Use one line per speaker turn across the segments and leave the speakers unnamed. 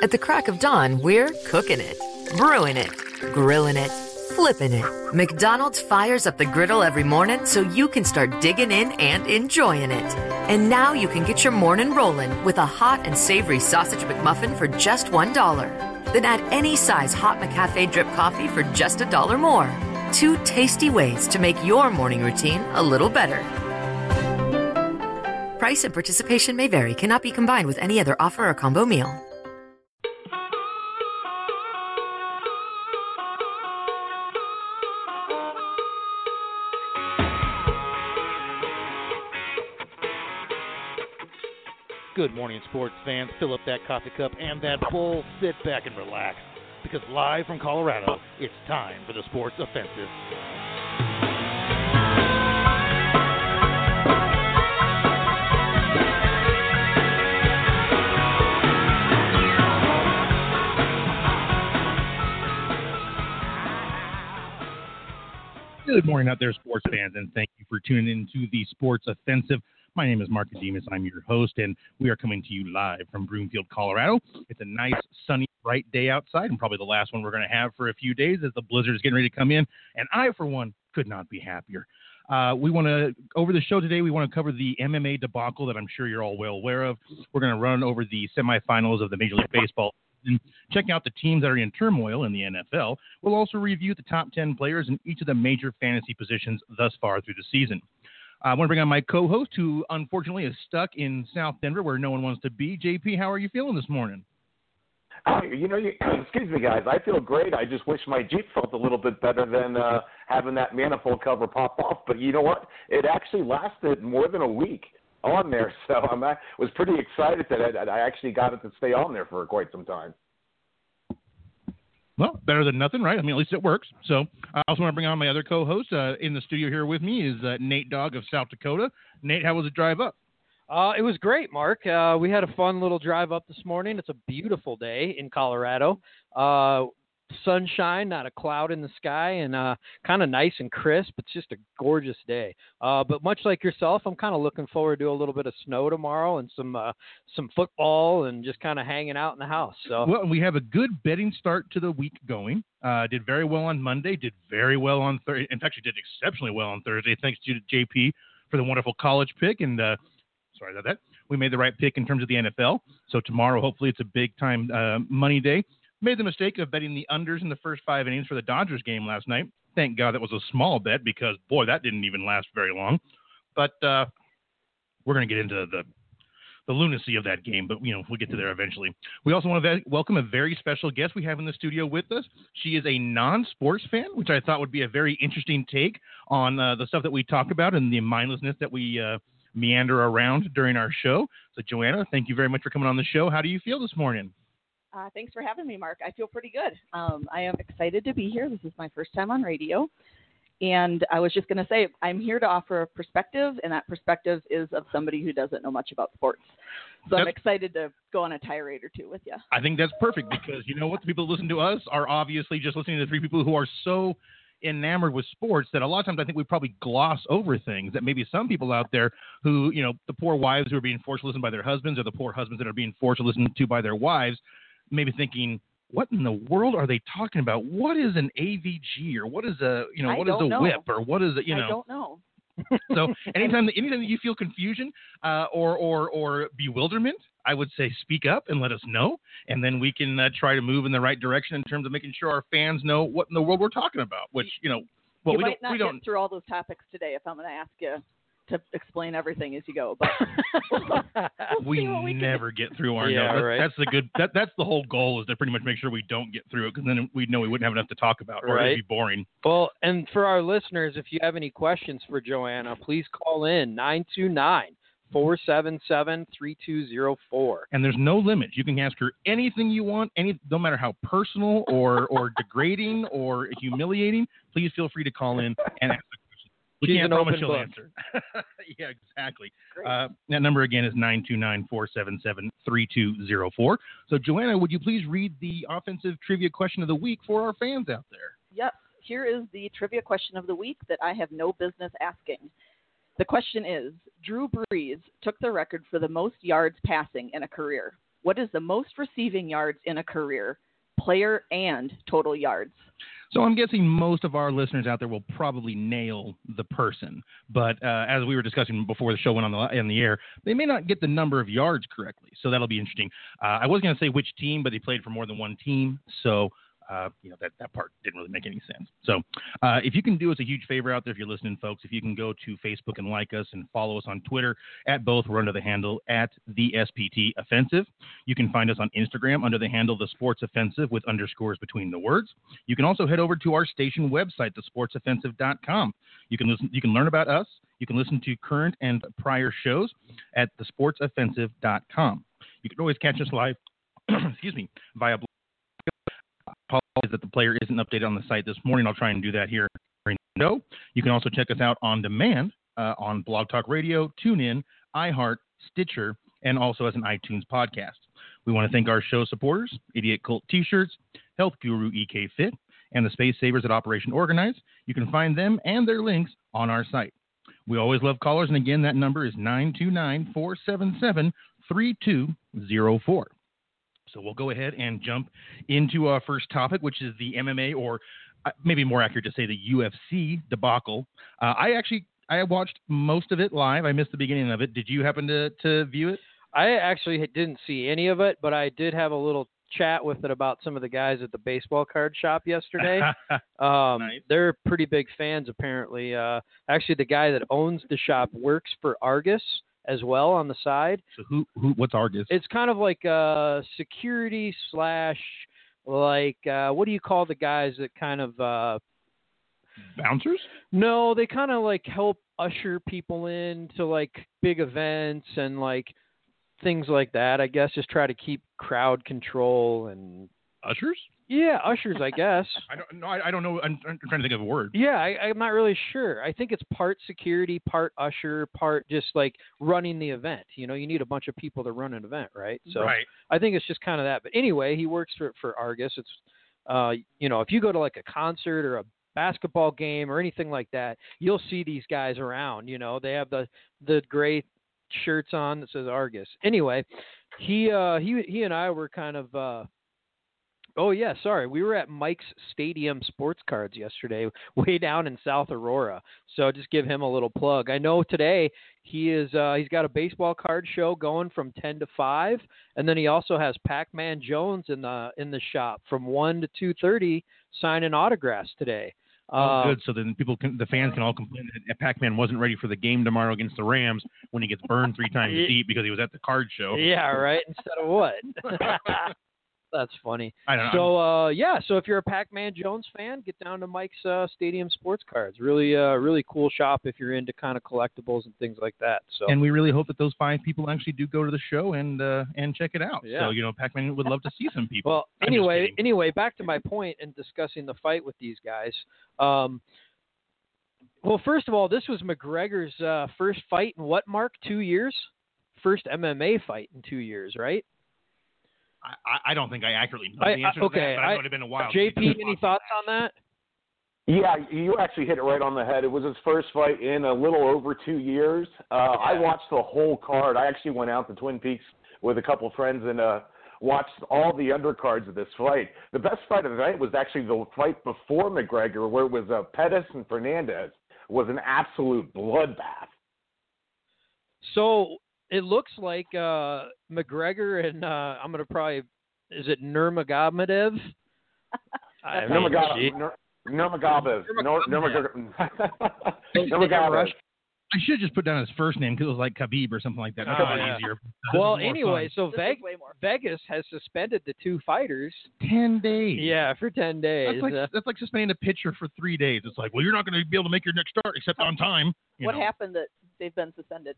At the crack of dawn, we're cooking it, brewing it, grilling it, flipping it. McDonald's fires up the griddle every morning so you can start digging in and enjoying it. And now you can get your morning rolling with a hot and savory sausage McMuffin for just $1. Then add any size hot McCafe drip coffee for just a dollar more. Two tasty ways to make your morning routine a little better. Price and participation may vary, cannot be combined with any other offer or combo meal.
Good morning, sports fans. Fill up that coffee cup and that bowl. Sit back and relax because live from Colorado, it's time for the Sports Offensive.
Good morning out there, sports fans, and thank you for tuning in to the Sports Offensive. My name is Mark Demas. I'm your host, and we are coming to you live from Broomfield, Colorado. It's a nice, sunny, bright day outside, and probably the last one we're going to have for a few days as the blizzard is getting ready to come in. And I, for one, could not be happier. Uh, we want to over the show today. We want to cover the MMA debacle that I'm sure you're all well aware of. We're going to run over the semifinals of the Major League Baseball and check out the teams that are in turmoil in the NFL. We'll also review the top 10 players in each of the major fantasy positions thus far through the season. I want to bring on my co host, who unfortunately is stuck in South Denver where no one wants to be. JP, how are you feeling this morning?
Oh, you know, you, excuse me, guys. I feel great. I just wish my Jeep felt a little bit better than uh, having that manifold cover pop off. But you know what? It actually lasted more than a week on there, so I'm, I was pretty excited that I, that I actually got it to stay on there for quite some time.
Well, better than nothing, right? I mean, at least it works. So I also want to bring on my other co host uh, in the studio here with me is uh, Nate Dogg of South Dakota. Nate, how was the drive up?
Uh, it was great, Mark. Uh, we had a fun little drive up this morning. It's a beautiful day in Colorado. Uh, sunshine, not a cloud in the sky, and uh, kind of nice and crisp. It's just a gorgeous day. Uh, but much like yourself, I'm kind of looking forward to a little bit of snow tomorrow and some uh, some football and just kind of hanging out in the house. So
Well, we have a good betting start to the week going. Uh, did very well on Monday. Did very well on Thursday. In fact, she did exceptionally well on Thursday. Thanks to JP for the wonderful college pick. And uh, sorry about that. We made the right pick in terms of the NFL. So tomorrow, hopefully, it's a big time uh, money day. Made the mistake of betting the unders in the first five innings for the Dodgers game last night. Thank God that was a small bet because boy, that didn't even last very long. But uh, we're going to get into the the lunacy of that game, but you know we'll get to there eventually. We also want to ve- welcome a very special guest we have in the studio with us. She is a non-sports fan, which I thought would be a very interesting take on uh, the stuff that we talk about and the mindlessness that we uh, meander around during our show. So, Joanna, thank you very much for coming on the show. How do you feel this morning?
Uh, thanks for having me, Mark. I feel pretty good. Um, I am excited to be here. This is my first time on radio. And I was just going to say, I'm here to offer a perspective, and that perspective is of somebody who doesn't know much about sports. So I'm
That's-
excited to go on a tirade or two with you.
I think that's perfect because you know what? The people that listen to us are obviously just listening to three people who are so enamored with sports that a lot of times I think we probably gloss over things that maybe some people out there who, you know, the poor wives who are being forced to listen by their husbands or the poor husbands that are being forced to listen to by their wives, maybe thinking, what in the world are they talking about? What is an AVG or what is a, you know,
I
what is
don't
a
know.
whip or what is it, you know?
I don't know.
So anytime, anytime that you feel confusion uh, or or or bewilderment, I would say speak up and let us know, and then we can uh, try to move in the right direction in terms of making sure our fans know what in the world we're talking about. Which you know, well
you
we
might
don't we
not
don't
get through all those topics today if I'm going to ask you to explain everything as you go. But we'll
we,
see what we can
never get through our
Yeah,
notes.
right.
That's the good. That that's the whole goal is to pretty much make sure we don't get through it because then we know we wouldn't have enough to talk about or it'd
Right.
be boring.
Well, and for our listeners, if you have any questions for Joanna, please call in 929 477 3204.
and there's no limit. You can ask her anything you want, any no matter how personal or or degrading or humiliating. Please feel free to call in and ask the question. We
She's
can't
an
promise
open
she'll
book.
answer. yeah, exactly.
Great.
Uh, that number again is 929-477-3204. So Joanna, would you please read the offensive trivia question of the week for our fans out there?
Yep. Here is the trivia question of the week that I have no business asking. The question is Drew Brees took the record for the most yards passing in a career. What is the most receiving yards in a career, player and total yards?
So I'm guessing most of our listeners out there will probably nail the person, but uh, as we were discussing before the show went on the in the air, they may not get the number of yards correctly. So that'll be interesting. Uh, I was going to say which team, but they played for more than one team, so. Uh, you know that, that part didn't really make any sense. So, uh, if you can do us a huge favor out there, if you're listening, folks, if you can go to Facebook and like us and follow us on Twitter at both, we're under the handle at the SPT Offensive. You can find us on Instagram under the handle the Sports Offensive with underscores between the words. You can also head over to our station website, thesportsoffensive.com. You can listen, you can learn about us. You can listen to current and prior shows at thesportsoffensive.com. You can always catch us live. excuse me, via apologize that the player isn't updated on the site this morning. I'll try and do that here. No, you can also check us out on demand uh, on Blog Talk Radio, TuneIn, iHeart, Stitcher, and also as an iTunes podcast. We want to thank our show supporters, Idiot Cult T-shirts, Health Guru EK Fit, and the Space Savers at Operation Organize. You can find them and their links on our site. We always love callers, and again, that number is 929 477 3204. So we'll go ahead and jump into our first topic, which is the MMA, or uh, maybe more accurate to say the UFC debacle. Uh, I actually I watched most of it live. I missed the beginning of it. Did you happen to to view it?
I actually didn't see any of it, but I did have a little chat with it about some of the guys at the baseball card shop yesterday. um,
Nice.
They're pretty big fans, apparently. Uh, actually, the guy that owns the shop works for Argus as well on the side.
So who who what's Argus?
It's kind of like uh security slash like uh, what do you call the guys that kind of uh,
Bouncers?
no, they kind of like help usher people in to like big events and like things like that. I guess just try to keep crowd control and
Ushers?
yeah, ushers, I guess.
I don't no I, I don't know. I'm, I'm trying to think of a word.
Yeah, I, I'm not really sure. I think it's part security, part usher, part just like running the event. You know, you need a bunch of people to run an event, right? So
Right.
I think it's just kind of that. But anyway, he works for for Argus. It's uh, you know, if you go to like a concert or a basketball game or anything like that, you'll see these guys around. You know, they have the the gray shirts on that says Argus. Anyway, he uh, he he and I were kind of. Uh, Oh yeah, sorry. We were at Mike's Stadium Sports Cards yesterday, way down in South Aurora. So just give him a little plug. I know today he is uh, he's got a baseball card show going from ten to five, and then he also has Pac-Man Jones in the in the shop from one to two thirty signing autographs today.
Oh,
Uh,
good. So then people can the fans can all complain that Pac-Man wasn't ready for the game tomorrow against the Rams when he gets burned three times
Yeah.
deep because he was at the card show.
Yeah, right. Instead of what? That's funny.
I don't know.
So uh, yeah, so if you're a Pac-Man Jones fan, get down to Mike's uh, Stadium Sports Cards. Really, uh, really cool shop if you're into kind of collectibles and things like that. So
and we really hope that those five people actually do go to the show and uh, and check it out.
Yeah.
So you know, Pac-Man would love to see some people.
well,
I'm just
anyway,
kidding.
anyway, back to my point in discussing the fight with these guys. Um, well, first of all, this was McGregor's uh, first fight in what, Mark? Two years? First MMA fight in two years, right?
I, I- I don't think I accurately know
I-
the answer
I- okay,
to that, but I,
I-
know it'd have been a while.
JP,
since we
any
talked
thoughts
about
on that?
Yeah, you actually hit it right on the head. It was his first fight in a little over two years. Uh, I watched the whole card. I actually went out to Twin Peaks with a couple friends and uh, watched all the undercards of this fight. The best fight of the night was actually the fight before McGregor, where it was uh, Pettis and Fernandez. Was an absolute bloodbath.
So it looks like uh, McGregor and uh, I'm going to probably is it Nurmagomedov? I mean, gee.
Nurmagomedov. Nurmagomedov. Nurmagomedov. Nurmagomedov.
it. I should just put down his first name because it was like Khabib or something like that. It's
Oh,
probably
yeah.
easier.
Well,
More fun.
anyway, so
This
Veg-
is way more.
Vegas has suspended the two fighters.
ten days.
Yeah, for ten days.
That's like
Uh,
that's like suspending a pitcher for three days. It's like, well, you're not going to be able to make your next start except on time. you
What
know.
happened that they've been suspended?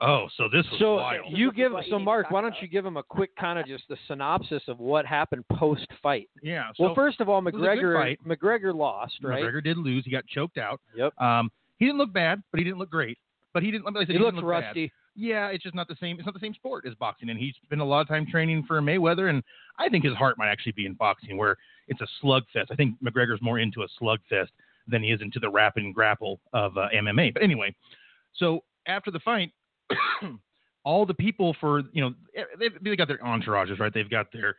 Oh, so this was
so uh,
wild.
you
This is
give
what you
so
need to
Mark,
talk
why don't
about.
you give him a quick kind of just the synopsis of what happened post fight?
yeah. So
Well, first of all,
was a good
McGregor McGregor lost, right?
McGregor did lose. He got choked out.
Yep.
Um, he didn't look bad, but he didn't look great. But he didn't. Like I said,
He,
he
looked
didn't look bad.
rusty.
yeah, it's just not the same. It's not the same sport as boxing, and he spent a lot of time training for Mayweather, and I think his heart might actually be in boxing, where it's a slugfest. I think McGregor's more into a slugfest than he is into the rapid and grapple of uh, MMA. But anyway, so after the fight, all the people for you know they they got their entourages right. They've got their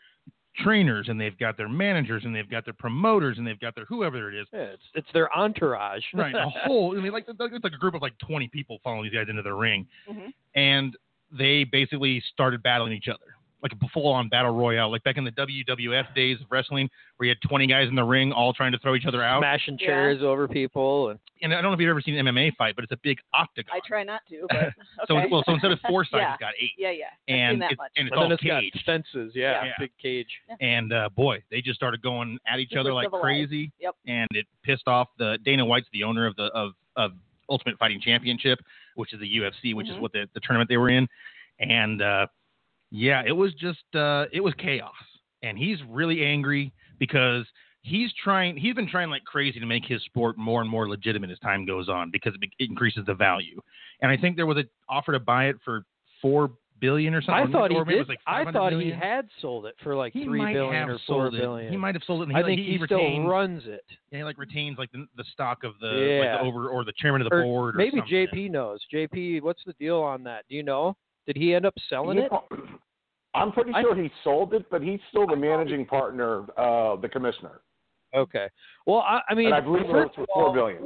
trainers and they've got their managers and they've got their promoters and they've got their whoever it is.
Yeah, it's it's their entourage.
Right, a whole. I mean, like it's like a group of like 20 people following these guys into the ring,
Mhm.
and they basically started battling each other, like a full-on battle royale, like back in the WWF days of wrestling, where you had 20 guys in the ring all trying to throw each other out.
Smashing
Yeah.
chairs over people and
And I don't know if you've ever seen an MMA fight, but it's a big octagon.
I try not to, but okay.
So well, so instead of four sides,
yeah.
it's got eight,
yeah, yeah, I've seen
and
that
it's,
much.
and it's
and then
all
it's got
caged.
fences, yeah,
Yeah.
big cage.
and uh, boy, they just started going at each
Super
other like
civilized.
crazy.
Yep.
And it pissed off the Dana White's the owner of the of, of Ultimate Fighting Championship, which is the UFC, which
Mhm.
Mm-hmm.
is what the, the tournament they were in. And uh, yeah, it was just uh, it was chaos. And he's really angry because he's trying he's been trying like crazy to make his sport more and more legitimate as time goes on because it, be- it increases the value. And I think there was an offer to buy it for four billion or
I
something.
thought
or
he
maybe it
did.
was like
I
500
thought he
million.
had sold it for like
He
three
might
billion
have
or four
sold
billion.
It. He might have sold it. And he,
I
like,
think
he,
he, still
retains,
runs it.
yeah, he like retains like the, the stock of the, like,
Yeah.
the over or the chairman of the
Or
board. Or
Maybe
something.
JP knows. JP, what's the deal on that? Do you know? Did he end up selling
You
it?
know, I'm pretty
I-
sure he sold it, but he's still the managing partner, uh, the commissioner,
Okay. Well, I, I mean,
and I believe it was
first
for
of all,
four billion.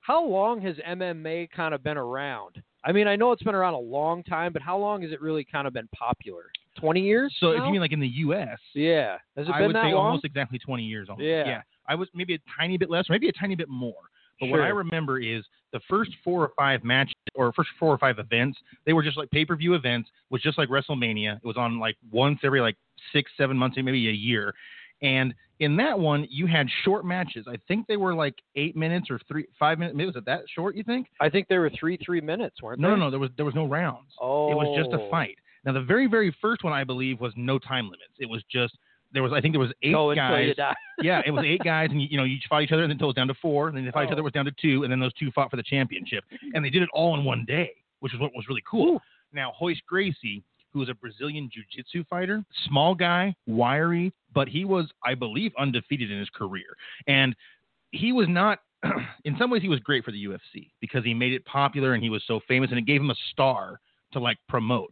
how long has MMA kind of been around? I mean, I know it's been around a long time, but how long has it really kind of been popular? Twenty years?
So if
now?
you mean like in the U.S.,
yeah, has it
I
been
would
that
say
long?
almost exactly 20 years. Almost.
Yeah.
I was maybe a tiny bit less, or maybe a tiny bit more. But what I
Sure.
remember is the first four or five matches, or first four or five events, they were just like pay-per-view events. Was just like WrestleMania. It was on like once every like six, seven months, maybe a year. And in that one, you had short matches. I think they were like eight minutes or three, five minutes. Maybe was it that short? You think?
I think they were three three minutes, weren't
No,
they?
no, no. There was there was no rounds.
Oh,
It was just a fight. Now the very, very first one I believe was no time limits. It was just there was I think there was eight
Go Oh, until
guys.
you die.
yeah, it was eight guys, and you, you know you fought each other, and then it was down to four, and then they fought each
Oh.
other it was down to two, and then those two fought for the championship, and they did it all in one day, which is what was really cool. Now Hoist Gracie, who is a Brazilian jiu-jitsu fighter, small guy, wiry, but he was, I believe, undefeated in his career, and he was not. in some ways, he was great for the UFC because he made it popular and he was so famous, and it gave him a star to like promote.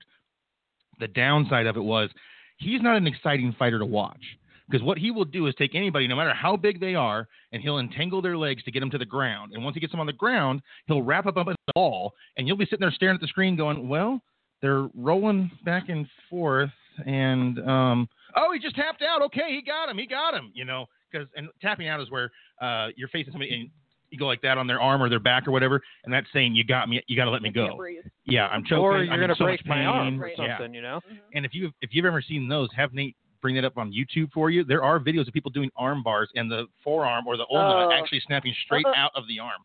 The downside of it was he's not an exciting fighter to watch because what he will do is take anybody, no matter how big they are, and he'll entangle their legs to get them to the ground. And once he gets them on the ground, he'll wrap up up in the ball, and you'll be sitting there staring at the screen, going, "Well, they're rolling back and forth, and um, oh, he just tapped out. Okay, he got him. He got him. You know, because and tapping out is where uh, you're facing somebody and you go like that on their arm or their back or whatever, and that's saying, "You got me. You got to let me
I can't
go.
breathe.
Yeah, I'm choking.
or
I'm
you're
in
gonna
so much
break my arm
pain.
or
Right.
Yeah.
something, you know?
Mm-hmm.
And if you if you've ever seen those, have Nate bring that up on YouTube for you. There are videos of people doing arm bars and the forearm or the ulna
Oh.
actually snapping straight
Uh-uh.
out of the arm.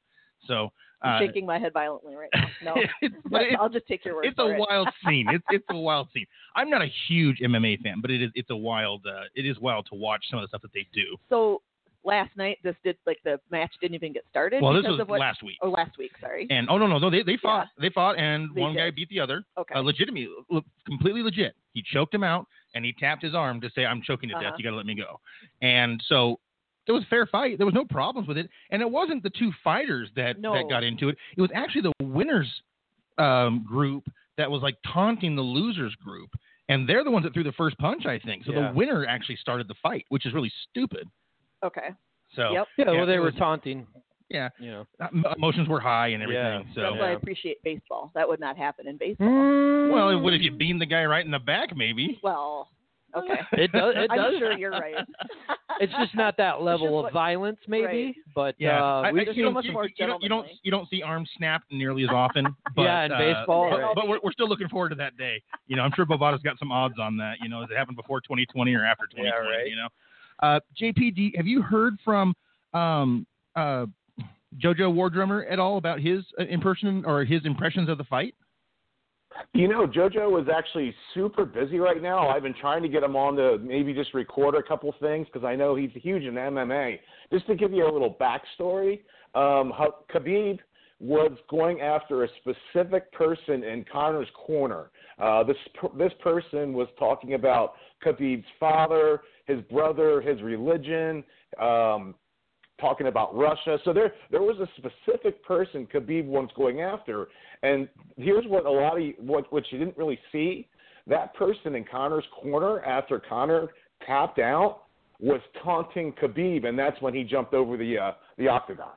So uh,
I'm shaking my head violently right now. No,
it's,
but
but it's,
I'll just take your word
it's a
for it.
wild scene. It's it's a wild scene. I'm not a huge MMA fan, but it is it's a wild uh, it is wild to watch some of the stuff that they do.
So last night, this did like the match didn't even get started.
Well, this
because
was
of what?
last week.
Oh, last week. Sorry.
And oh no no no they they fought they fought and
They
one
did.
guy beat the other.
Okay.
Uh, legitimately, le- completely legit. He choked him out and he tapped his arm to say, I'm choking to death.
Uh-huh.
You got to let me go. And so it was a fair fight. There was no problems with it. And it wasn't the two fighters that,
No.
that got into it, it was actually the winners um, group that was like taunting the losers group. And they're the ones that threw the first punch, I think. So
Yeah.
the winner actually started the fight, which is really stupid.
okay.
So
Yep.
Yeah,
Yeah,
well, they
it
were
was-
taunting.
Yeah.
You know.
uh, m- emotions were high and everything.
Yeah.
So
That's why I
Yeah.
appreciate baseball. That would not happen in baseball.
Mm.
well, what if you beam the guy right in the back? Maybe.
Well, okay.
It does. It
I'm
does.
sure you're right.
It's just not that level of
what-
violence, maybe.
Right.
But
Yeah,
uh,
I-
we
I-
just
you,
so
don't,
much
you-
more
you don't you don't
gentlemanly.
you don't see arms snapped nearly as often. But,
yeah, in
uh,
baseball,
But,
right.
but we're, we're still looking forward to that day. You know, I'm sure Bovada's got some odds on that. You know, has it happened before 2020 or after 2020?
right.
You know, uh, JPD, have you heard from um, uh, JoJo War Drummer at all about his uh, impression or his impressions of the fight?
You know, JoJo is actually super busy right now. I've been trying to get him on to maybe just record a couple things because I know he's huge in MMA. Just to give you a little backstory, um, Ha- Khabib was going after a specific person in Connor's corner. Uh, this per- this person was talking about Khabib's father, his brother, his religion, um, talking about Russia. So there there was a specific person Khabib was going after, and here's what a lot of what what you didn't really see. That person in Connor's corner after Connor tapped out was taunting Khabib, and that's when he jumped over the uh, the octagon.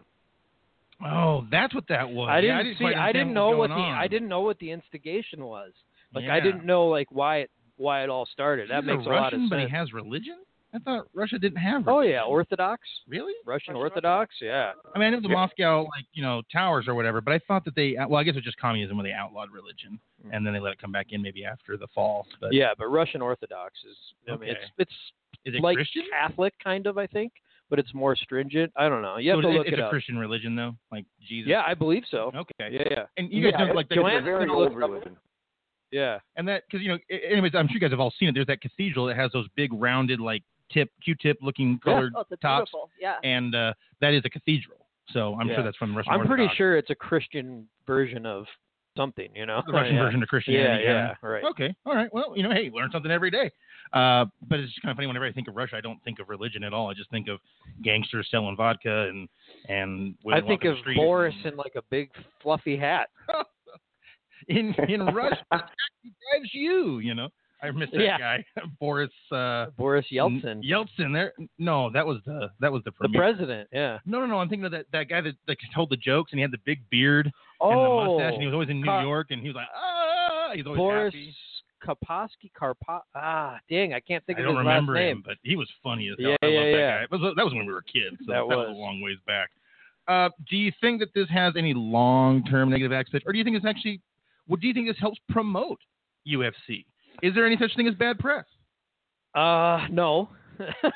Oh, that's what that was.
I
Yeah,
didn't, see.
quite
I
understand
didn't know
was
what the
going on.
I didn't know what the instigation was. Like I
Yeah.
didn't know like why it why it all started. That
He's
makes
a
a, lot of
Russian,
sense.
but he has religion. I thought Russia didn't have.
oh
religion.
yeah, Orthodox,
really?
Russian Orthodox. Yeah.
I mean, I know the
Yeah.
Moscow, like you know, towers or whatever, but I thought that they, uh, well, I guess it was just communism when they outlawed religion, and then they let it come back in maybe after the fall. But
Mm. Yeah, but Russian Orthodox is. I mean,
Okay.
it's
is
it's
it
like
Christian?
Catholic kind of, I think, but it's more stringent. I don't know. You have
So
to
it-
look
it's
it
a
up.
Christian religion though, like Jesus.
Yeah, I believe so.
Okay.
Yeah, yeah,
And you guys
yeah,
don't like
it's
that,
a
Joanne's
very
gonna look
old
it up.
religion.
yeah.
and that because you know, a- anyways, I'm sure you guys have all seen it. There's that cathedral that has those big rounded like tip, Q-tip looking colored
Oh, it's a
tops,
beautiful. Yeah.
and uh, that is a cathedral. So I'm
Yeah.
sure that's from Russian.
I'm pretty
Orthodox.
sure it's a Christian version of something. You know,
the Russian
yeah.
version of
Yeah,
Christianity. kinda.
yeah, right.
Okay. All right. Well, you know, hey, learn something every day. Uh, but it's just kind of funny whenever I think of Russia, I don't think of religion at all. I just think of gangsters selling vodka and and.
I
women
think
walking
of
the street.
Boris in like a big fluffy hat.
in in Russia. it drives you. You know, I miss that
Yeah.
guy, Boris uh,
Boris Yeltsin,
Yeltsin. There. No, that was the that was the
the
premier.
president. Yeah.
no, no, no. I'm thinking of that, that guy that, that told the jokes and he had the big beard and the
Oh,
mustache and he was always in New
Ka-
York and he was like, ah, he's always
Boris
happy.
Kaposky Karpo. Ah, dang, I can't think
I
of
don't
his
remember
last name.
him, but he was funny as hell.
Yeah,
I love
yeah,
that
yeah.
guy. It was- that was when we were kids, so
That
that was a
was.
long ways back. Uh, do you think that this has any long-term negative aspect, or do you think it's actually? What do you think this helps promote UFC? Is there any such thing as bad press?
Uh, no.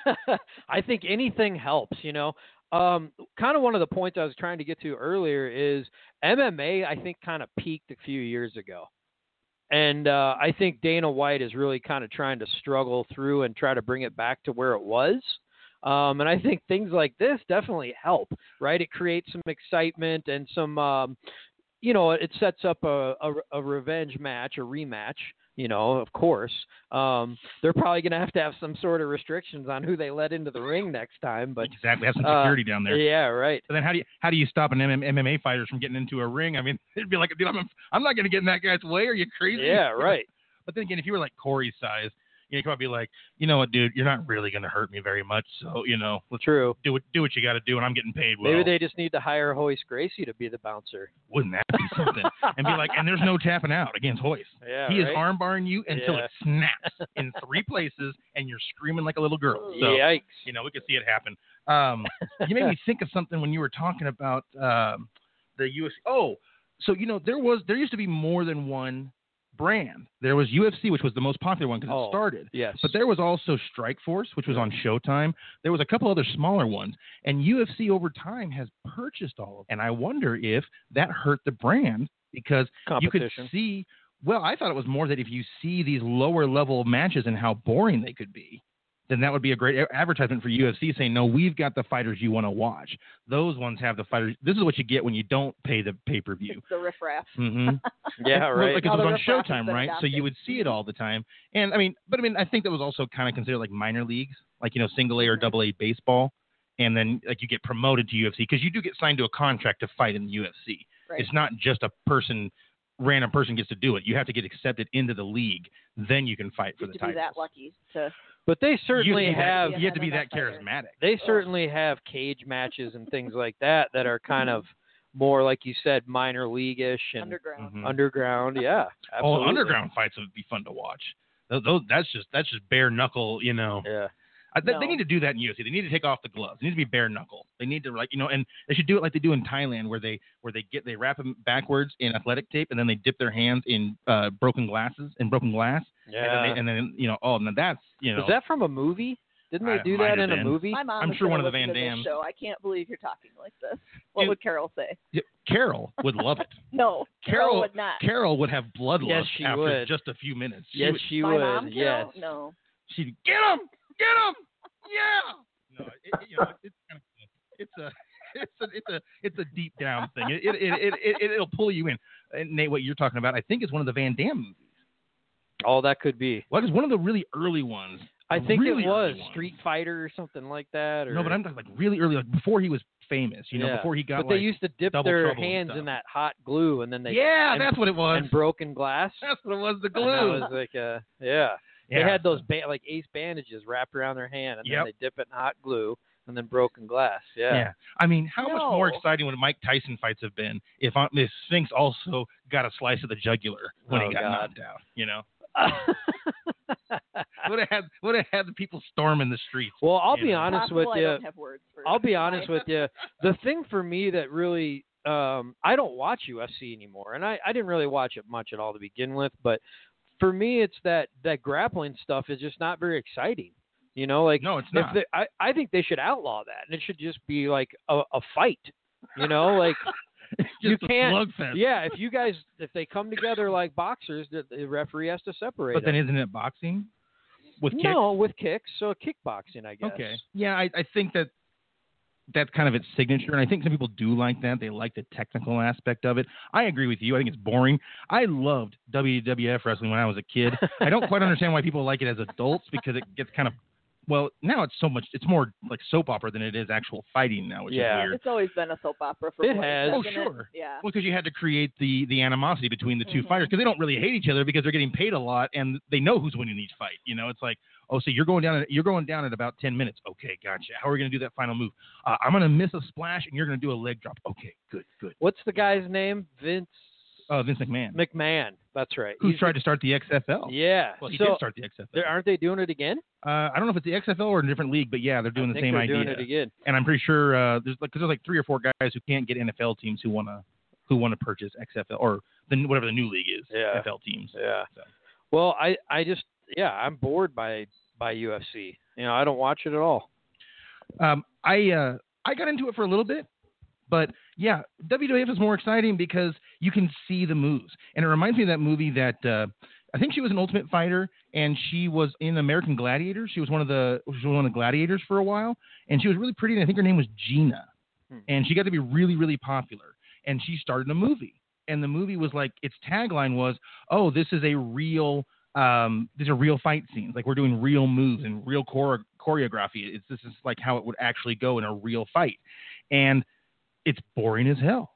I think anything helps, you know. Um, kind of one of the points I was trying to get to earlier is MMA, I think, kind of peaked a few years ago. And uh, I think Dana White is really kind of trying to struggle through and try to bring it back to where it was. Um, and I think things like this definitely help, right? It creates some excitement and some, um, you know, it sets up a, a, a revenge match, a rematch, you know, of course. Um, they're probably going to have to have some sort of restrictions on who they let into the ring next time. But
exactly, have some
uh,
security down there.
yeah, right.
And then how do you how do you stop an MM, MMA fighters from getting into a ring? I mean, it'd be like, dude, I'm I'm not going to get in that guy's way. Are you crazy?
Yeah, right.
But then again, if you were like Corey's size, you could probably be like, you know what, dude, you're not really going to hurt me very much. So you know, let's
True.
do what do what you got to do, and I'm getting paid well.
Maybe they just need to hire Hoist Gracie to be the bouncer.
Wouldn't that be something? and be like, and there's no tapping out against Hoist.
Yeah,
he is
right?
arm barring you until
Yeah.
it snaps in three places, and you're screaming like a little girl. So
Yikes.
you know, we could see it happen. Um, you made me think of something when you were talking about um, the UFC. Oh, so you know, there was there used to be more than one brand. There was UFC, which was the most popular one because
Oh.
it started.
Yes.
But there was also Strike Force, which was on Showtime. There was a couple other smaller ones, and UFC over time has purchased all of them. And I wonder if that hurt the brand because you could
competition.
see. Well, I thought it was more that if you see these lower level matches and how boring they could be, then that would be a great a- advertisement for UFC saying, "No, we've got the fighters you want to watch. Those ones have the fighters. This is what you get when you don't pay the pay per view."
It's the riffraff.
hmm
yeah,
Well,
right.
Because it
All
was
the
on
rough
Showtime,
process
right? So you
adapted.
would see it all the time. And I mean, but I mean, I think that was also kind of considered like minor leagues, like you know, single
Mm-hmm.
A or double A baseball, and then like you get promoted to UFC because you do get signed to a contract to fight in the UFC.
Right.
It's not just a person, random person gets to do it. You have to get accepted into the league, then you can fight for
Just
the
to be
title.
that lucky to
but they certainly
you
have
you have to be
Yeah,
that
that's better.
charismatic.
they certainly have cage matches and things like that that are kind of more like you said minor league ish and
underground.
Mhm.
underground, Yeah.
All
Absolutely.
Oh, underground fights would be fun to watch. Those, those, that's just that's just bare knuckle, you know.
Yeah.
I, they, they
No.
need to do that in UFC. They need to take off the gloves. They need to be bare knuckle. They need to like you know, and they should do it like they do in Thailand, where they where they get they wrap them backwards in athletic tape, and then they dip their hands in uh, broken glasses in broken glass,
Yeah.
and, then they, and then you know, oh, now that's you know,
Is that from a movie? Didn't they
I-
do
might
that
have
in a
been.
movie?
My mom
mm-hmm. I'm
is
sure
gonna
one of the Van
listen to this
Dams-
Show. I can't believe you're talking like this. What
Dude.
would Carol say?
Carol would love it.
No,
Carol-
would not.
Carol would have bloodlust
Yes, she
after
would.
just a few minutes. She
yes,
would,
she
My
would.
mom, Carol?
yes.
No.
she'd get him, get him, yeah. No, it, you know, it's kind of it's a it's a it's a it's a deep down thing. It it it, it, it it'll pull you in. And Nate, what you're talking about, I think, is one of the Van Damme movies.
All that could be.
Well, it was one of the really early ones.
I think
really
it was
early ones.
Street Fighter or something like that. Or,
No, but I'm talking like really early, like before he was famous. You know,
Yeah.
before he got
But
like
they used to dip
Double
their
Trouble and
hands in
stuff.
that hot glue, and then they
yeah,
and-
that's what it was.
and broken glass.
that's what it was. The glue.
And that was like a yeah.
yeah.
They had those ba- like ace bandages wrapped around their hand, and
Yep.
then they dip it in hot glue, and then broken glass. Yeah.
Yeah. I mean, how much more
No.
exciting would Mike Tyson fights have been if Aunt Miss Sphinx also got a slice of the jugular when
Oh,
he got
God.
knocked out? You know, would have had would have had the people storming the streets.
well, I'll
You
be
know.
honest
Possible,
with
I
you.
don't have words for
I'll be honest with you. The thing for me that really um, I don't watch UFC anymore, and I, I didn't really watch it much at all to begin with. But for me, it's that that grappling stuff is just not very exciting. You know, like
No, it's
if
not.
they, I I think they should outlaw that, and it should just be like a, a fight. You know, like
It's
you
just a
can't-
slugfest.
yeah, if you guys if they come together like boxers, the, the referee has to separate.
But then
them.
isn't it boxing with kicks?
no, with kicks, so kickboxing, I guess.
Okay. Yeah, I, I think that that's kind of its signature, and I think some people do like that. They like the technical aspect of it. I agree with you. I think it's boring. I loved WWF wrestling when I was a kid. I don't quite understand why people like it as adults because it gets kind of well now it's so much it's more like soap opera than it is actual fighting now, which
Yeah.
is weird.
It's always been a soap opera for
It
what,
has.
Oh,
hasn't it?
sure.
Yeah.
Well, because you had to create the the animosity between the 2
Mm-hmm.
Mhm.
fighters because they don't really hate each other because they're getting paid a lot and they know who's winning each fight. You know, it's like, oh, so you're going down, at, you're going down in about ten minutes. Okay, gotcha. How are we gonna do that final move? Uh, I'm gonna miss a splash and you're gonna do a leg drop. Okay, good, good.
What's the guy's name? Vince
Uh, Vince McMahon,
McMahon. That's right.
who
He's the
tried to start the XFL.
Yeah.
Well, he
so
did start the XFL.
there- aren't they doing it again?
uh, I don't know if it's the XFL or a different league, but yeah, they're doing the
I think
same
they're
idea.
Doing it again.
And I'm pretty sure uh, there's like because there's like three or four guys who can't get NFL teams who wanna who wanna purchase XFL or the whatever the new league is.
Yeah.
FL teams.
Yeah.
So.
Well, I I just yeah I'm bored by by UFC. You know I don't watch it at all.
Um, I uh, I got into it for a little bit, but yeah, WWF is more exciting because you can see the moves, and it reminds me of that movie that uh, I think she was an Ultimate Fighter, and she was in American Gladiator. She was one of the she was one of the gladiators for a while, and she was really pretty. And I think her name was Gina,
Hmm.
and she got to be really really popular, and she started a movie. And the movie was like its tagline was, "Oh, this is a real." um, these are real fight scenes. Like we're doing real moves and real chore- choreography. It's this is like how it would actually go in a real fight, and it's boring as hell.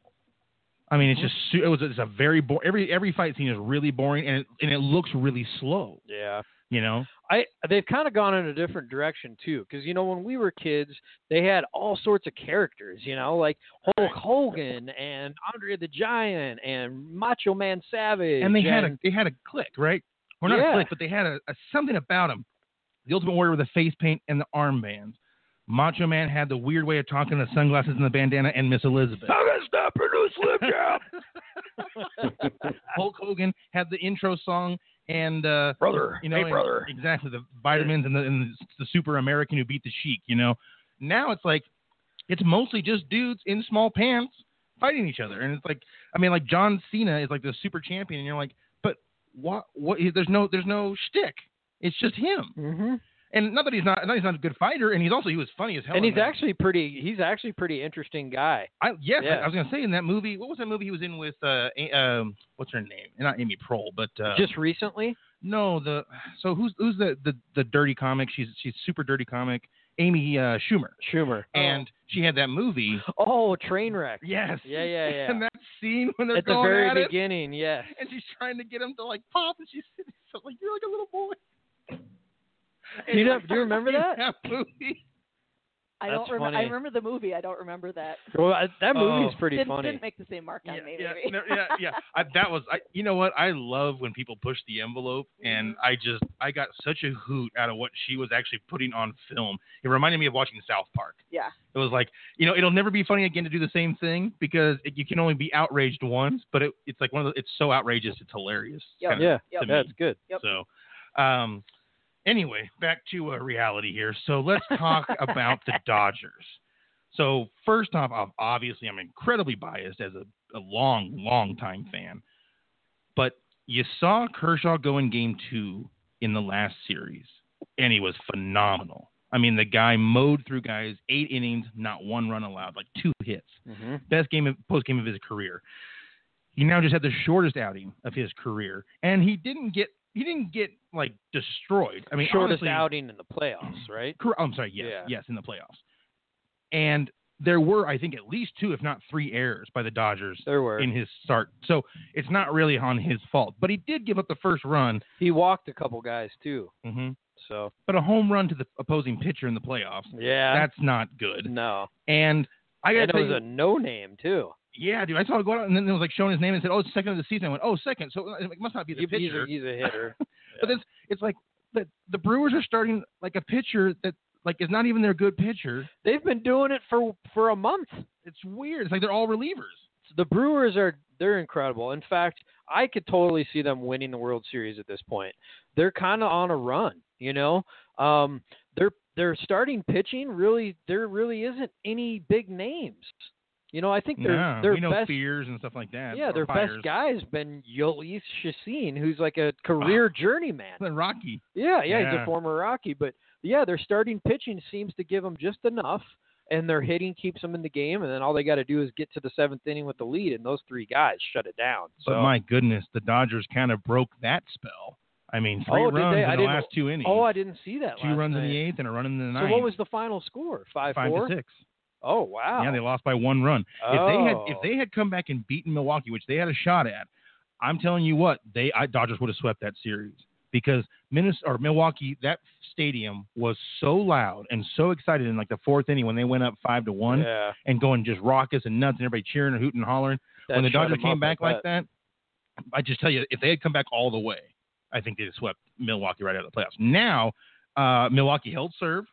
I mean, it's just su- it was it's a very boring. Every every fight scene is really boring, and it, and it looks really slow.
Yeah.
You know,
I they've kind of gone in a different direction too, because you know when we were kids they had all sorts of characters. You know like Hulk Hogan and Andre the Giant and Macho Man Savage.
and they had a they had a click, right? Or not
Yeah.
a click, but they had a, a something about them. The Ultimate Warrior with the face paint and the armbands. Macho Man had the weird way of talking, the sunglasses and the bandana, and Miss Elizabeth.
stop produce Slim
Hulk Hogan had the intro song and uh,
brother.
you know and- exactly the vitamins and the, and the super American who beat the Sheik. You know, now it's like it's mostly just dudes in small pants fighting each other, and it's like I mean like John Cena is like the super champion, and you're like, but what what? There's no there's no shtick. It's just him,
Mm-hmm.
and not that he's not not that he's not a good fighter, and he's also he was funny as hell.
And
in
he's
that.
actually pretty. He's actually pretty interesting guy.
I, yes, I,
Yeah.
I was gonna say in that movie, what was that movie he was in with uh, A- um, what's her name? Not Amy Prohl, but uh,
Just recently.
No, the so who's who's the the, the dirty comic? She's she's super dirty comic. Amy uh, Schumer,
Schumer.
and she had that movie.
Oh, train wreck.
Yes.
Yeah, yeah, yeah.
And that scene when they're
At the
going
very
at it,
beginning, yes.
and she's trying to get him to like pop, and she's sitting so like you're like a little boy.
Do you know- do you remember that?
movie?
I
That's
don't remember. I
funny.
remember the movie. I don't remember that.
Well, I- that movie is
Oh.
pretty
didn't,
funny.
didn't make the same mark on
yeah,
me.
yeah,
maybe.
no, yeah, yeah. I, that was, I, you know what? I love when people push the envelope, and I just, I got such a hoot out of what she was actually putting on film. It reminded me of watching South Park.
Yeah.
It was like, you know, it'll never be funny again to do the same thing because it, you can only be outraged once. But it, it's like one of the, it's so outrageous, it's hilarious.
Yep.
kinda
yeah,
Yep.
to me.
that's good.
Yep.
So, um, anyway, back to uh, reality here. So let's talk about the Dodgers. So first off, ob- obviously, I'm incredibly biased as a, a long, long time fan, but you saw Kershaw go in Game Two in the last series, and he was phenomenal. I mean, the guy mowed through guys, eight innings, not one run allowed, like two hits
Mm-hmm.
best game of post game of his career. He now just had the shortest outing of his career, and he didn't get he didn't get like destroyed. I mean,
shortest
honestly,
outing in the playoffs, right?
Cor- I'm sorry. Yes,
Yeah.
yes, in the playoffs. And there were, I think, at least two, if not three, errors by the Dodgers
There were.
in his start. So it's not really on his fault. But he did give up the first run,
He walked a couple guys too.
mm-hmm.
So
but a home run to the opposing pitcher in the playoffs.
yeah,
That's not good.
no,
And I got
and
to
it
tell
was
you,
a no name too.
yeah, dude, I saw it go out, and then it was like showing his name and said, "Oh, it's second of the season." I went, "Oh, second. So it must not be the
He- he's,
pitcher.
a, he's a hitter.
But that's it's like the the Brewers are starting like a pitcher that like is not even their good pitcher.
They've been doing it for for a month.
It's weird. It's like they're all relievers.
The Brewers are they're incredible. In fact, I could totally see them winning the World Series at this point. They're kind of on a run, you know. Um, they're they're starting pitching really. There really isn't any big names. You know, I think their
yeah,
their
we know
best
fears and stuff like that.
yeah
or
their
fires.
best guy's been Yolis Shasin, who's like a career journeyman.
Then Rocky.
Yeah, yeah, he's
Yeah.
a former Rocky, but yeah, their starting pitching seems to give them just enough, and their hitting keeps them in the game, and then all they got to do is get to the seventh inning with the lead, and those three guys shut it down. So,
But my goodness, the Dodgers kind of broke that spell. I mean, three
Oh, did
runs
they? I
in the
didn't-
last two innings.
oh, I didn't see that.
two
last
runs
night.
in the eighth and a run in the
So
ninth.
what was the final score? Five,
five
four.
to six?
Oh wow.
Yeah, they lost by one run. If they had if
Oh.
they had come back and beaten Milwaukee, which they had a shot at, I'm telling you what, they I, Dodgers would have swept that series because Minnesota or Milwaukee that stadium was so loud and so excited in like the fourth inning when they went up five to one
Yeah,
and going just raucous and nuts and everybody cheering and hooting and hollering.
that
when the
shut
Dodgers
'em
came
up, I
back like
bet.
that, I just tell you, if they had come back all the way, I think they'd have swept Milwaukee right out of the playoffs. Now, uh, Milwaukee held serve.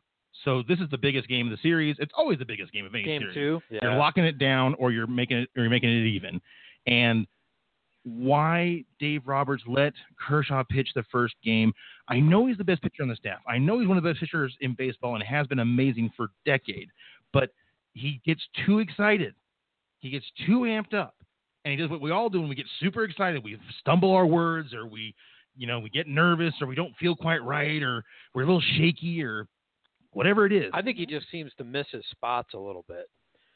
So this is the biggest game of the series. It's always the biggest game of any
game
series
two.
you're
Yeah.
locking it down or you're making it or you're making it even. And why Dave Roberts let Kershaw pitch the first game? I know he's the best pitcher on the staff. I know he's one of the best pitchers in baseball and has been amazing for decade. But he gets too excited. He gets too amped up. And he does what we all do when we get super excited. We stumble our words or we you know, we get nervous or we don't feel quite right or we're a little shaky or whatever it is.
I think he just seems to miss his spots a little bit.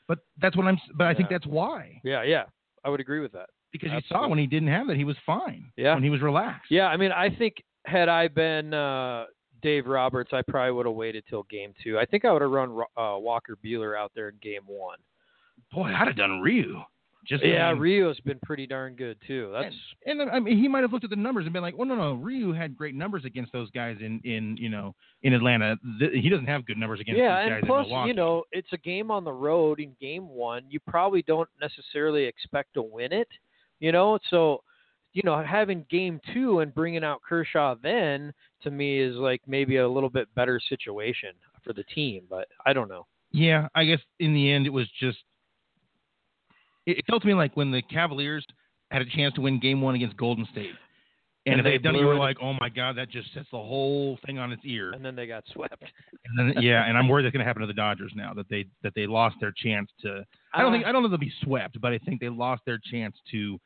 but that's what I'm but I think
Yeah.
that's why.
Yeah, yeah, I would agree with that.
because you saw
Absolutely.
when he didn't have that, he was fine.
Yeah.
When he was relaxed.
Yeah, I mean, I think had I been uh, Dave Roberts, I probably would have waited till game two. I think I would have run Ro- uh, Walker Bueller out there in game one.
Boy, I'd have done Ryu. Just
yeah,
I mean,
Rio's been pretty darn good too. That's
And then, I mean, he might have looked at the numbers and been like, "Well, no, no, Ryu had great numbers against those guys in, in you know, in Atlanta. Th- he doesn't have good numbers against
yeah,
these guys
and
in
plus,
Milwaukee."
you know, it's a game on the road. In game one, you probably don't necessarily expect to win it. You know, so you know, having game two and bringing out Kershaw then to me is like maybe a little bit better situation for the team. But I don't know.
Yeah, I guess in the end, it was just. It, it felt to me like when the Cavaliers had a chance to win Game One against Golden State, and,
And
if they
they
had done it, you
blew
were
it.
like, "Oh my God, that just sets the whole thing on its ear."
And then they got swept.
And then, yeah, and I'm worried that's going to happen to the Dodgers now that they that they lost their chance to. I don't think I don't know they'll be swept, but I think they lost their chance to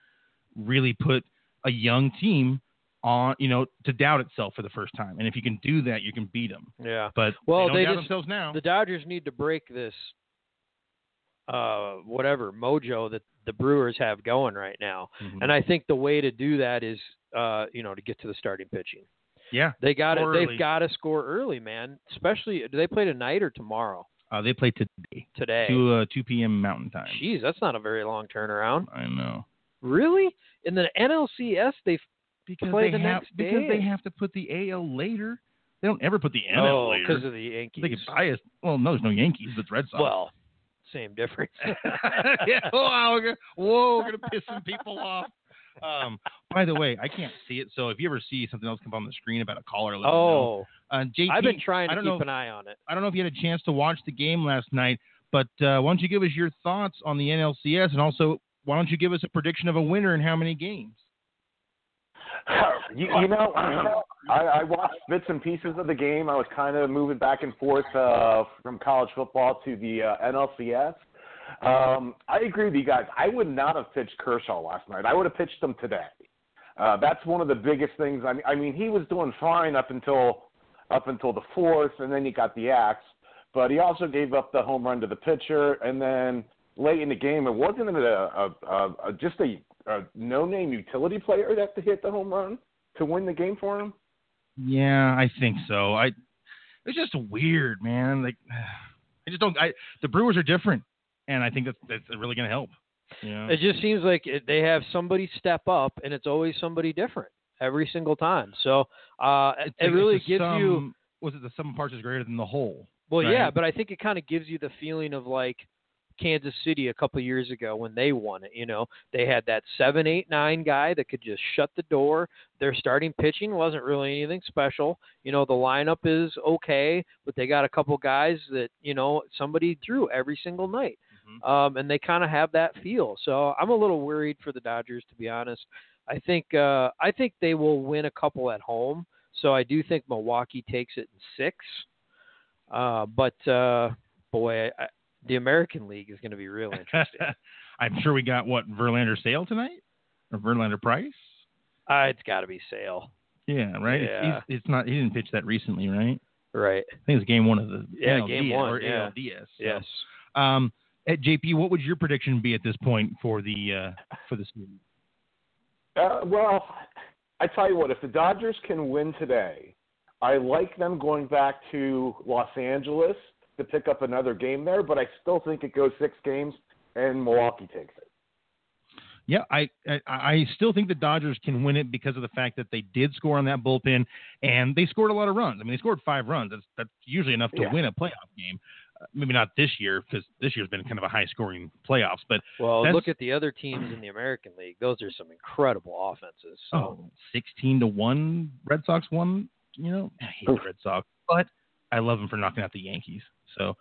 really put a young team on, you know, to doubt itself for the first time. And if you can do that, you can beat them.
Yeah.
But they,
Well,
don't
they
doubt
just-
themselves now.
The Dodgers need to break this uh whatever mojo that the Brewers have going right now.
Mhm.
And I think the way to do that is uh, you know, to get to the starting pitching.
yeah,
They got
Score
to
early.
they've got to score early, man. Especially do they play tonight or tomorrow?
uh, they play today,
Today.
two uh, two p.m. Mountain Time.
Jeez, that's not a very long turnaround.
I know
Really? In the NLCS they
because
Play
they
the
have
next
because
day.
they have to put the AL later. They don't ever put the NL
Oh,
later.
because of the Yankees.
They get biased. Well, no, there's no Yankees. It's Red Sox.
well, same difference.
yeah. Oh, I'm gonna- whoa, we're gonna piss some people off. Um, by the way, I can't see it, so if you ever see something else come up on the screen about a caller, let me
oh,
know. Uh, JP,
I've been trying
I
to
don't
keep
know-
an eye on it.
I don't know if you had a chance to watch the game last night, but uh, why don't you give us your thoughts on the NLCS, and also why don't you give us a prediction of a winner and how many games?
you, you know, I, I watched bits and pieces of the game. I was kind of moving back and forth uh, from college football to the uh, NLCS. Um, I agree with you guys. I would not have pitched Kershaw last night. I would have pitched him today. Uh, that's one of the biggest things. I mean, I mean, he was doing fine up until up until the fourth, and then he got the axe. But he also gave up the home run to the pitcher, and then late in the game, it wasn't it a, a, a, a just a, a no-name utility player that hit the home run. to win the game for him?
Yeah, I think so. I it's just weird, man. Like I just don't. I the Brewers are different, and I think that's that's really going to help. Yeah.
It just seems like it, they have somebody step up, and it's always somebody different every single time. So uh, it,
Like,
it
it's
really
the
gives you.
sum- Was it the sum of parts is greater than the whole?
Well,
right?
yeah, but I think it kind of gives you the feeling of like Kansas City a couple years ago when they won it. You know, they had that seven, eight, nine guy that could just shut the door. Their starting pitching wasn't really anything special. You know, the lineup is okay, but they got a couple guys that you know somebody drew every single night, um, and they kind of have that feel. So I'm a little worried for the Dodgers, to be honest. I think uh, I think they will win a couple at home. So I do think Milwaukee takes it in six. Uh, but uh, boy, I, the American League is going to be real interesting.
I'm sure we got what Verlander sale tonight or Verlander price.
uh, it's got to be Sale,
Yeah, right. It's-
Yeah.
It's, it's not. He didn't pitch that recently, right?
right?
I think it's game one of the
Yeah,
NLDS
game one,
or
yeah.
ALDS. so.
Yes.
Um, at JP, what would your prediction be at this point for the uh, for the series?
Uh, well, I tell you what, if the Dodgers can win today, I like them going back to Los Angeles to pick up another game there, but I still think it goes six games and Milwaukee takes it.
Yeah, I, I I still think the Dodgers can win it because of the fact that they did score on that bullpen and they scored a lot of runs. I mean, they scored five runs. That's that's usually enough to
Yeah.
win a playoff game. Uh, maybe not this year because this year's been kind of a high scoring playoffs. But
Well,
That's-
look at the other teams in the American League. Those are some incredible offenses. So.
oh, 16 to one, Red Sox won. You know, I hate the
Oof.
Red Sox, but I love them for knocking out the Yankees. So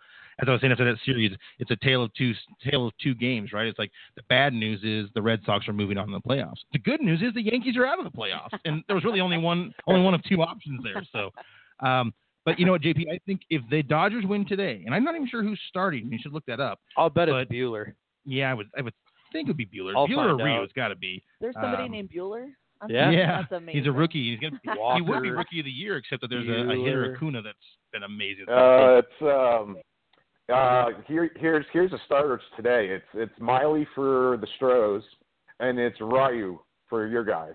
as I was saying after that series, it's a tale of two tale of two games, right? It's like the bad news is the Red Sox are moving on to the playoffs. The good news is the Yankees are out of the playoffs, and there was really only one only one of two options there. So, um, but you know what, JP, I think if the Dodgers win today, and I'm not even sure who's starting, you should look that up.
I'll bet
but-
it's Bueller.
Yeah, I would I would think it would be Bueller.
I'll
Bueller
find
or
out.
Rio, it's got to be.
There's somebody
Um,
named Bueller. That's-
Yeah.
that's amazing.
he's a rookie. He's gonna he would be
Walker,
rookie of the year, except that there's a, a hitter
Bueller.
Acuna that's been amazing.
Uh, it's um, uh, here, here's here's the starters today. It's it's Miley for the Stros, and it's Ryu for your guys.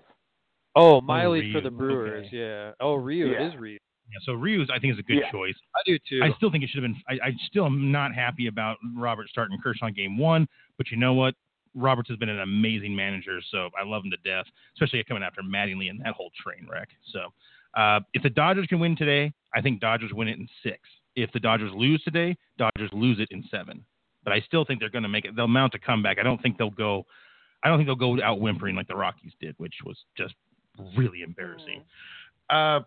Oh, Miley for
Rio.
the Brewers.
Okay.
Yeah. Oh, Rio.
Yeah.
It is Rio.
yeah, so Rios, I think, is a good
Yeah.
choice.
I do too.
I still think it should have been. I, I still am not happy about Robert starting Kershaw in game one, but you know what? Roberts has been an amazing manager, so I love him to death, especially coming after Mattingly and that whole train wreck. So uh, if the Dodgers can win today, I think Dodgers win it in six. If the Dodgers lose today, Dodgers lose it in seven. But I still think they're going to make it. They'll mount a comeback. I don't think they'll go. I don't think they'll go out whimpering like the Rockies did, which was just really embarrassing. Uh,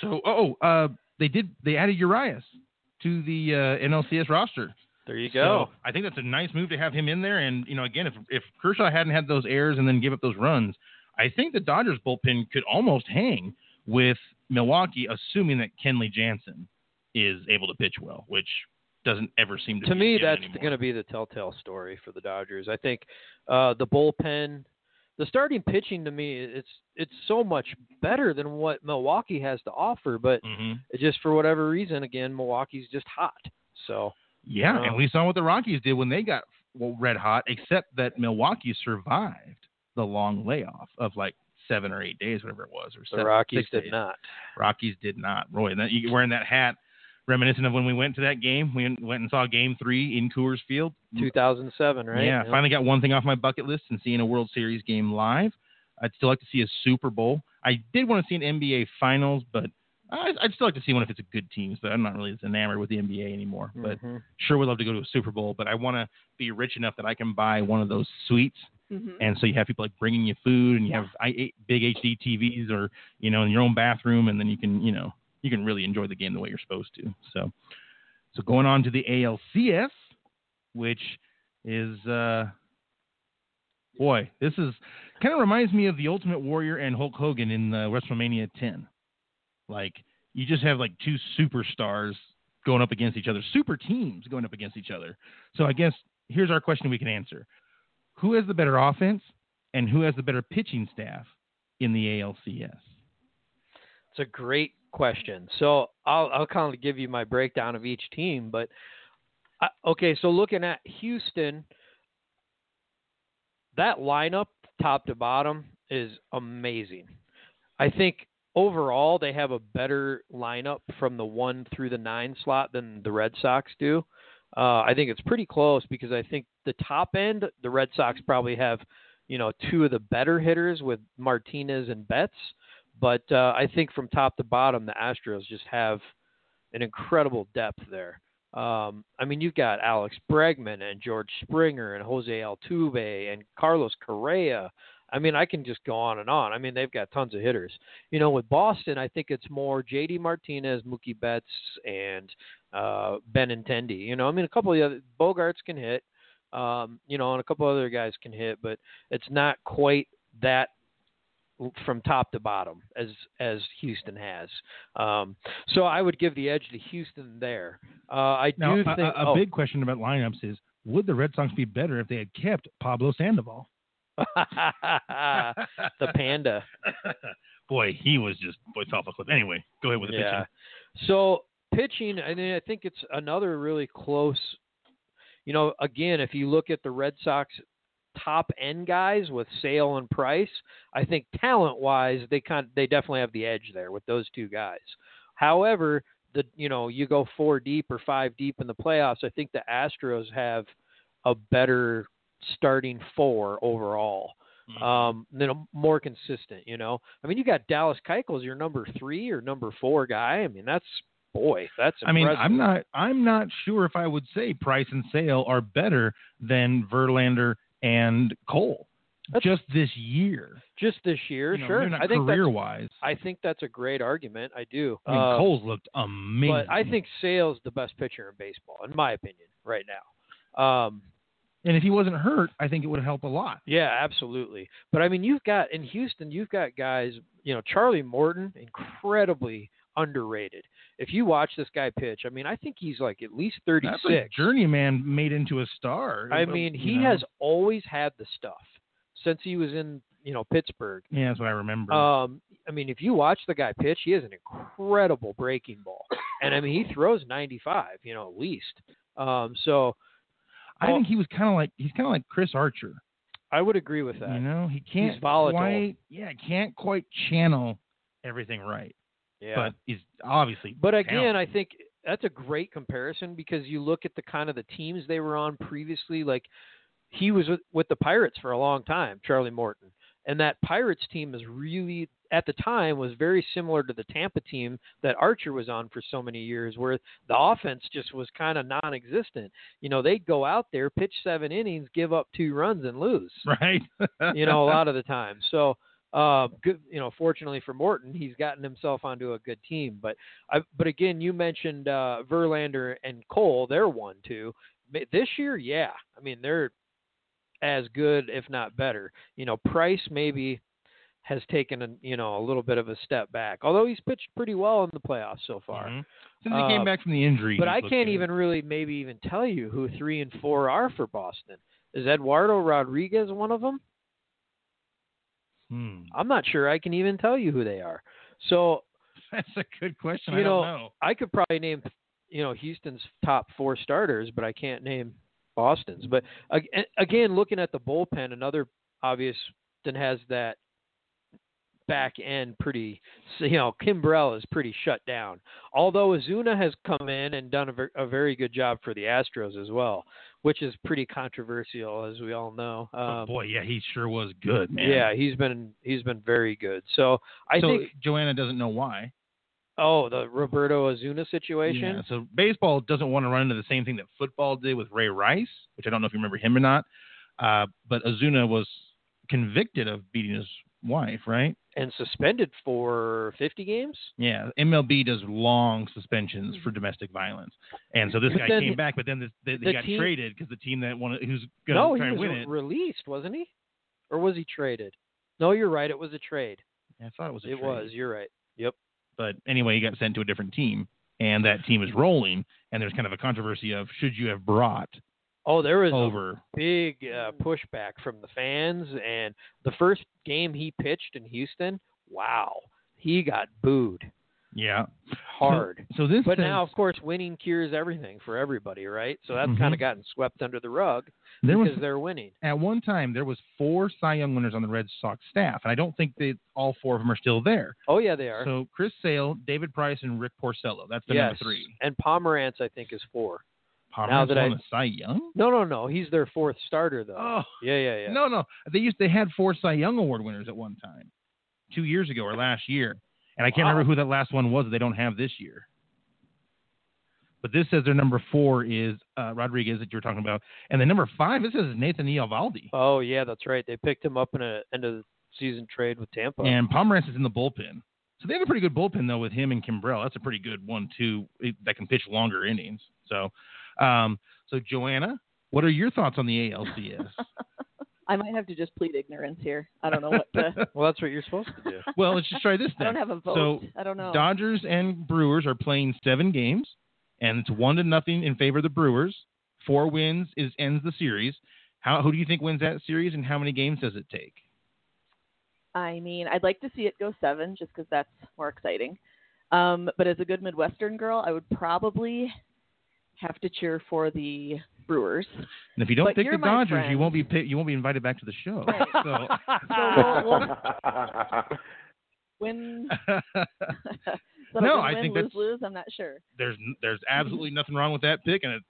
so, oh, uh, they did. They added Urias to the uh, NLCS roster.
there you go.
So I think that's a nice move to have him in there. And you know, again, if if Kershaw hadn't had those errors and then give up those runs, I think the Dodgers bullpen could almost hang with Milwaukee, assuming that Kenley Jansen is able to pitch well, which doesn't ever seem to.
to
be
me,
given
that's
anymore.
going to be the telltale story for the Dodgers. I think uh, the bullpen, the starting pitching, to me, it's it's so much better than what Milwaukee has to offer. But
Mhm.
just for whatever reason, again, Milwaukee's just hot. So
Yeah,
Yeah.
and we saw what the Rockies did when they got well, red hot, except that Milwaukee survived the long layoff of like seven or eight days, whatever it was, or
the
seven,
Rockies
six
did
days.
not.
Rockies did not. Roy, that, you wearing that hat, reminiscent of when we went to that game. We went and saw Game Three in Coors Field.
2007, right?
Mm. Yeah,
Yep.
finally got one thing off my bucket list and seeing a World Series game live. I'd still like to see a Super Bowl. I did want to see an NBA Finals, but I- I'd still like to see one if it's a good team. So I'm not really as enamored with the NBA anymore. But
Mhm.
sure would love to go to a Super Bowl, but I want to be rich enough that I can buy one of those suites.
Mhm.
And so you have people like bringing you food, and you have I eight big HD TVs, or you know, in your own bathroom, and then you can you know you can really enjoy the game the way you're supposed to. So, so going on to the ALCS, which is uh, boy, this is kind of reminds me of the Ultimate Warrior and Hulk Hogan in uh, WrestleMania 10. Like you just have like two superstars going up against each other, super teams going up against each other. So I guess here's our question we can answer: Who has the better offense, and who has the better pitching staff in the ALCS?
It's a great question. So I'll I'll kind of give you my breakdown of each team, but I, okay, so looking at Houston, that lineup top to bottom is amazing. I think overall they have a better lineup from the one through the nine slot than the Red Sox do. Uh, I think it's pretty close because I think the top end, the Red Sox probably have, you know, two of the better hitters with Martinez and Betts. But uh, I think from top to bottom, the Astros just have an incredible depth there. Um, I mean, you've got Alex Bregman and George Springer and Jose Altuve and Carlos Correa. I mean, I can just go on and on. I mean, they've got tons of hitters. You know, with Boston, I think it's more J.D. Martinez, Mookie Betts, and uh, Benintendi. You know, I mean, a couple of the other Bogarts can hit. Um, you know, and a couple other guys can hit, but it's not quite that from top to bottom as as Houston has. Um, so I would give the edge to Houston there. Uh, I
Now,
do
a,
think
a- a
oh.
big question about lineups is would the Red Sox be better if they had kept Pablo Sandoval?
oh. the panda.
boy, he was just boy fell off a cliff. Anyway, go ahead with the
yeah.
pitching.
So pitching, I mean, I think it's another really close. You know, again, if you look at the Red Sox top end guys with Sale and Price, I think talent wise, they kind they definitely have the edge there with those two guys. However, the you know you go four deep or five deep in the playoffs, I think the Astros have a better starting four overall.
Mm-hmm.
Um, then a more consistent, you know. I mean, you got Dallas Keuchel as your number three or number four guy. I mean, that's boy, that's.
I mean,
impressive.
I'm not I'm not sure if I would say Price and Sale are better than Verlander and Cole
That's-
just this year.
just this year,
You know,
sure.
they're not
I think
career
that's,
wise.
I think that's a great argument. I do.
I mean,
Uh,
Cole's looked amazing.
But I think Sale's the best pitcher in baseball, in my opinion, right now. Um,
and if he wasn't hurt, I think it would help a lot.
yeah, absolutely. But I mean, you've got in Houston, you've got guys. You know, Charlie Morton, incredibly underrated. If you watch this guy pitch, I mean, I think he's like at least
That's
thirty-six.
a journeyman made into a star.
I
But,
mean,
you
he
know.
has always had the stuff since he was in you know Pittsburgh.
Yeah, that's what I remember.
Um, I mean, if you watch the guy pitch, he has an incredible breaking ball, and I mean, he throws 95, you know, at least. Um, so
I think he was kind of like he's kind of like Chris Archer.
I would agree with that.
You know, he can't
volatile.
quite yeah, can't quite channel everything right.
yeah.
But he's obviously
But again,
talented.
I think that's a great comparison because you look at the kind of the teams they were on previously. Like he was with, with the Pirates for a long time, Charlie Morton, and that Pirates team is really at the time was very similar to the Tampa team that Archer was on for so many years, where the offense just was kind of non-existent. You know, they'd go out there, pitch seven innings, give up two runs, and lose
right?
you know, a lot of the time. So, uh, good, you know, fortunately for Morton, he's gotten himself onto a good team. But, I, but again, you mentioned uh, Verlander and Cole; they're one two Ma- this year. Yeah, I mean they're as good, if not better. You know, Price maybe has taken a you know a little bit of a step back, although he's pitched pretty well in the playoffs so far.
Mhm. Since he came
Uh,
back from the injury,
But
he's
I
looked
can't
good.
even really maybe even tell you who three and four are for Boston. Is Eduardo Rodriguez one of them?
Hmm.
I'm not sure I can even tell you who they are. So
That's a good question.
You
I don't
know,
know.
I could probably name, you know, Houston's top four starters, but I can't name Boston's. But ag- again, looking at the bullpen, another obvious then has that back end pretty, you know, Kimbrell is pretty shut down. Although Azuna has come in and done a, ver- a very good job for the Astros as well, which is pretty controversial, as we all know.
But
Um,
Oh, boy, yeah, he sure was good, man.
yeah, he's been he's been very good. So I
so
think
Joanna doesn't know why.
Oh, the Roberto Azuna situation.
Yeah, so baseball doesn't want to run into the same thing that football did with Ray Rice, which I don't know if you remember him or not. Uh, but Azuna was convicted of beating his wife, right?
and suspended for 50 games.
Yeah, MLB does long suspensions for domestic violence, and so this
Mm-hmm. But
guy
then-
came back, but then this, they, they
the
got
team-
traded because the team that won, who's going to
No, he
try
was
and win
re-
it.
released, wasn't he? Or was he traded? No, you're right. It was a trade.
I thought it was. A
it
trade.
was. You're right. Yep.
but anyway, he got sent to a different team, and that team is rolling, and there's kind of a controversy of should you have brought
Oh, there was a
over?
big uh, pushback from the fans, and the first game he pitched in Houston, wow, he got booed.
Yeah.
hard.
So this
But
thing-
now, of course, winning cures everything for everybody, right? So that's
Mhm.
kind of gotten swept under the rug
there was
because they're winning.
at one time there was four Cy Young winners on the Red Sox staff, and I don't think they all four of them are still there.
Oh yeah, they are.
So Chris Sale, David Price, and Rick Porcello. That's the
yes.
number three.
And Pomerantz, I think, is four.
Pomeranz
that I-
won the Cy Young.
No, no, no. He's their fourth starter though.
Oh
Yeah, yeah, yeah.
no, no. They used they had four Cy Young award winners at one time, two years ago or last year, and I can't
Wow.
remember who that last one was. That they don't have this year. But this says their number four is uh, Rodriguez that you were talking about, and the number five it says is Nathan Eovaldi.
Oh yeah, that's right. They picked him up in a end of the season trade with Tampa.
And Pomerantz is in the bullpen. So they have a pretty good bullpen though with him and Kimbrell. That's a pretty good one too eh, that can pitch longer innings. So, um, so Joanna, what are your thoughts on the ALCS?
I might have to just plead ignorance here. I don't know what the.
well, that's what you're supposed to do.
well, let's just try this
I
then.
don't have a vote.
So
I don't know.
Dodgers and Brewers are playing seven games, and it's one to nothing in favor of the Brewers. Four wins is ends the series. How who do you think wins that series, and how many games does it take?
I mean, I'd like to see it go seven just because that's more exciting. Um, but as a good Midwestern girl, I would probably have to cheer for the Brewers.
And if you don't
But
pick
you're
the
my
Dodgers, you
friend.
won't be pick, you won't be invited back to the show.
So we'll, we'll win.
So.
so
No,
win,
I
win,
think
lose,
that's-
lose. I'm not sure.
there's there's
Mm-hmm.
absolutely nothing wrong with that pick, and it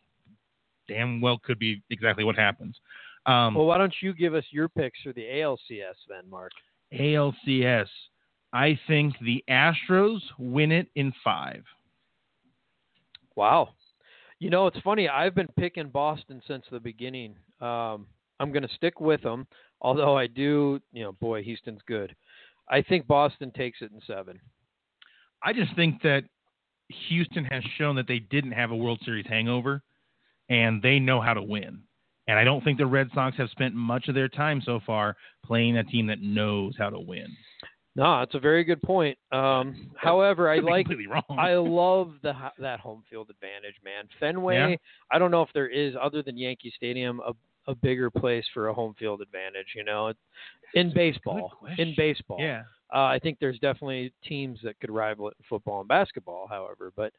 damn well could be exactly what happens. Um,
well, why don't you give us your picks for the ALCS then, Mark?
ALCS, I think the Astros win it in five.
Wow. You know, it's funny. I've been picking Boston since the beginning. Um, I'm going to stick with them, although I do, you know, boy, Houston's good. I think Boston takes it in seven.
I just think that Houston has shown that they didn't have a World Series hangover, and they know how to win. And I don't think the Red Sox have spent much of their time so far playing a team that knows how to win.
No, it's a very good point. Um, however, I
Could be
like
completely wrong.
I love the ho- that home field advantage, man. Fenway.
Yeah.
I don't know if there is other than Yankee Stadium a a bigger place for a home field advantage. You know, in baseball, in
question.
baseball,
yeah.
Uh, I think there's definitely teams that could rival it in football and basketball, however. But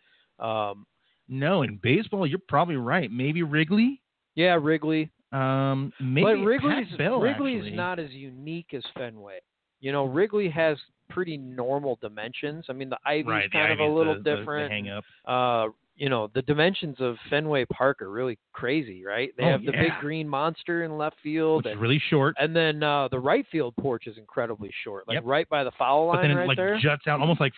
um,
No, in baseball, you're probably right. Maybe Wrigley.
yeah, Wrigley.
Um, maybe
but Wrigley's
Pat Bell,
Wrigley's
actually.
not as unique as Fenway. You know, Wrigley has pretty normal dimensions. I mean, the Ivy's
right, the
kind of a
Ivy's
little
the- the- the
different.
hang up.
uh, you know, the dimensions of Fenway Park are really crazy, right? They
Oh,
have the big
yeah.
green monster in left field,
which is
and,
really short,
and then uh, the right field porch is incredibly short, like
Yep.
right by the foul
but
line,
then it
right
like
there.
juts out almost like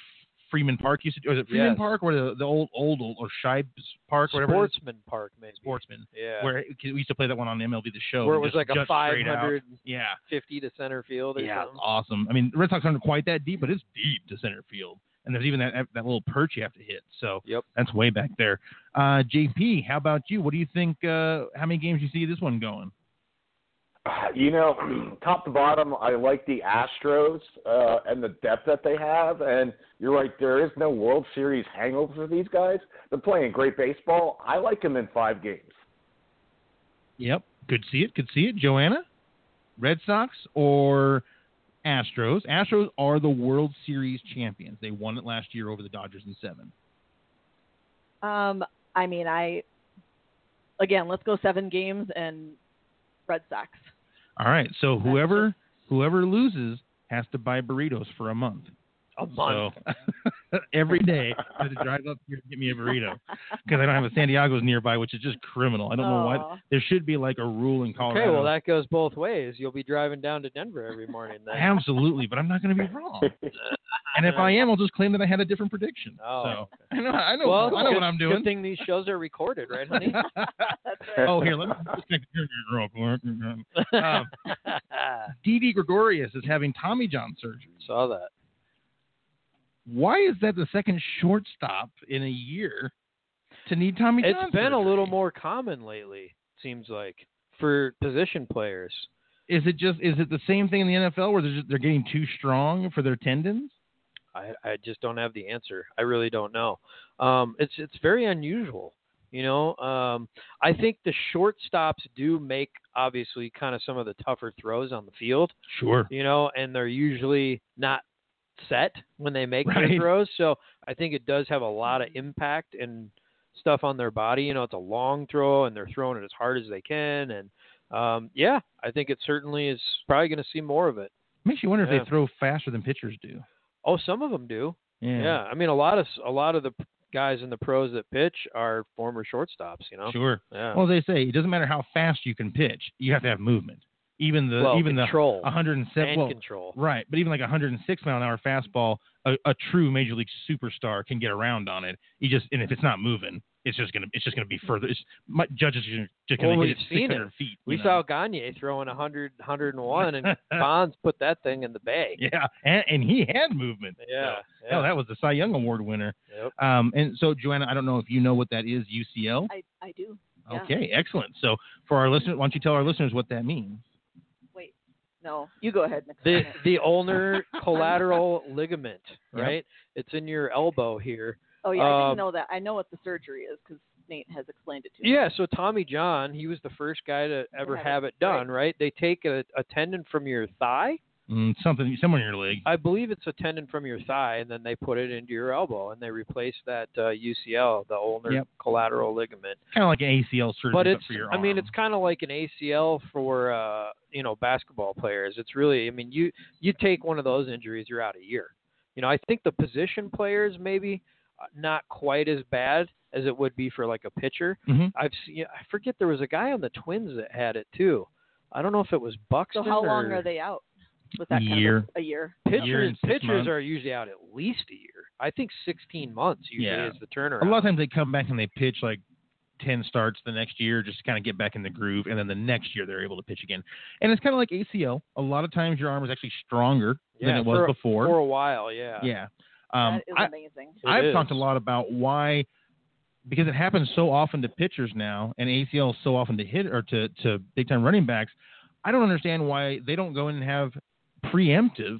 Freeman Park used to. Or is it Freeman
Yes.
Park or the, the old old old or Shibe Park, whatever? it is?
Sportsman Park, maybe.
Sportsman.
Yeah,
Where it, 'cause we used to play that one on MLB the Show.
Where it
and
was
just
like a
jut straight out.
550
Yeah,
to center field or
yeah, it's
something.
awesome. I mean, the Red Sox aren't quite that deep, but it's deep to center field, and there's even that that little perch you have to hit. So
Yep.
that's way back there. Uh, JP, how about you? What do you think? Uh, how many games do you see this one going?
You know, top to bottom, I like the Astros uh, and the depth that they have. And you're right, there is no World Series hangover for these guys. They're playing great baseball. I like them in five games.
Yep. Could see it. Could see it. Joanna, Red Sox or Astros? Astros are the World Series champions. They won it last year over the Dodgers in seven.
Um, I mean, I again, let's go seven games and Red Sox.
All right. So whoever whoever loses has to buy burritos for a month.
A month.
So every day I have to drive up here and get me a burrito because I don't have a San Diego's nearby, which is just criminal. I don't know why.
Aw.
There should be like a rule in Colorado.
Oh. okay, well that goes both ways. You'll be driving down to Denver every morning then.
Absolutely, but I'm not going to be wrong. and if I am, I'll just claim that I had a different prediction.
Oh,
so I know, I know,
well,
I know
good,
what I'm
Good
doing.
thing these shows are recorded, right, honey?
oh, here, let me disconnect the computer real quick. Um, Didi Gregorius is having Tommy John surgery.
Saw that.
Why is that the second shortstop in a year to need Tommy John?
It's been a
surgery?
little more common lately, seems like, for position players.
Is it just is it the same thing in the NFL where they're just, they're getting too strong for their tendons?
I, I just don't have the answer. I really don't know. Um, it's it's very unusual, you know. Um, I think the shortstops do make obviously kind of some of the tougher throws on the field,
Sure.
you know, and they're usually not set when they make
Right.
their throws. So I think it does have a lot of impact and stuff on their body. You know, it's a long throw and they're throwing it as hard as they can. And um, yeah, I think it certainly is probably going to see more of it.
Makes you wonder
Yeah.
if they throw faster than pitchers do.
Oh, some of them do. Yeah. I mean, a lot of a lot of the p- guys in the pros that pitch are former shortstops. You know.
Sure.
Yeah.
Well, they say it doesn't matter how fast you can pitch, you have to have movement. Even the
Well,
even
control
the 107
and
well,
control.
right, but even like a 106 mile an hour fastball, a, a true major league superstar can get around on it. You just and if it's not moving, it's just gonna it's just gonna be further. It's my judges are just gonna
Well,
hit
we've
it
seen
600 feet.
We
you know?
saw Gagne throwing 100, 101, and Bonds put that thing in the bag.
yeah, and, and he had movement.
Yeah.
So, hell, that was the Cy Young Award winner.
Yep.
Um, and so Joanna, I don't know if you know what that is, UCL.
I, I do. yeah.
Okay, excellent. So for our listeners, why don't you tell our listeners what that means?
Wait. No, you go ahead. Nick.
The the ulnar collateral ligament,
Yep.
right? It's in your elbow here.
oh, yeah. I
um,
didn't know that. I know what the surgery is because Nate has explained it to me.
Yeah, so Tommy John, he was the first guy to ever
have
have it done, right? They take a, a tendon from your thigh.
Mm, something somewhere in your leg.
I believe it's a tendon from your thigh, and then they put it into your elbow, and they replace that uh, UCL, the ulnar
Yep.
collateral ligament.
kind of like an ACL surgery,
but
but,
it's
for your
I
arm.
mean it's kind of like an ACL for uh you know basketball players. It's really I mean you you take one of those injuries you're out a year. You know, I think the position players maybe uh, not quite as bad as it would be for like a pitcher.
Mhm.
I've seen I forget there was a guy on the Twins that had it too. I don't know if it was
So
Buxton
how
or
long are they out? With that kind
Year.
Of a, a year.
pitchers
year and six
pitchers
months?
are usually out at least a year. I think 16 months usually
Yeah.
is the turnaround.
a lot of times they come back and they pitch like ten starts the next year just to kind of get back in the groove, and then the next year they're able to pitch again. And it's kind of like ACL. A lot of times your arm is actually stronger than
Yeah,
it was
for-
before.
for a while, yeah.
yeah. Um,
that is
I,
amazing.
It
I've
is.
talked a lot about why, because it happens so often to pitchers now, and ACL is so often to hit or to to big time running backs. I don't understand why they don't go in and have preemptive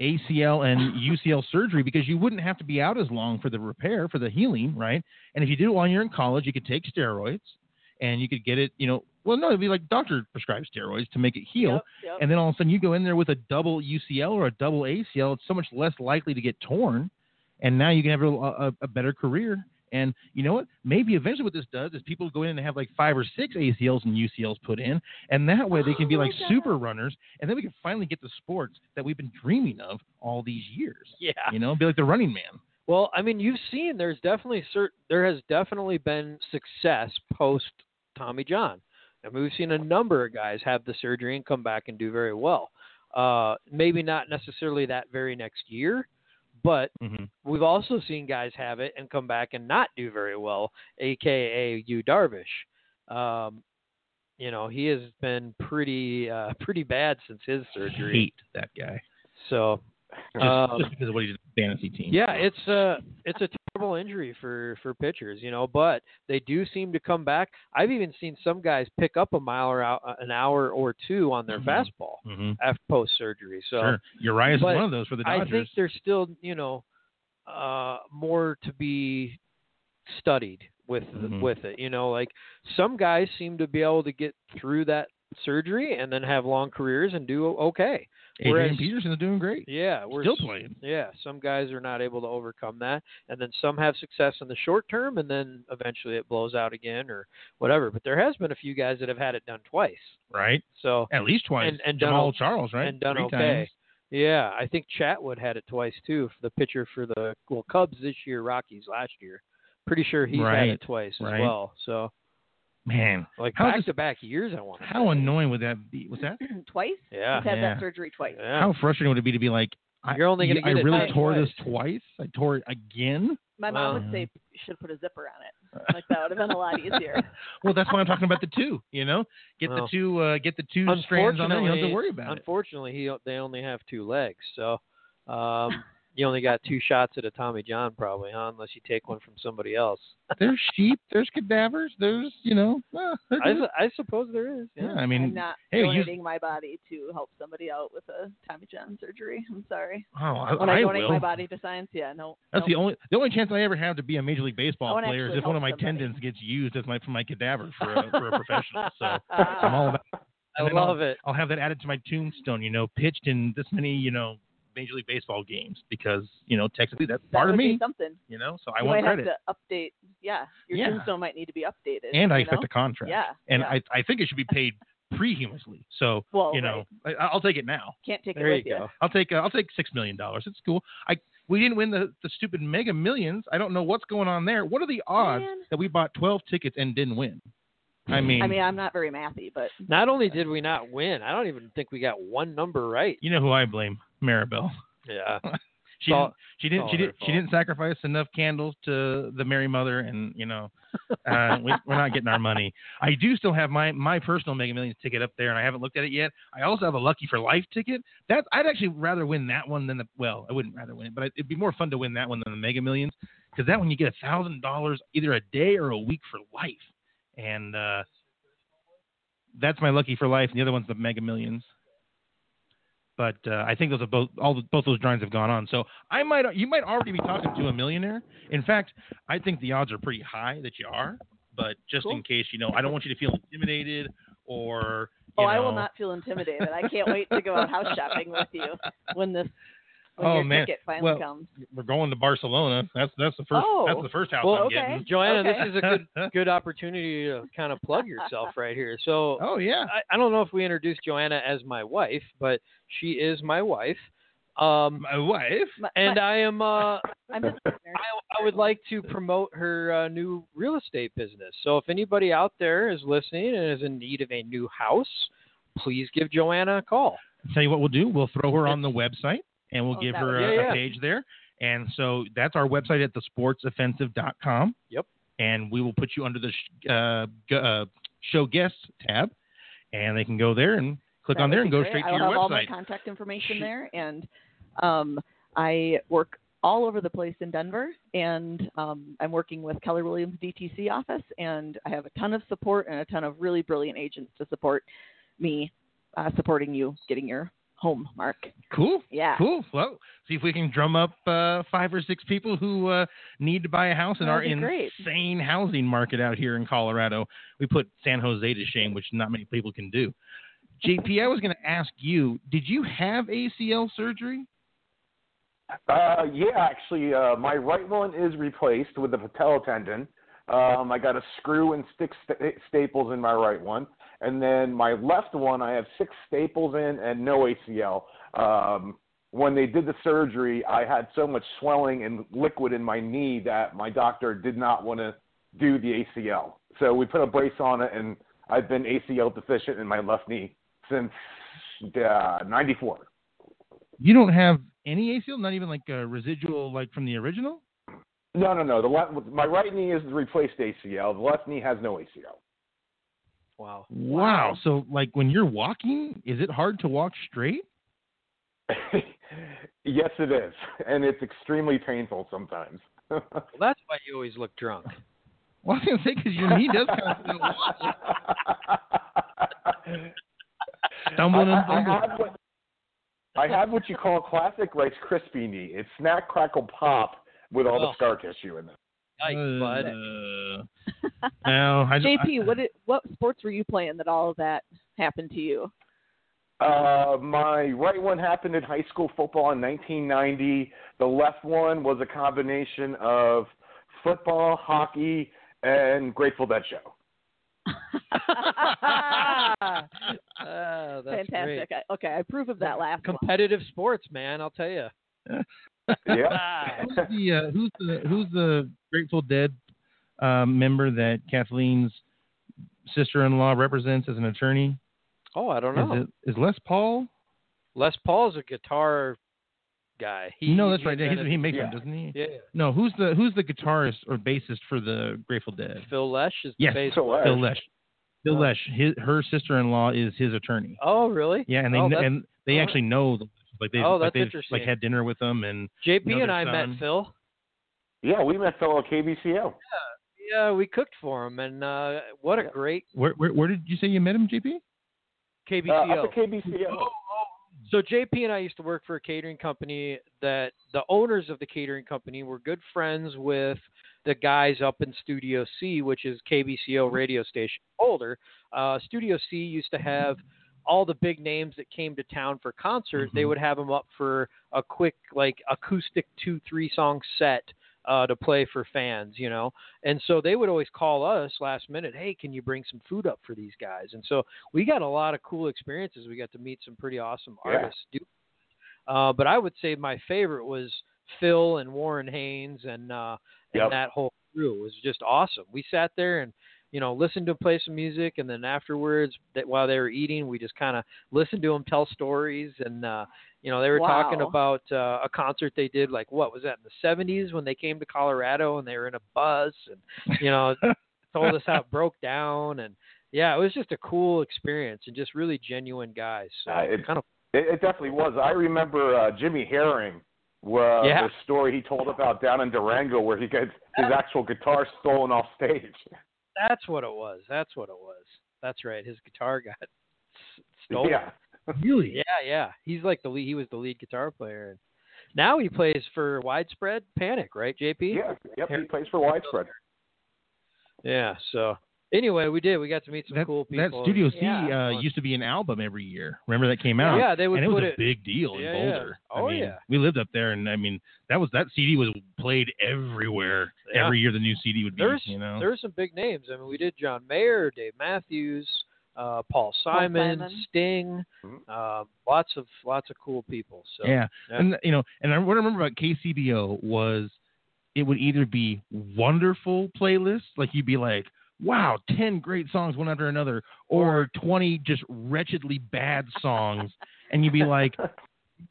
ACL and UCL surgery because you wouldn't have to be out as long for the repair for the healing, right? And if you do it while you're in college, you could take steroids and you could get it, you know. Well, no, it'd be like doctor prescribed steroids to make it heal.
Yep, yep.
And then all of a sudden you go in there with a double UCL or a double ACL. It's so much less likely to get torn. And now you can have a, a, a better career. And you know what? Maybe eventually what this does is people go in and have like five or six ACLs and UCLs put in. And that way they can be
Oh my
like
God.
super runners. And then we can finally get the sports that we've been dreaming of all these years.
Yeah.
You know, be like the running man.
Well, I mean, you've seen there's definitely cert- there has definitely been success post Tommy John. I mean, we've seen a number of guys have the surgery and come back and do very well. Uh, maybe not necessarily that very next year, but
Mm-hmm.
we've also seen guys have it and come back and not do very well, aka Yu Darvish. Um, you know, he has been pretty uh, pretty bad since his surgery.
Hate that guy.
So
Just,
Um,
just because of what he did to the fantasy team.
yeah, it's a it's a terrible injury for for pitchers, you know, but they do seem to come back. I've even seen some guys pick up a mile or ou- an hour or two on their
Mhm.
fastball
hmm
after post surgery. So
sure. Urias is
but
one of those for the
I
Dodgers.
think there's still, you know, uh more to be studied with
Mhm.
with it, you know, like some guys seem to be able to get through that surgery and then have long careers and do okay.
Adrian
whereas-
Peterson is doing great.
Yeah, we're
Still
s-
playing.
Yeah, some guys are not able to overcome that, and then some have success in the short term, and then eventually it blows out again or whatever. But there has been a few guys that have had it done twice.
Right.
So
At least twice.
And- and done
Jamal
o-
Charles, right?
and done
Three
okay.
times.
yeah, I think Chatwood had it twice too for the pitcher for the well Cubs this year, Rockies last year. Pretty sure he's had
Right,
it twice
right.
as well. So
Man,
like
How
back
does-
to back years, I want.
how annoying would that be? What's that?
twice?
Yeah.
He's had
Yeah.
that surgery twice.
yeah.
How frustrating would it be to be like, I,
You're only gonna
I
get it
really
back
tore this twice. I tore it again.
My mom
Wow.
would say you should put a zipper on it. Like that would have been a lot easier.
Well, that's why I'm talking about the two. You know, get the
Well,
two, uh, get the two strands on it. You don't have to
Unfortunately-
worry about it.
Unfortunately, he they only have two legs, so um, you only got two shots at a Tommy John, probably, huh? Unless you take one from somebody else.
There's sheep. There's cadavers. There's you know. Uh, there
I,
is.
su- I suppose there is.
yeah,
Yeah.
I
I'm
mean,
not
hey, you-
donating my body to help somebody out with a Tommy John surgery. I'm sorry.
oh, I,
When I,
I
donate
will.
my body to science, yeah, no.
That's
no.
the only the only chance I ever have to be a major league baseball
wanna
player is
actually
if one of my
help somebody.
tendons gets used as my for my cadaver for a, for a professional. So
Uh,
I'm all about.
I
and then I'll-
love it.
I'll have that added to my tombstone, you know, pitched in this many, you know, Major League Baseball games because you know technically that's
That
part
would
of
be
me.
something.
You know, so I
you
want
might
credit.
have to update. Yeah, your
Yeah.
tombstone might need to be updated.
and I
you
expect
know?
a contract.
Yeah,
And
yeah.
I I think it should be paid prehumorously. So
Well,
you know, I, I'll take it now.
can't take
There
it
you
with you.
go.
I'll take uh, I'll take six million dollars. It's cool. I we didn't win the the stupid Mega Millions. I don't know what's going on there. What are the odds
Man.
that we bought twelve tickets and didn't win? I mean,
I mean, I'm not very mathy, but
Not only did we not win, I don't even think we got one number right.
you know who I blame? Maribel.
Yeah.
She
Saw-
didn't, she didn't
saw
she
her
didn't she
fault.
didn't sacrifice enough candles to the Mary Mother, and you know, uh, we, we're not getting our money. I do still have my my personal Mega Millions ticket up there, and I haven't looked at it yet. I also have a Lucky for Life ticket. That's I'd actually rather win that one than the well, I wouldn't rather win it, but it'd be more fun to win that one than the Mega Millions because that one you get a thousand dollars either a day or a week for life, and uh, that's my Lucky for Life, and the other one's the Mega Millions but uh, I think those are both all the, both those drawings have gone on. So I might you might already be talking to a millionaire. In fact, I think the odds are pretty high that you are. But just
Cool.
in case, you know, I don't want you to feel intimidated or.
oh,
you
I will
know-
not feel intimidated. I can't wait to go out house shopping with you when this when
Oh,
your
man.
ticket finally
Well,
comes.
We're going to Barcelona. That's that's the first
Oh.
that's the first house
Well,
I'm
okay.
getting.
Joanna,
Okay.
this is a good good opportunity to kind of plug yourself right here. So
oh yeah.
I, I don't know if we introduced Joanna as my wife, but she is my wife. Um,
My wife.
My-
and
my-
I am uh,
I'm just
I, I would like to promote her uh, new real estate business. So if anybody out there is listening and is in need of a new house, please give Joanna a call.
tell you what we'll do. We'll throw her on the website and we'll
Oh,
give
that
her
would
a,
be- Yeah,
a
yeah.
page there. And so that's our website at thesportsoffensive.com.
Yep.
And we will put you under the sh- uh, g- uh, show guests tab, and they can go there and click
That
on
would
there
be
and go
great.
straight to
I'll
your
have all my
website.
contact information
Shoot.
there, and um, I work all over the place in Denver, and um, I'm working with Keller Williams DTC office, and I have a ton of support and a ton of really brilliant agents to support me, uh, supporting you getting your home, Mark.
Cool.
Yeah.
Cool. Well, see if we can drum up uh, five or six people who uh, need to buy a house in
That'd
our
be great.
insane housing market out here in Colorado. We put San Jose to shame, which not many people can do. JP, I was going to ask you, did you have ACL surgery?
Uh, yeah, actually, uh, my right one is replaced with a patella tendon. Um, I got a screw and six sta- staples in my right one, and then my left one I have six staples in and no ACL. Um, when they did the surgery, I had so much swelling and liquid in my knee that my doctor did not want to do the ACL. So we put a brace on it, and I've been ACL deficient in my left knee since uh, '94.
You don't have any ACL, not even like a residual, like from the original.
No, no, no. The left, my right knee is the replaced ACL. The left knee has no ACL.
Wow.
Wow. So like when you're walking, is it hard to walk straight?
yes, it is, and it's extremely painful sometimes.
Well, that's why you always look drunk.
Well, I was gonna say because your knee does kind of feel stumbling and
I, I, I
bumbling.
have what, I have what you call classic Rice Krispie knee. It's snack, crackle, pop with all
Oh.
the scar tissue in it.
Yikes, bud.
Uh, no, I just-
JP, what did, what sports were you playing that all of that happened to you?
Uh, my right one happened in high school football in 1990. The left one was a combination of football, hockey, and Grateful Dead show.
Ah, that's
Fantastic.
great.
I, okay, I approve of that last one.
Competitive sports, man. I'll tell you.
Yeah.
who's the uh, who's the who's the Grateful Dead uh, member that Kathleen's sister-in-law represents as an attorney?
Oh, I don't know.
Is it is Les Paul?
Les Paul's a guitar guy. He,
no, that's
he
right. He,
invented-
he makes
yeah.
them, doesn't he?
yeah.
No, who's the who's the guitarist or bassist for the Grateful Dead?
Phil Lesh is
Yes.
the bass.
So uh,
Phil Lesh. Phil
Uh,
Lesh. His, her sister-in-law is his attorney.
Oh, really?
Yeah, and they
Oh,
kn-
that's-
and they
oh.
actually know the like they
Oh,
like
that's
they've
interesting.
like had dinner with them and
JP
know
and
their
I
son.
met Phil.
yeah, we met fellow KBCO.
Yeah, we cooked for him, and uh, what a great
where where, where did you say you met him, JP?
Uh,
KBCO.
up at KBCO.
So JP and I used to work for a catering company that the owners of the catering company were good friends with the guys up in Studio C, which is KBCO radio station. Older uh, Studio C used to have all the big names that came to town for concert, they would have them up for a quick like acoustic two three song set uh, to play for fans, you know. And so they would always call us last minute, hey, can you bring some food up for these guys? And so we got a lot of cool experiences. We got to meet some pretty awesome
Yeah.
artists. Do uh, but I would say my favorite was Phil and Warren Haynes and uh, and
Yep.
that whole crew was just awesome. We sat there and you know listened to them play some music, and then afterwards, that while they were eating, we just kind of listened to them tell stories, and uh, you know they were talking
Wow.
about uh, a concert they did like what was that in the '70s when they came to Colorado and they were in a bus, and you know told us how it broke down and. Yeah, it was just a cool experience and just really genuine guys. So
Uh, it's-
kind of
It, it definitely was. I remember uh, Jimmy Herring, uh,
Yeah.
the story he told about down in Durango where he gets his actual guitar stolen off stage.
That's what it was. That's what it was. That's right. His guitar got s- stolen.
Yeah.
Really?
yeah, yeah. He's like the lead. He was the lead guitar player. And now he plays for Widespread Panic, right, JP?
Yeah. Yep. He plays for Widespread.
Yeah. So anyway, we did. We got to meet some
That,
cool people.
that Studio C
Yeah.
uh, used to be an album every year. Remember that came out?
Yeah, they would
and it was
put
a
it.
big deal in
Yeah, yeah.
Boulder.
Oh,
I mean,
yeah.
we lived up there, and I mean that was that CD was played everywhere.
Yeah.
Every year the new CD would be.
There's
you know,
there's some big names. I mean, we did John Mayer, Dave Matthews, uh, Paul, Simon,
Simon.
Sting,
Mhm.
uh, lots of lots of cool people. So
yeah.
yeah.
and you know, and I- what I remember about KCBO was it would either be wonderful playlists, like you'd be like, "Wow, ten great songs one after another," or twenty just wretchedly bad songs, and you'd be like. "You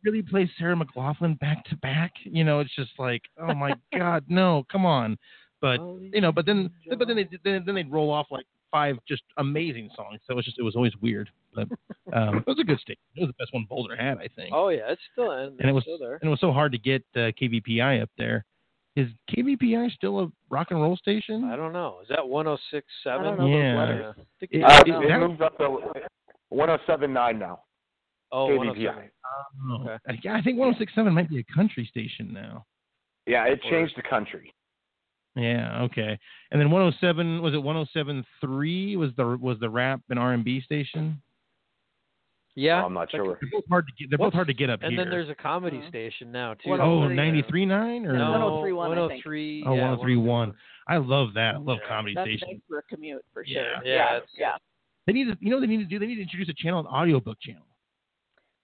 Really play Sarah McLaughlin back to back? You know, it's just like, oh my god, no, come on! But you know, but then, but then they then, then they'd roll off like five just amazing songs. So it was just it was always weird, but um, it was a good stage. It was the best one Boulder had, I think.
Oh yeah, it's still and
it was-
still there.
And it was so hard to get uh, KVPI up there. Is KVPI still a rock and roll station?
I don't know. Is that 1067?
I don't know
Mm-hmm.
those
Yeah.
letters.
I think
It-
it's-
Uh,
it-
it
that-
moves up to 107.9 now.
oh,
KVPI.
1067.
don't
okay.
I, yeah, I think 1067 might be a country station now.
Yeah, it changed the country.
Yeah, okay. And then 107 was it 1073 was the was the rap and R&B station?
Yeah.
I'm not
like-
sure.
They're both hard to get. They're both
What's-
hard to get up
And
here.
then there's a comedy
Mhm.
station now too.
What
oh
103.
93.9 or
No,
1031, I think.
103.
oh
yeah,
1031. I love that. I love
Yeah.
comedy
That's
stations.
nice for a commute for
Yeah.
sure.
Yeah,
yeah.
it's-
yeah.
They need to, you know, what they need to do. They need to introduce a channel, an audiobook channel,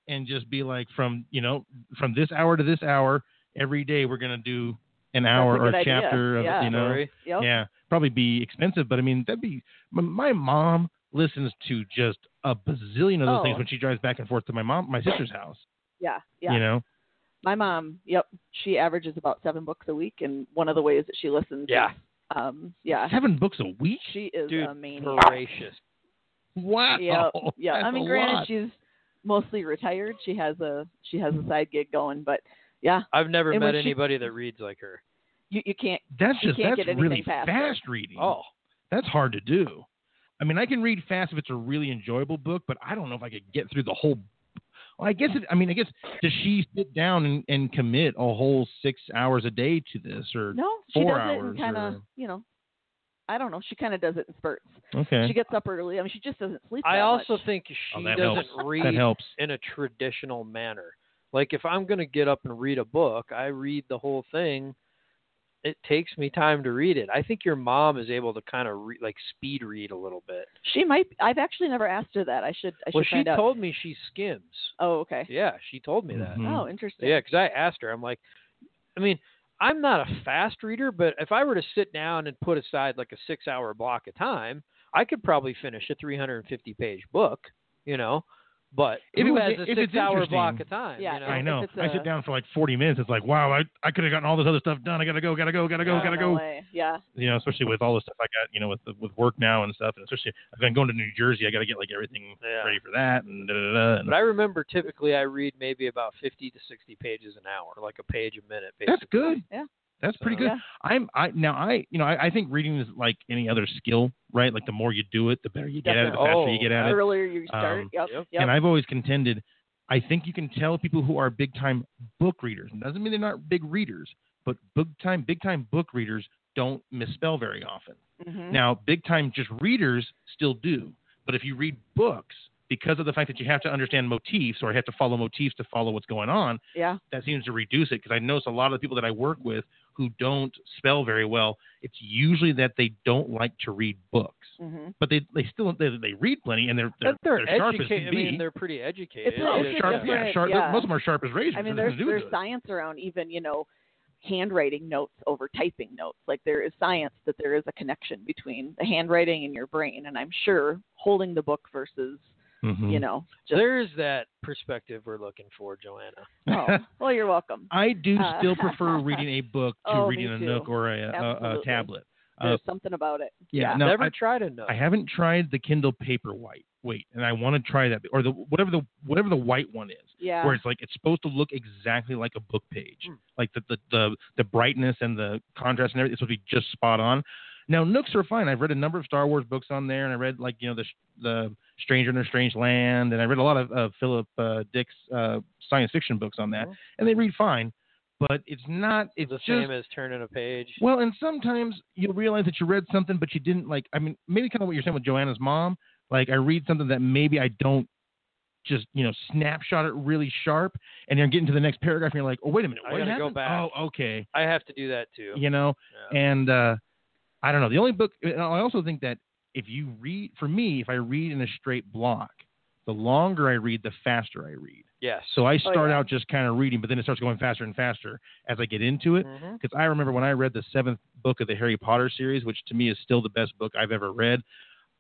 and just be like, from you know, from this hour to this hour, every day we're gonna do an hour
a
or
good idea.
chapter of,
Yeah.
you know,
Sorry.
Yep.
yeah, probably be expensive, but I mean, that'd be. m- My mom listens to just a bazillion of those
Oh.
things when she drives back and forth to my mom, my sister's house.
Yeah, yeah.
You know,
My mom, yep, she averages about seven books a week, and one of the ways that she listens,
Yeah.
is, um, yeah,
seven books a week.
she is
Dude,
a maniac.
Voracious.
Wow.
Yeah, yeah. I
that's
mean,
a
granted,
lot.
she's mostly retired. She has a she has a side gig going, but yeah,
I've never
And
met
when she-
anybody that reads like her.
you you can't.
that's
she
just
can't
that's
get anything
really
faster.
fast reading.
Oh,
that's hard to do. I mean, I can read fast if it's a really enjoyable book, but I don't know if I could get through the whole. Well, I guess it. I mean, I guess does she sit down and, and commit a whole six hours a day to this, or
No, she
Four
does it
hours
and kind of
or-
you know, I don't know. She kind of does it in spurts.
okay,
She gets up early. I mean, she just doesn't sleep.
I
that
also
much.
think she
Oh, that
doesn't
helps.
read
that helps.
in a traditional manner. Like if I'm going to get up and read a book, I read the whole thing. It takes me time to read it. I think your mom is able to kind of re- like speed read a little bit.
she might. I've actually never asked her that. I should. I should
well, she
find out.
told me she skims.
oh, okay.
Yeah, she told me that.
Mhm.
Oh, interesting.
Yeah, because I asked her. I'm like, I mean, I'm not a fast reader, but if I were to sit down and put aside like a six hour block of time, I could probably finish a 350 page book. You know, but
If it
who
was-
has
if
a
it's
six hour block
interesting-
of time?
Yeah,
you know?
I
if
know.
it's
I sit
a-
down for like forty minutes. It's like, wow, I, I could have gotten all this other stuff done. I gotta go, gotta go, gotta go,
Oh,
gotta
no
go.
way. Yeah.
You know, especially with all the stuff I got, you know, with the, with work now and stuff, and especially I've been going to New Jersey. I gotta get like everything
Yeah.
ready for that, and da da da.
But I remember typically I read maybe about 50 to 60 pages an hour, like a page a minute. Basically.
That's good.
Yeah.
That's pretty
So-
good.
Yeah.
I'm I now I you know I, I think reading is like any other skill, right? Like the more you do it, the better you get at it, the faster you
Definitely.
get at it.
Earlier you start.
Um,
yep.
yep.
Oh, Yep.
And I've always contended, I think you can tell people who are big time book readers. It doesn't mean they're not big readers, but big time big time book readers don't misspell very often.
Mhm.
Now, big time just readers still do, but if you read books, because of the fact that you have to understand motifs or have to follow motifs to follow what's going on,
Yeah.
that seems to reduce it because I notice a lot of the people that I work with who don't spell very well, it's usually that they don't like to read books,
hmm
but they they still they, they read plenty and they're they're,
But they're,
sharp as
educated.
can
I
be.
mean, they're pretty educated.
It's a-
Oh,
it's a
sharp, yeah,
different-
sharp.
yeah.
Most of them are sharp as razors.
I
It has
mean, there's
nothing to do with
there's
it.
science around even you know handwriting notes over typing notes. Like there is science that there is a connection between the handwriting and your brain, and I'm sure holding the book versus
Mm-hmm.
you know just
There's that perspective we're looking for, Joanna.
oh well you're welcome.
I do
Uh,
still prefer reading a book to
Oh, me
reading a
too.
Nook or a, a, a
Absolutely.
tablet. Uh,
There's something about it.
yeah,
yeah.
no,
Never
I,
tried a note.
I haven't tried the Kindle Paperwhite. Wait, and I want to try that or the whatever the whatever the white one is,
Yeah.
where it's like it's supposed to look exactly like a book page,
Hmm.
like the the, the the brightness and the contrast and everything. It's supposed to be just spot on. Now Nooks are fine. I've read a number of Star Wars books on there, and I read like you know the the Stranger in a Strange Land, and I read a lot of uh, Philip uh, Dick's uh, science fiction books on that,
Mhm.
and they read fine. But it's not. It's
the
just
same as turning a page.
well, and sometimes you'll realize that you read something, but you didn't like. I mean, maybe kind of what you're saying with Joanna's mom. Like, I read something that maybe I don't just, you know, snapshot it really sharp, and you're getting to the next paragraph, and you're like, oh, wait a minute,
I
what
gotta go
happened?
back.
Oh, okay,
I have to do that too.
you know,
Yeah.
and uh, I don't know. The only book and I also think that if you read, for me, if I read in a straight block, the longer I read, the faster I read.
Yes.
So I start
yeah.
out just kind of reading, but then it starts going faster and faster as I get into it
Mm-hmm.
Mhm.
because I remember when I read the seventh book of the Harry Potter series, which to me is still the best book I've ever read.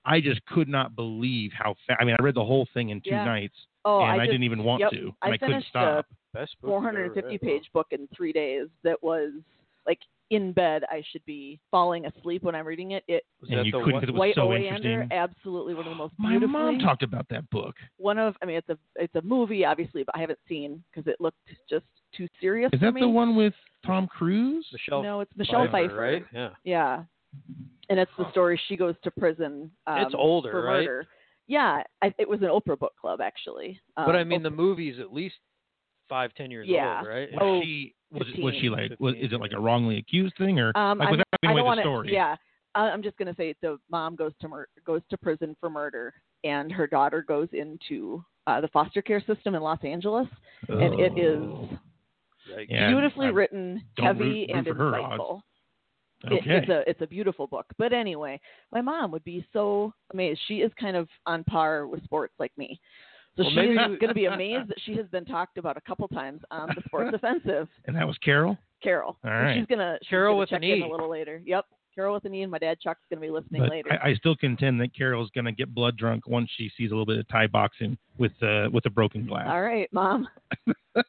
I just could not believe how fast. I mean, I read the whole thing in two
Yeah.
nights,
oh,
and I,
just,
didn't even want
yep,
to,
I
and I, couldn't
finished the
stop.
Best book you've ever
450
read.
page book in three days that was like in bed i should be falling asleep when i'm reading it it
Was that
and you
the
couldn't
one-
because it was
white
so
oleander
interesting.
absolutely one of the most
My
beautifully
mom talked about that book.
one of i mean it's a it's a movie obviously but i haven't seen because it looked just too serious
Is
for
that
me
the one with Tom Cruise?
Michelle
no it's michelle
Pfeiffer,
pfeiffer,
right? Yeah.
yeah and it's the story she goes to prison um,
It's older,
for
right?
murder yeah I, it was an oprah book club actually
But
Um,
I mean, the
Oprah-
movie's at least five, ten years
Yeah.
old, right?
Was
Oh,
she was, it- was she
15.
like was, is it like a wrongly accused thing or
Um,
like
I'm-
without
I
giving
don't
away the
wanna-
story?
Yeah, I- I'm just gonna say the mom goes to mur- goes to prison for murder, and her daughter goes into uh, the foster care system in Los Angeles, and it
Oh,
is
Yikes.
Yeah,
beautifully
I
written,
don't
heavy,
root- root
and
for her, Oz.
insightful. It-
okay.
it's a it's a beautiful book. But anyway, my mom would be so amazed. She is kind of on par with sports like me. So
Well,
she's
maybe you-
going to be amazed that she has been talked about a couple times on the Sports Offensive.
and that was Carol.
Carol.
All
And
right.
She's gonna she's
Carol
gonna
with
check
an
in
E.
a little later. Yep. Carol with an E, and my dad Chuck's gonna be listening
But
later.
I, I still contend that Carol's going to get blood drunk once she sees a little bit of Thai boxing with uh, with a broken glass.
All right, mom. I wish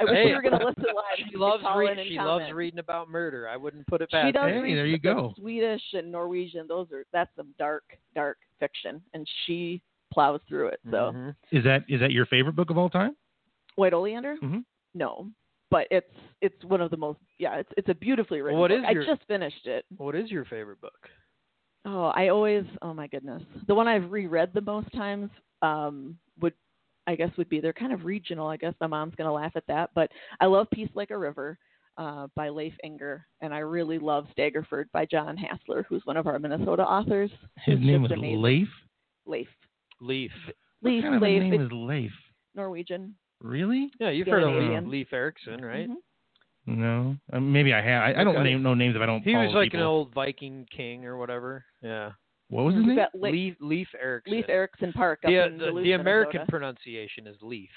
Hey.
we were gonna listen live. You
She
could
loves
call
read,
in and
she
comment.
loves reading about murder. I wouldn't put it
She
past.
does
Hey,
read
there you
the
go.
Swedish and Norwegian. Those are that's some dark, dark fiction, and she plows through it. So
Mhm.
Is that is that your favorite book of all time?
White Oleander?
Mhm.
No, but it's it's one of the most. Yeah, it's it's a beautifully written.
What
book.
is your-
I just finished it.
What is your favorite book?
Oh, I always. Oh my goodness, the one I've reread the most times um, would, I guess, would be they're kind of regional. I guess my mom's gonna laugh at that, but I love "Peace Like a River" uh, by Leif Inger, and I really love "Staggerford" by John Hassler, who's one of our Minnesota authors.
His
It's
name was
just amazing.
Leif.
Leif.
Leaf.
What
Leif.
kind of a
Leif.
name
It's
is Leif?
Norwegian.
Really?
Yeah, you've
Yeah,
heard
yeah,
of
yeah.
Leaf, Leaf Erikson, right?
Mhm.
No. Uh, maybe I have. I, I don't
Okay.
name know names if I don't.
He was
follow
like
people.
an old Viking king or whatever. Yeah.
What was his
We've
name?
got Leif,
Leaf Leaf Erickson.
Leif Erikson Park up
The,
in
the,
Duluth,
the American
Minnesota.
pronunciation is Leaf,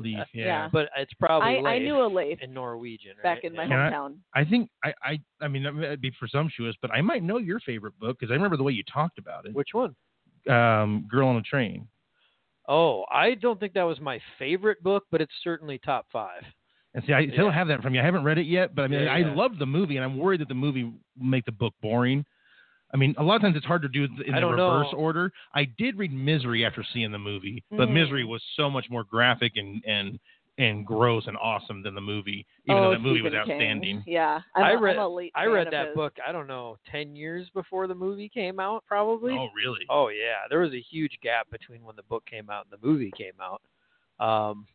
Leif. Yeah.
uh, yeah.
but it's probably
I, I
Leif
knew a Leif
in Norwegian.
back
right?
in my
Yeah.
Can I-
hometown.
I think I, I I mean that might be presumptuous, but I might know your favorite book because I remember the way you talked about it.
Which one?
Um, Girl on a Train.
Oh, I don't think that was my favorite book, but it's certainly top five.
And see, I still
Yeah.
have that from you. I haven't read it yet, but I mean,
Yeah,
I
yeah.
love the movie, and I'm worried that the movie will make the book boring. I mean, a lot of times it's hard to do in
I
the
don't
reverse
know.
order. I did read Misery after seeing the movie, but
Mm.
Misery was so much more graphic and and and gross and awesome than the movie, even
oh,
though that movie
Stephen
was
King.
outstanding.
Yeah, I'm
I
a- I'm
read-
a late
I
fan
read
of
that
his.
book, I don't know, 10 years before the movie came out, probably.
Oh, really?
Oh, yeah. There was a huge gap between when the book came out and the movie came out. Um,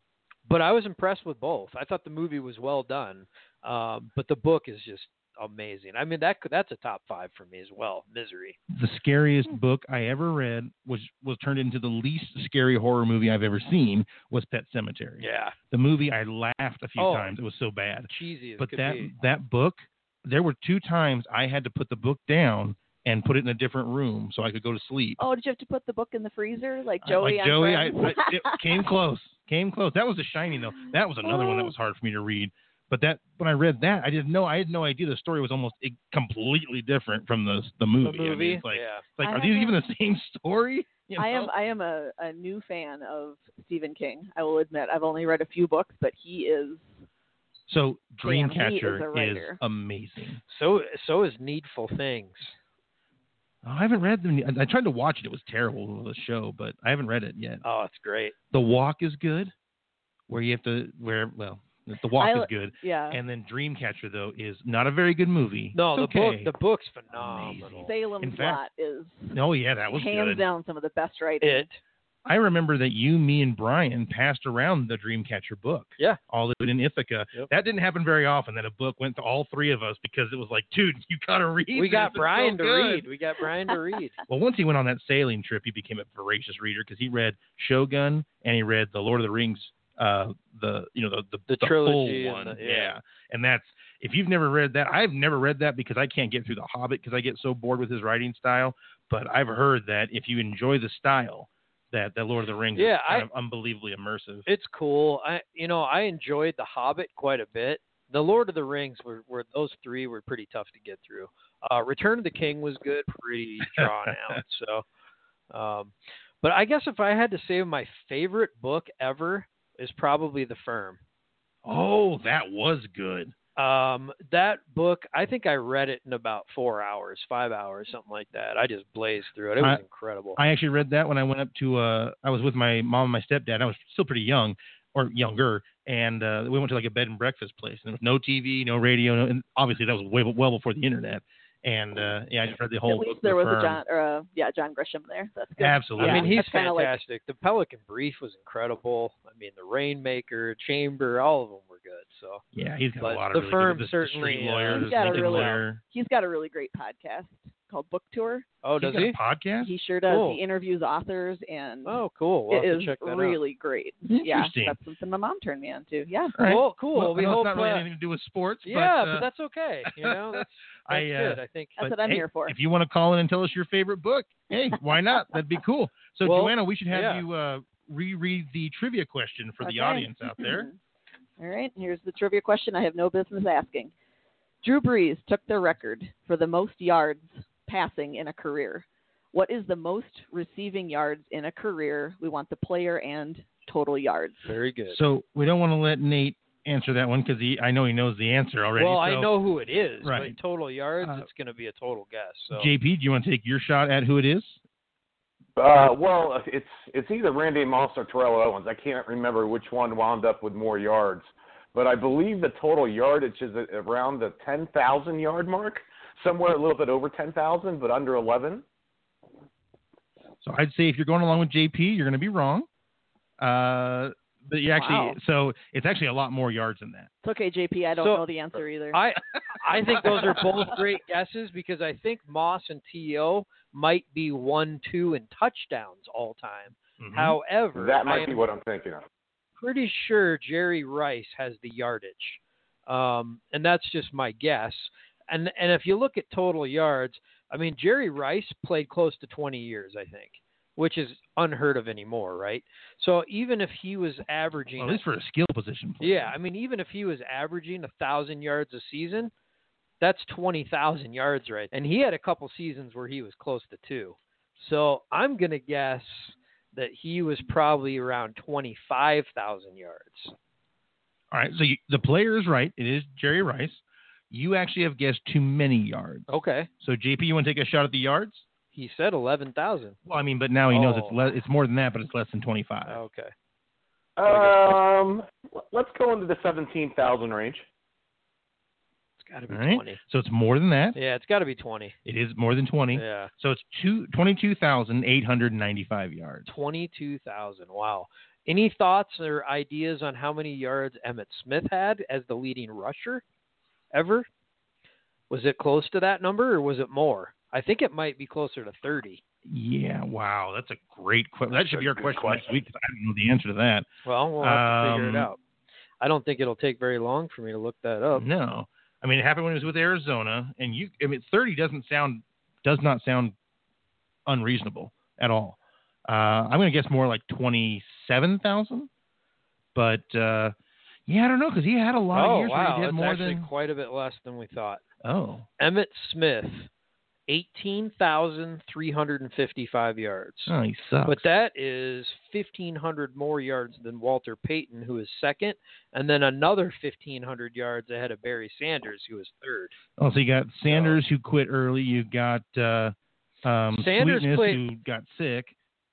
but I was impressed with both. I thought the movie was well done, um, but the book is just amazing. I mean, that could- that's a top five for me as well. Misery.
the scariest
Hmm.
book I ever read, which was turned into the least scary horror movie I've ever seen, was Pet Cemetery.
Yeah,
The movie I laughed a few
Oh.
times; it was so bad.
cheesy. As
But
could
that
be.
that book, there were two times I had to put the book down and put it in a different room so I could go to sleep.
Oh, did you have to put the book in the freezer like
I-
Joey?
like
on
Joey, I,
Friends?
I- it came close, came close. That was The Shining, though. That was another
Oh.
one that was hard for me to read. But that when I read that, I didn't know. I had no idea the story was almost i- completely different from the the
the
movie. I mean,
movie.
it's like,
yeah.
it's like
I
are these
haven't-
even the same story? You
I am
know?
I am a, a new fan of Stephen King. I will admit I've only read a few books, but he is
So
Damn, he is a
Dreamcatcher is,
writer.
amazing.
So so is Needful Things.
Oh, I haven't read them. I- I tried to watch it. It was terrible the show, but I haven't read it yet.
Oh, it's great.
The Walk is good, where you have to where well, The Walk
I-
is good,
yeah.
and then Dreamcatcher though is not a very good movie.
No, the
It's okay.
book the book's phenomenal.
Salem's
in fact-
Lot is
No, Oh, yeah, that was
hands
good.
down some of the best writing.
It
I remember that you, me, and Brian passed around the Dreamcatcher book.
Yeah.
all of it in Ithaca.
Yep.
That didn't happen very often. That a book went to all three of us because it was like, dude, you gotta read.
we
this.
got
It's so
Brian to
good.
read. We got Brian to read.
Well, once he went on that sailing trip, he became a voracious reader because he read Shogun and he read the Lord of the Rings, uh, the you know the the,
The trilogy
full
and
one,
the- yeah.
And that's if you've never read that, I've never read that because I can't get through The Hobbit because I get so bored with his writing style. But I've heard that if you enjoy the style, that that Lord of the Rings
Yeah,
is kind
I-
of unbelievably immersive.
It's cool. I you know I enjoyed The Hobbit quite a bit. The Lord of the Rings were, were those three were pretty tough to get through. Uh, Return of the King was good, pretty drawn out. So, um, but I guess if I had to say my favorite book ever is probably The Firm.
oh, that was good.
Um, that book, I think I read it in about four hours, five hours, something like that. I just blazed through it. It was
I-
incredible.
I actually read that when I went up to uh I was with my mom and my stepdad. I was still pretty young or younger and uh, we went to like a bed and breakfast place and there was no TV, no radio, no, and obviously that was way well before the internet. And uh yeah, I just read the whole
At least
book,
there
The
was
Firm.
a John or a, yeah, John Grisham there. That's good.
Absolutely.
I mean, he's
that's kinda like-
fantastic. the Pelican Brief was incredible. I mean, the Rainmaker, Chamber, all of them were good. So
Yeah, he's got
But
a lot of
The
really
Firm
good, the, the
certainly,
street
uh,
lawyer,
He's
the
got a
Lincoln
really-
lawyer.
He's got a really great podcast called Book Tour.
oh,
He's
does
got
he?
a podcast?
He sure does.
Cool.
He interviews authors and
Oh, cool. We'll
it
have
is
to check that out.
really great. Yeah,
Interesting.
that's something my mom turned me on to. Yeah.
All right.
Well, cool.
Well, I
we
know
hope.
it's not really
uh,
anything to do with sports,
yeah,
but,
but
uh,
that's okay. You know, that's,
I,
that's
uh,
good. I think.
but,
That's what I'm
hey,
here for.
If you want to call in and tell us your favorite book, hey, why not? That'd be cool. So,
Well,
Joanna, we should have
yeah.
you uh, reread the trivia question for
Okay.
the audience out there.
All right, here's the trivia question I have no business asking. Drew Brees took the record for the most yards passing in a career. What is the most receiving yards in a career? We want the player and total yards.
Very good.
So, we don't want to let Nate answer that one because I know he knows the answer already.
well,
So,
I know who it is,
Right.
but total yards,
Uh,
it's going to be a total guess. So
JP, do you want to take your shot at who it is?
Uh, well, it's it's either Randy Moss or Terrell Owens. I can't remember which one wound up with more yards, but I believe the total yardage is around the ten thousand yard mark, somewhere a little bit over ten thousand, but under eleven.
So, I'd say if you're going along with JP, you're going to be wrong. Uh, but you actually,
Wow.
so it's actually a lot more yards than that.
It's okay, JP. I don't
So- uh,
know the answer either.
I I think those are both great guesses because I think Moss and To might be one, two, and touchdowns all time.
Mhm.
However,
That
I
might be
am
what I'm thinking of.
pretty sure Jerry Rice has the yardage, um, and that's just my guess. And and if you look at total yards, I mean Jerry Rice played close to 20 years, I think, which is unheard of anymore, right? So even if he was averaging,
Well, at least for a skill position. player.
yeah, I mean even if he was averaging a thousand yards a season, that's 20,000 yards, right? And he had a couple seasons where he was close to two. So I'm gonna guess that he was probably around 25,000 yards.
All right. So you, the player is right. It is Jerry Rice. You actually have guessed too many yards.
Okay.
So JP, you want to take a shot at the yards?
He said 11,000.
Well, I mean, but now he knows it's
Oh.
le- it's more than that, but it's less than twenty five.
Okay.
Um, let's go into the seventeen thousand range.
It's got to be
All right.
20.
So it's more than that.
Yeah, it's got to be 20.
It is more than twenty.
Yeah.
So it's two twenty two thousand eight hundred ninety five yards.
22,000. Wow. Any thoughts or ideas on how many yards Emmett Smith had as the leading rusher ever? Was it close to that number or was it more? I think it might be closer to 30.
Yeah, wow, that's a great question. That should be our
Good
question, next
question.
week 'cause I don't know the answer to that.
Well, we'll have to figure
Um,
it out. I don't think it'll take very long for me to look that up.
No, I mean it happened when he was with Arizona, and you. I mean, thirty doesn't sound does not sound unreasonable at all. Uh, I'm going to guess more like twenty seven thousand, but uh, yeah, I don't know because he had a lot
oh,
of years
wow.
where he did
that's
more
actually
than
quite a bit less than we thought.
oh
Emmett Smith, 18,355 yards.
oh he sucks.
But that is 1,500 more yards than Walter Payton, who is second, and then another 1,500 yards ahead of Barry Sanders, who is third.
oh, so you got Sanders who quit early. You got uh, um,
Sanders
Sweetness
played-
who got sick.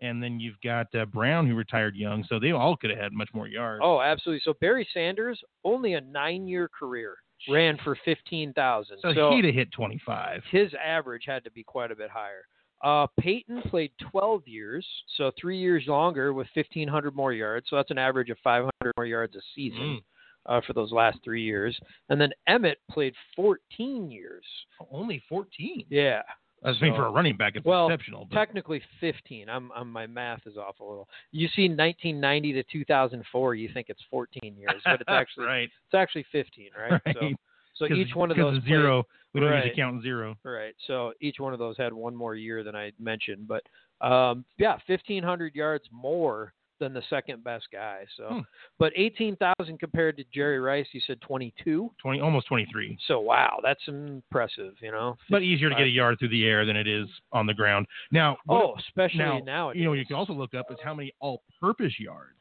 And then you've got uh, Brown, who retired young, so they all could have had much more yards.
Oh, absolutely. So Barry Sanders, only a nine year career, ran for 15,000.
so he'd have hit 25.
his average had to be quite a bit higher. Uh, Peyton played 12 years, so three years longer with 1,500 more yards. So that's an average of 500 more yards a
Mm.
season uh, for those last three years. And then Emmett played 14 years.
Only 14.
Yeah,
I mean,
So-
for a running back, it's
well,
exceptional. But
technically 15. I'm, I'm my math is off a little. You see 1990 to 2004, you think it's 14 years, but it's actually
right,
it's actually 15, right?
right.
So, so
'Cause-
each one of
'cause
those played-
zero. we don't
right.
usually count zero.
Right. So each one of those had one more year than I mentioned, but um, yeah, fifteen hundred yards more than the second best guy. So,
Hmm.
but eighteen thousand compared to Jerry Rice, you said twenty-two.
Twenty, almost twenty-three.
So wow, that's impressive. You know.
But easier to get a yard through the air than it is on the ground. Now, what-
oh, especially
now,
nowadays.
you know, you can also look up is how many all-purpose yards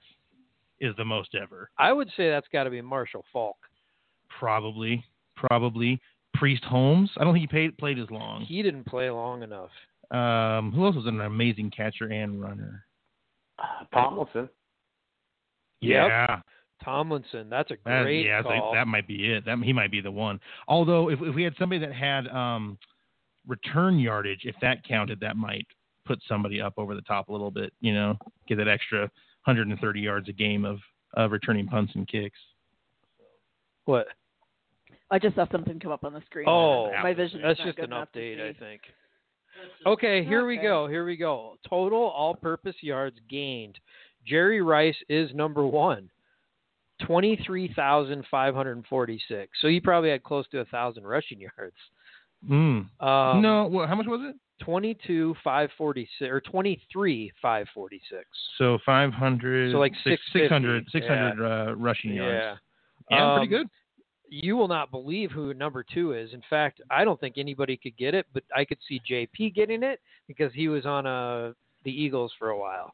is the most ever.
I would say that's got to be Marshall Falk.
Probably, probably Priest Holmes. I don't think he paid, played as long.
He didn't play long enough.
Um, who else was an amazing catcher and runner?
Uh, Tomlinson.
Yep.
Yeah,
Tomlinson, that's a
That,
great
yeah, so
call.
that might be it. That he might be the one. Although if, if we had somebody that had um, return yardage, if that counted, that might put somebody up over the top a little bit. You know, get that extra 130 yards a game of of returning punts and kicks.
what?
I just saw something come up on the screen.
Oh,
my vision.
That's
is not
just
good
an
enough to
update, I
see.
think. Okay, here we
Okay.
go. Here we go. Total all purpose yards gained. Jerry Rice is number one. 23,546. So he probably had close to a 1,000 rushing yards.
Mm.
Um,
no, well, how much was it?
22, 546, or 23, 546.
So 500.
So like
six- 600,
650,
600 uh, rushing
Yeah.
yards. Yeah, pretty
Um,
good.
you will not believe who number two is. In fact, I don't think anybody could get it, but I could see JP getting it because he was on uh, the Eagles for a while.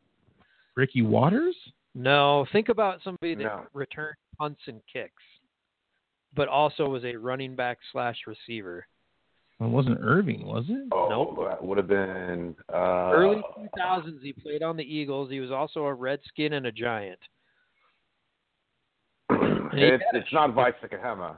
Ricky Waters.
No, think about somebody that
No.
returned punts and kicks, but also was a running back slash receiver.
Well, it wasn't Irving, was it?
Oh,
Nope.
that would have been uh,
Early 2000s, he played on the Eagles. He was also a Redskin and a Giant.
It's, it's not Vicekahema.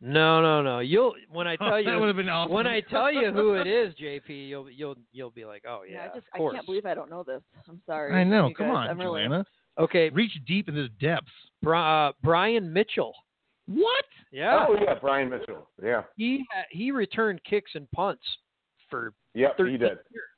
No, no, no. You'll when I tell
Oh, that
you
would have been awesome.
when I tell you who it is, JP, you'll you'll you'll be like, oh yeah,
I just
of course.
I can't believe I don't know this. I'm sorry.
I know.
you
Come
guys.
on,
I'm really-
Joanna.
Okay,
Reach deep into the depths.
Bri- uh, Brian Mitchell.
What?
Yeah,
Oh yeah, Brian Mitchell. Yeah.
he ha- he returned kicks and punts for
Yep,
13
he did.
years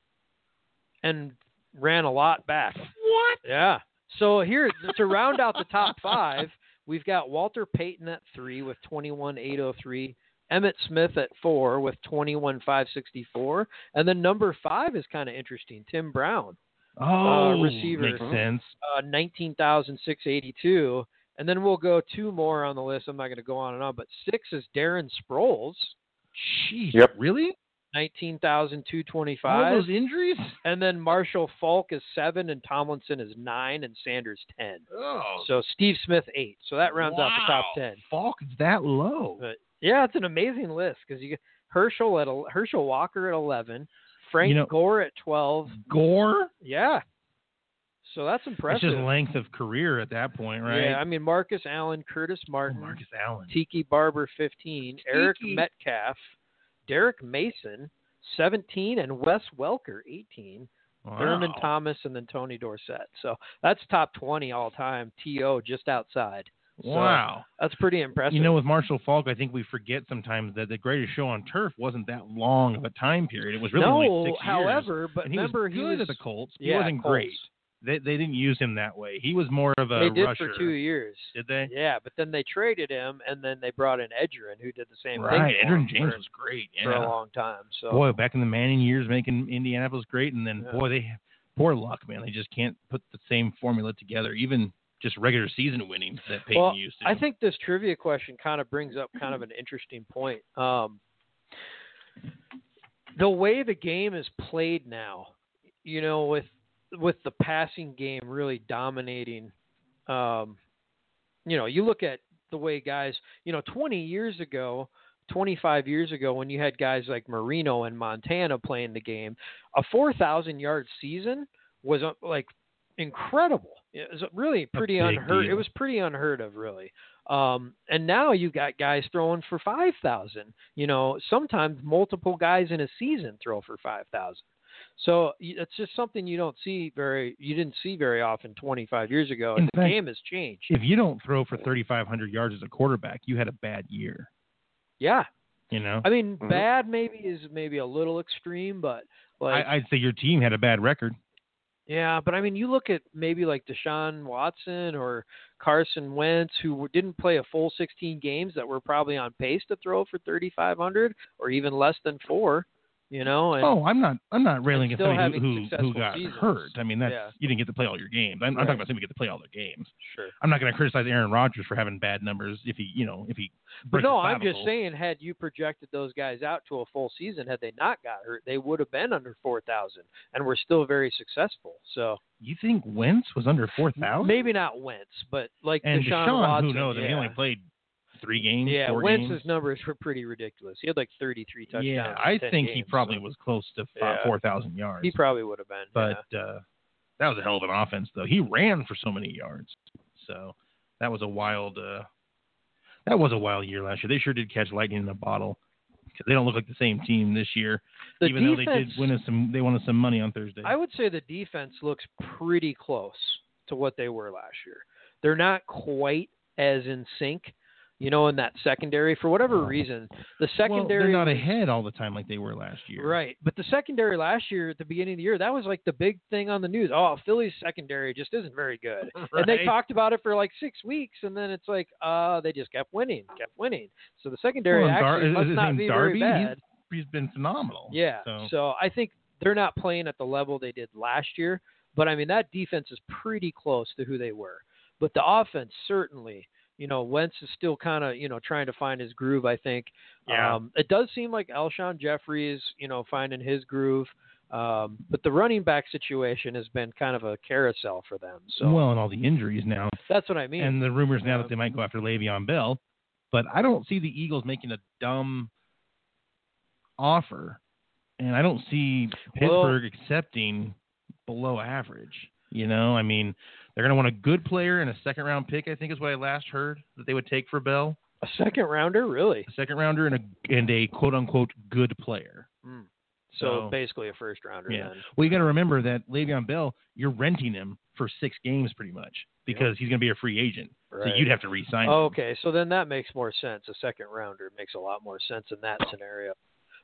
and ran a lot back. What? Yeah. So here to round out the top five, we've got Walter Payton at three with twenty one eight oh three. Emmett Smith at four with twenty one five sixty four, and then number five is kind of interesting. Tim Brown,
Oh,
receiver.
makes sense.
uh, nineteen thousand six eighty two, and then we'll go two more on the list. I'm not going to go on and on, but six is Darren Sproles,
Jeez,
Yep.
really?
nineteen thousand two twenty
All
five.
those injuries?
And then Marshall Falk is seven, and Tomlinson is nine, and Sanders ten.
Oh,
So Steve Smith eight. So that rounds out the top
wow.
ten.
Falk is that low?
But yeah, it's an amazing list because you get Herschel at el- Herschel Walker at eleven, Frank
You know-
Gore at twelve.
Gore?
Yeah, so that's
That's
impressive.
just length of career at that point, right?
Yeah, I mean Marcus Allen, Curtis
Oh,
Martin,
Marcus Allen.
Tiki Barber fifteen, Eric
Tiki.
Metcalf, Derek Mason seventeen, and Wes Welker eighteen.
Wow.
Thurman Thomas and then Tony Dorsett. So that's top 20 all time. TO just outside. So,
Wow.
that's pretty impressive.
You know, with Marshall Falk, I think we forget sometimes that the greatest show on turf wasn't that long of a time period. It was really
no,
only six years.
however, but
and he
remember
was
he
good at
was
the Colts. but
yeah,
he wasn't
Colts.
great. They they didn't use him that way. He was more of a
They did
rusher.
for two years.
Did they?
Yeah, but then they traded him, and then they brought in Edgerin, who did the same
right.
thing. for him
Edrin James
for,
was great.
for a
Yeah.
long time. So
Boy, back in the Manning years, making Indianapolis great, and then
Yeah.
boy, they poor luck, man. They just can't put the same formula together, even just regular season winning that Peyton
Well,
used to.
I think this trivia question kind of brings up kind of an interesting point. Um, the way the game is played now, you know, with with the passing game really dominating, um, you know, you look at the way guys, you know, 20 years ago, 25 years ago, when you had guys like Marino and Montana playing the game, a 4,000 yard season was uh, like incredible. It was really pretty
big
unheard. It
deal.
was pretty unheard of, really. Um, and now you got guys throwing for 5,000. You know, sometimes multiple guys in a season throw for 5,000. So y- it's just something you don't see very, you didn't see very often 25 years ago. And
In
the
fact-
game has changed.
if you don't throw for 3,500 yards as a quarterback, you had a bad year.
Yeah,
You know,
I mean,
Mhm.
bad maybe is maybe a little extreme, but like,
Mm-hmm. I, I'd say your team had a bad record.
yeah, but I mean, you look at maybe like Deshaun Watson or Carson Wentz, who w- didn't play a full 16 games that were probably on pace to throw for 3,500 or even less than four, you know, and
Oh, I'm not. I'm not railing at
still
somebody
having
who, who,
successful
who got
seasons.
hurt. I mean, that's
Yeah.
you didn't get to play all your games. I'm, I'm
Right.
talking about somebody who get to play all their games.
sure.
I'm not going to criticize Aaron Rodgers for having bad numbers if he, you know, if he.
But
breaks
no,
a
I'm just
clavicle.
saying, had you projected those guys out to a full season, had they not got hurt, they would have been under 4,000 and were still very successful. So
You think Wentz was under four thousand?
maybe not Wentz, but like
And
Deshaun,
Deshaun,
Watson,
who knows? I mean, he
yeah.
only played three games.
Yeah,
four
Wentz's
games.
numbers were pretty ridiculous. He had like 33 touchdowns.
yeah,
in
I
10
think he
games,
probably
so
was close to
Yeah.
four thousand yards.
He probably would have been.
but uh, that was a hell of an offense, though. He ran for so many yards, so that was a wild. Uh, that was a wild year last year. They sure did catch lightning in a bottle. 'Cause They don't look like the same team this year,
yeah. the
even
defense,
though they did win us some. They won us some money on Thursday.
I would say the defense looks pretty close to what they were last year. They're not quite as in sync, you know, in that secondary for whatever reason. The
well,
secondary
they're not
was-
ahead all the time like they were last year.
Right. But the secondary last year at the beginning of the year, that was like the big thing on the news. Oh, Philly's secondary just isn't very good. And they
Right.
talked about it for like six weeks, and then it's like, uh, they just kept winning, kept winning. So the secondary
Well, and Dar-
actually
is-
must
is his
not
name
be very
Darby? He's-
bad.
He's been phenomenal.
Yeah.
So,
I think they're not playing at the level they did last year. But I mean, that defense is pretty close to who they were. But the offense, certainly, you know, Wentz is still kind of, you know, trying to find his groove, I think.
Yeah.
Um, it does seem like Alshon Jeffrey is, you know, finding his groove. Um, but the running back situation has been kind of a carousel for them. So
well, and all the injuries now,
that's what I mean.
and the rumors now
Yeah.
that they might go after Le'Veon Bell, but I don't see the Eagles making a dumb offer, and I don't see
Well-
Pittsburgh accepting below average. You know, I mean, they're going to want a good player and a second round pick. I think is what I last heard that they would take for Bell,
a second rounder, really.
a second rounder and a and a quote unquote good player.
So,
Mm. So-
basically a first rounder
Yeah.
then.
Well, you got to remember that Le'Veon Bell, you're renting him for six games pretty much because he's going to be a free agent, so
Right. Oh,
you'd have to re-sign him.
Okay, so then that makes more sense. A second rounder makes a lot more sense in that scenario.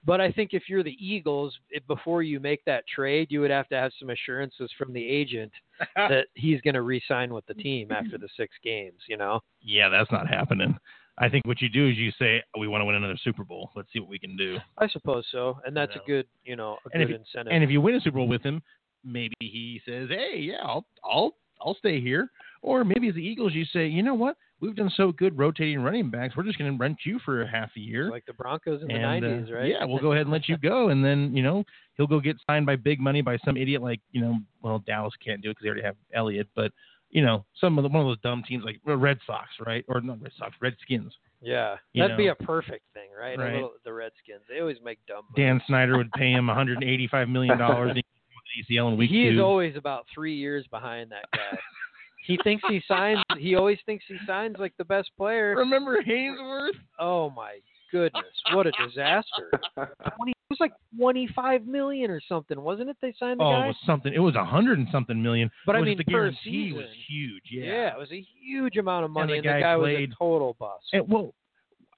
But I think if you're the Eagles, it, before you make that trade, you would have to have some assurances from the agent that he's going to re-sign with the team after the six games. You know,
yeah, that's not happening. I think what you do is you say, we want to win another Super Bowl. Let's see what we can do.
I suppose so, and that's
No.
a good, you know, a
And if
good
you-
incentive.
And if you win a Super Bowl with him, maybe he says, hey, yeah, I'll, I'll, I'll stay here. Or maybe as the Eagles, you say, you know what? We've done so good rotating running backs. We're just going to rent you for a half a year.
It's like the Broncos in the
and, uh,
'90s, right?
Yeah, we'll go ahead and let you go, and then you know he'll go get signed by big money by some idiot like you know, well Dallas can't do it because they already have Elliott, but you know some of the, one of those dumb teams like the Red Sox, right? Or not Red Sox, Redskins.
yeah,
You
that'd be
know.
a perfect thing, right? A
Right.
little- the Redskins, they always make dumb. moves.
Dan Snyder would pay him 185 million dollars in ACL in week
he is
two.
always about three years behind that guy. he thinks he signs. He always thinks he signs like the best player.
Remember Hainsworth?
Oh my goodness, what a disaster! was like 25 million or something, wasn't it? They signed the
Oh, it
guy.
was something. It was a hundred and something million.
But I
was
mean,
the
per
guarantee was
season.
huge.
it was a huge amount of money,
the
and the
guy
guy,
played-
was a total bust.
And, well,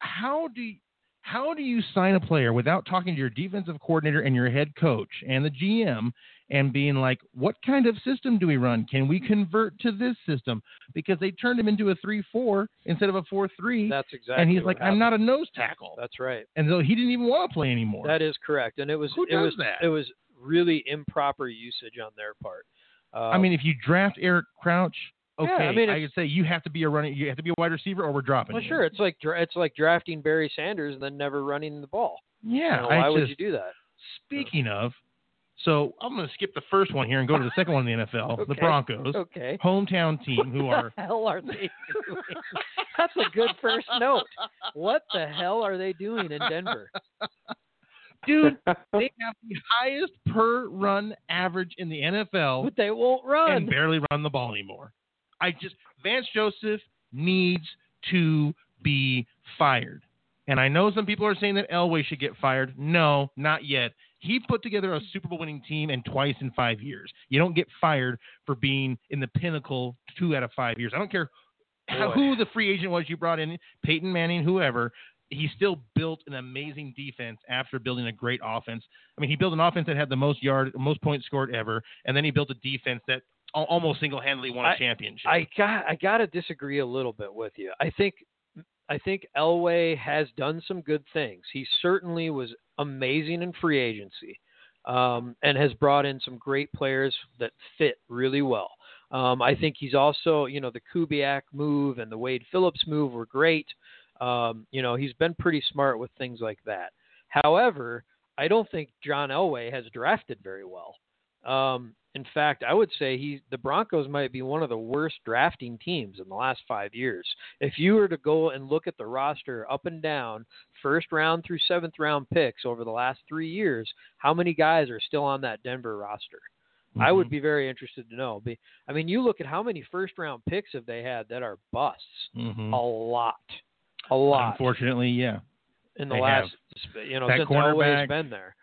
how do you, how do you sign a player without talking to your defensive coordinator and your head coach and the GM and being like, what kind of system do we run? Can we convert to this system? Because they turned him into a three-four instead of a four-three,
That's exactly.
and he's
what
like, I'm not a
happened.
nose tackle,
That's right.
and so he didn't even want to play anymore.
That is correct, and it was
Who
it was
does that?
it was really improper usage on their part. Uh,
I mean, if you draft Eric Crouch,
Yeah,
okay,
I mean,
I
it's-
could say you have to be a running, you have to be a wide receiver, or we're dropping.
well,
you.
sure, it's like dra- it's like drafting Barry Sanders and then never running the ball. You
Yeah,
know,
I
why would
just-
you do that?
Speaking of, so I'm going to skip the first one here and go to the second one in the NFL, the
Okay.
Broncos,
Okay.
hometown team who
What
are
the hell are they doing? That's a good first note. What the hell are they doing in Denver?
dude, they have the highest per run average in the NFL
But they won't run.
and barely run the ball anymore. I just Vance Joseph needs to be fired. And I know some people are saying that Elway should get fired. No, not yet. He put together a Super Bowl winning team and twice in five years. You don't get fired for being in the pinnacle two out of five years. I don't care how,
Boy.
who the free agent was you brought in, Peyton Manning, whoever. He still built an amazing defense after building a great offense. I mean, he built an offense that had the most yard, most points scored ever, and then he built a defense that al- almost single-handedly won a championship.
I got I got to disagree a little bit with you. I think I think Elway has done some good things. He certainly was amazing in free agency, um, and has brought in some great players that fit really well. Um, I think he's also you know the Kubiak move and the Wade Phillips move were great. Um, you know he's been pretty smart with things like that. However, I don't think John Elway has drafted very well. Um, in fact, I would say he the Broncos might be one of the worst drafting teams in the last five years. If you were to go and look at the roster up and down, first round through seventh round picks over the last three years, how many guys are still on that Denver roster? I
Mm-hmm.
would be very interested to know. Be- I mean, you look at how many first round picks have they had that are busts?
Mhm.
A lot, a lot
Unfortunately, yeah.
in the
they
last, sp- you know,
That
since Elway's
cornerback-
been there.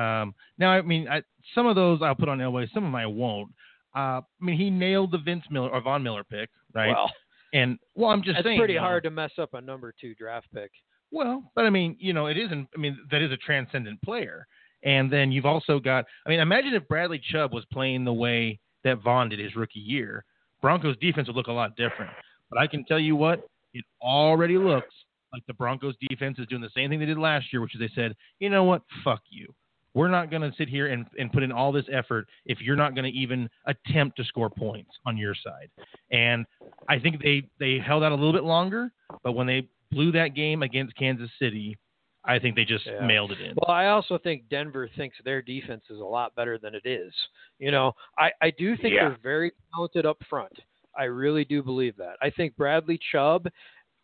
Um, now, I mean, I, some of those I'll put on Elway, some of them I won't. Uh, I mean, he nailed the Vince Miller or Von Miller pick, right?
Well,
and well, I'm just
it's
saying,
pretty
you know,
hard to mess up a number two draft pick.
Well, but I mean, you know, it isn't. I mean, that is a transcendent player. And then you've also got. I mean, imagine if Bradley Chubb was playing the way that Vaughn did his rookie year. Broncos defense would look a lot different. But I can tell you what, it already looks like the Broncos defense is doing the same thing they did last year, which is they said, you know what, fuck you. We're not going to sit here and, and put in all this effort if you're not going to even attempt to score points on your side. And I think they, they held out a little bit longer, but when they blew that game against Kansas City, I think they just
Yeah.
mailed it in.
Well, I also think Denver thinks their defense is a lot better than it is. You know, I, I do think
Yeah.
they're very talented up front. I really do believe that. I think Bradley Chubb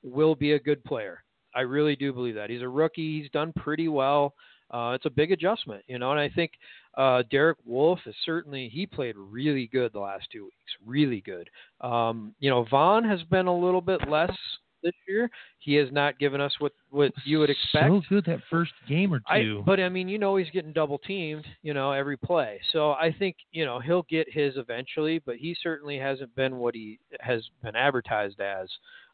will be a good player. I really do believe that. He's a rookie. He's done pretty well. Uh, it's a big adjustment, you know, and I think uh, Derek Wolf is certainly he played really good the last two weeks, really good. Um, you know, Vaughn has been a little bit less this year. He has not given us what what you would expect.
So good that first game or
I,
two.
but I mean, you know, he's getting double teamed, you know, every play. So I think you know he'll get his eventually, but he certainly hasn't been what he has been advertised as.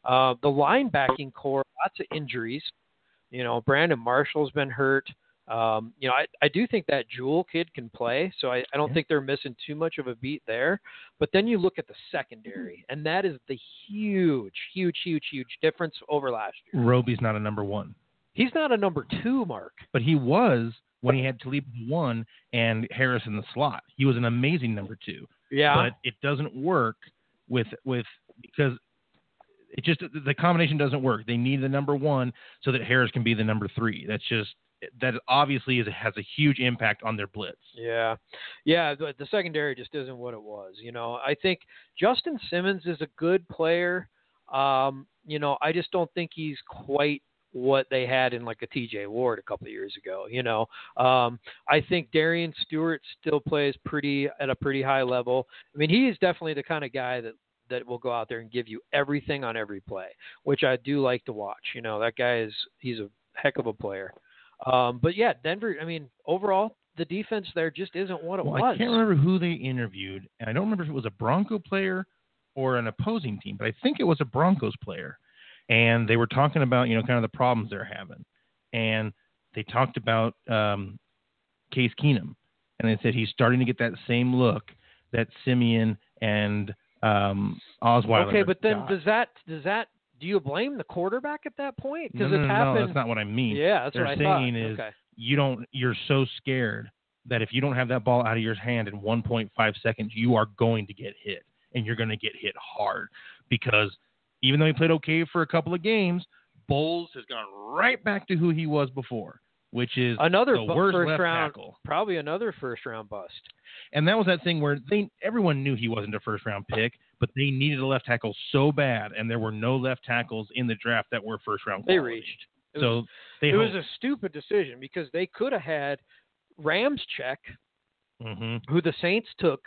Uh, the linebacking core, lots of injuries. You know, Brandon Marshall's been hurt. Um, you know, I, I do think that Jewel kid can play, so I, I don't
Yeah.
think they're missing too much of a beat there. But then you look at the secondary, and that is the huge, huge, huge, huge difference over last year.
Roby's not a number one.
He's not a number two, Mark.
but he was when he had Talib in the one and Harris in the slot. He was an amazing number two,
Yeah.
but it doesn't work with with because it just the combination doesn't work. They need the number one so that Harris can be the number three. That's just that obviously is, has a huge impact on their blitz.
Yeah, yeah. The, the secondary just isn't what it was. You know, I think Justin Simmons is a good player. Um, you know, I just don't think he's quite what they had in like a TJ Ward a couple of years ago. You know, um, I think Darian Stewart still plays pretty at a pretty high level. I mean, he is definitely the kind of guy that that will go out there and give you everything on every play, which I do like to watch. You know, that guy is he's a heck of a player. Um, but yeah, Denver. I mean, overall, the defense there just isn't what it
Well,
was.
I can't remember who they interviewed, and I don't remember if it was a Bronco player or an opposing team, but I think it was a Broncos player. And they were talking about, you know, kind of the problems they're having. And they talked about um, Case Keenum. And they said he's starting to get that same look that Simeon and um, Osweiler.
okay, but then
got.
does that does that do you blame the quarterback at that point?
no,
Because
no,
it's
no,
happened.
no, that's not what I mean.
yeah, that's
they're
what I
saying
thought.
is-
okay.
you don't you're so scared that if you don't have that ball out of your hand in 1.5 seconds you are going to get hit and you're going to get hit hard because even though he played okay for a couple of games bowles has gone right back to who he was before which is
Another
the
bu-
worst
first
left
round,
tackle
probably another first round bust.
and that was that thing where they everyone knew he wasn't a first round pick but they needed a left tackle so bad and there were no left tackles in the draft that were first round
They
quality.
reached. It
so they
it was a stupid decision because they could have had Rams check,
hmm
who the Saints took,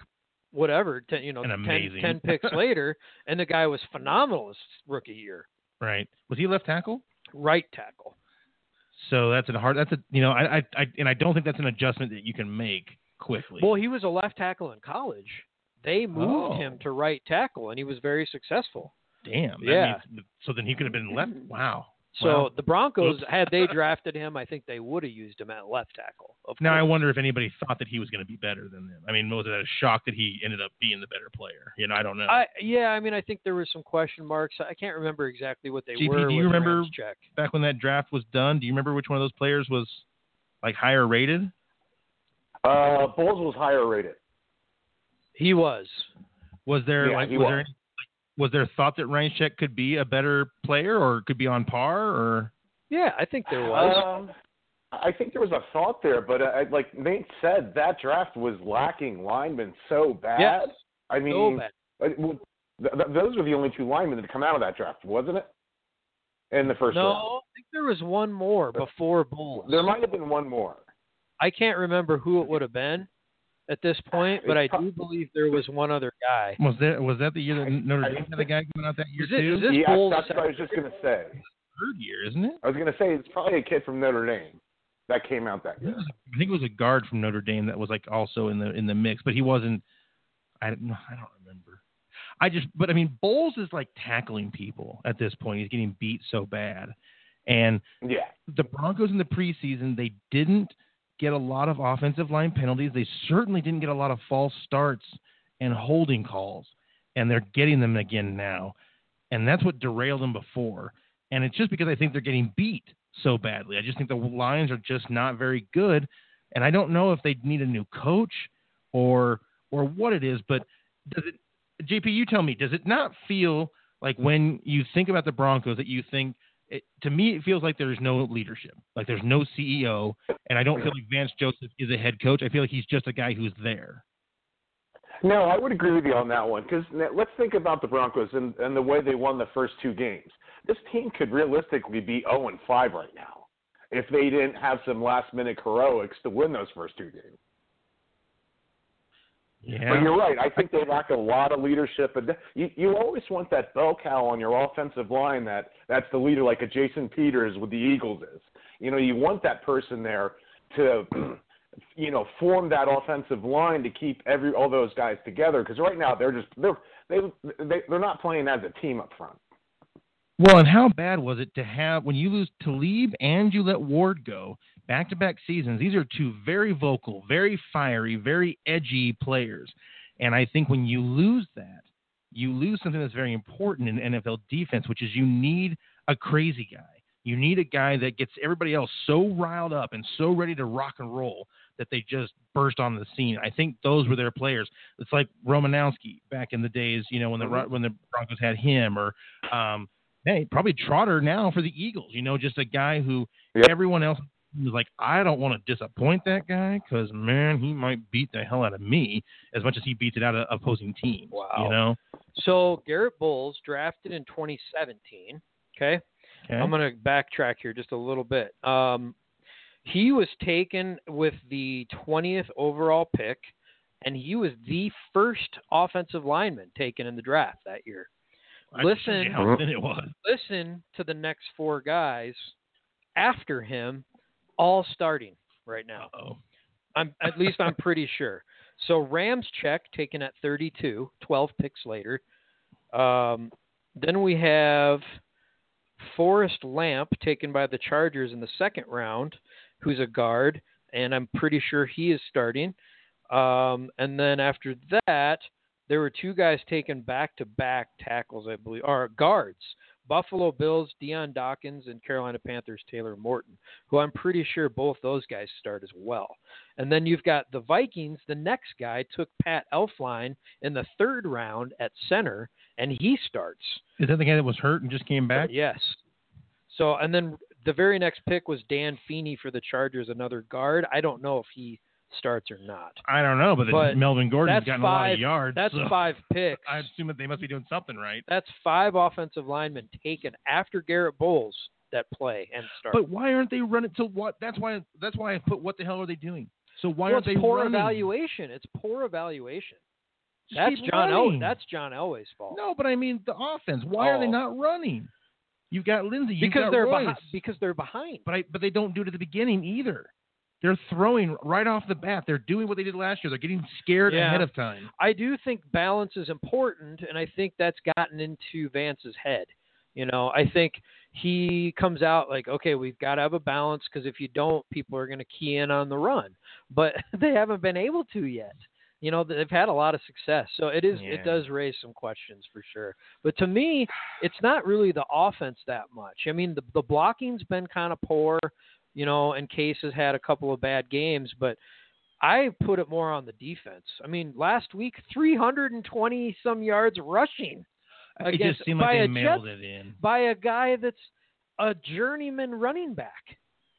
whatever, ten, you know,
And
10,
amazing.
10 picks later, and the guy was phenomenal his rookie year,
right was he left tackle
right tackle.
So that's a hard. That's a you know I, I I and I don't think that's an adjustment that you can make quickly.
Well, he was a left tackle in college. They moved
Oh.
him to right tackle, and he was very successful.
damn. that
yeah.
means- so then he could have been left. Wow.
So
Wow.
the Broncos,
Oops.
had they drafted him, I think they would have used him at left tackle. Of
Now I
course.
wonder if anybody thought that he was going to be better than them. I mean, was it a shock that he ended up being the better player? You know, I don't know.
I, yeah, I mean, I think there were some question marks. I can't remember exactly what they
GP,
were.
do you
with
remember-
Rams Check.
Back when that draft was done, do you remember which one of those players was like higher rated?
Uh, Bulls was higher rated.
He was.
Was there
Yeah,
like
he
was, there
was.
any, was there thought that Reinschek could be a better player or could be on par or
Yeah, I think there was.
Um, I think there was a thought there, but uh, like Nate said, that draft was lacking linemen so bad.
Yes.
I mean,
so bad.
uh, well, th- th- those were the only two linemen that come out of that draft, wasn't it? In the first
no,
round,
I think there was one more before Bulls.
there might have been one more.
I can't remember who it would have been at this point, but I
It's
do believe there was one other guy.
was that was that the year that Notre
I-
Dame had the guy coming out that year
Is it-
too?
is it- This
yeah,
Bulls-
that's what I was just gonna say.
Third year, isn't it?
I was gonna say it's probably a kid from Notre Dame that came out that year.
I think it was a guard from Notre Dame that was like also in the in the mix, but he wasn't. I don't, know, I don't remember. I just, but I mean, Bowles is like tackling people at this point. He's getting beat so bad, and
Yeah,
the Broncos in the preseason they didn't get a lot of offensive line penalties. They certainly didn't get a lot of false starts and holding calls, and they're getting them again now, and that's what derailed them before. And it's just because I think they're getting beat so badly. I just think the Lions are just not very good, and I don't know if they need a new coach or or what it is. But does it, JP? You tell me. Does it not feel like when you think about the Broncos that you think it, to me, it feels like there's no leadership, like there's no CEO, and I don't feel like Vance Joseph is a head coach. I feel like he's just a guy who's there.
No, I would agree with you on that one because let's think about the Broncos and, and the way they won the first two games. This team could realistically be 0 and 5 right now if they didn't have some last minute heroics to win those first two games. But
Yeah,
you're right. I think they lack a lot of leadership, and you, you always want that bell cow on your offensive line that that's the leader, like a Jason Peters with the Eagles is. You know, you want that person there to, you know, form that offensive line to keep every all those guys together. Because right now they're just they're they, they they're not playing as a team up front.
well, and how bad was it to have when you lose Talib and you let Ward go back to back seasons? These are two very vocal, very fiery, very edgy players, and I think when you lose that, you lose something that's very important in NFL defense, which is you need a crazy guy. You need a guy that gets everybody else so riled up and so ready to rock and roll that they just burst on the scene. I think those were their players. It's like Romanowski back in the days, you know, when the Ro- when the Broncos had him, or um, hey, probably Trotter now for the Eagles. You know, just a guy who
Yep.
everyone else was like, I don't want to disappoint that guy because man, he might beat the hell out of me as much as he beats it out of opposing teams.
Wow.
You know.
So Garrett Bowles drafted in 2017. Okay.
Okay.
I'm going to backtrack here just a little bit. Um, he was taken with the 20th overall pick, and he was the first offensive lineman taken in the draft that year.
I just showed you
listen-
how thin it was.
Listen to the next four guys after him all starting right now.
Oh,
I'm at least I'm pretty sure. So Rams check taken at 32, 12 picks later. Um, then we have Forrest Lamp taken by the Chargers in the second round, who's a guard, and I'm pretty sure he is starting. Um, and then after that, there were two guys taken back to back tackles, I believe, or guards. Buffalo Bills, Deion Dawkins, and Carolina Panthers, Taylor Morton, who I'm pretty sure both those guys start as well. And then you've got the Vikings. The next guy took Pat Elfline in the third round at center, and he starts.
is that the guy that was hurt and just came back?
Yes. So, and then the very next pick was Dan Feeney for the Chargers, another guard. I don't know if he starts or not.
I don't know, but, it-
But
Melvin Gordon's
that's
gotten a lot
five.
of yards.
That's
so
five picks.
I assume that they must be doing something right.
That's five offensive linemen taken after Garrett Bowles that play and start.
But why aren't they running? So what? That's why. That's why I put. What the hell are they doing? So why
well,
aren't
it's
they
poor
running?
evaluation. It's poor evaluation.
Just
That's
keep
John
running.
Elway. That's John Elway's fault.
no, but I mean the offense. Why are they
Oh.
not running? You've got Lindsey. You've
because
got
they're
Royce.
behind. Because they're behind.
but I, but they don't do it at the beginning either. They're throwing right off the bat. They're doing what they did last year. They're getting scared
Yeah.
ahead of time.
I do think balance is important, and I think that's gotten into Vance's head. You know, I think he comes out like, okay, we've got to have a balance because if you don't, people are going to key in on the run. But they haven't been able to yet. You know, they've had a lot of success, so it is
Yeah.
it does raise some questions for sure. But to me, it's not really the offense that much. I mean, the the blocking's been kind of poor, you know, and Case has had a couple of bad games, but I put it more on the defense. I mean, last week, 320 some yards rushing
it
against-
just seemed
by
like they
a
mailed
Jets-
it in.
by a guy that's a journeyman running back.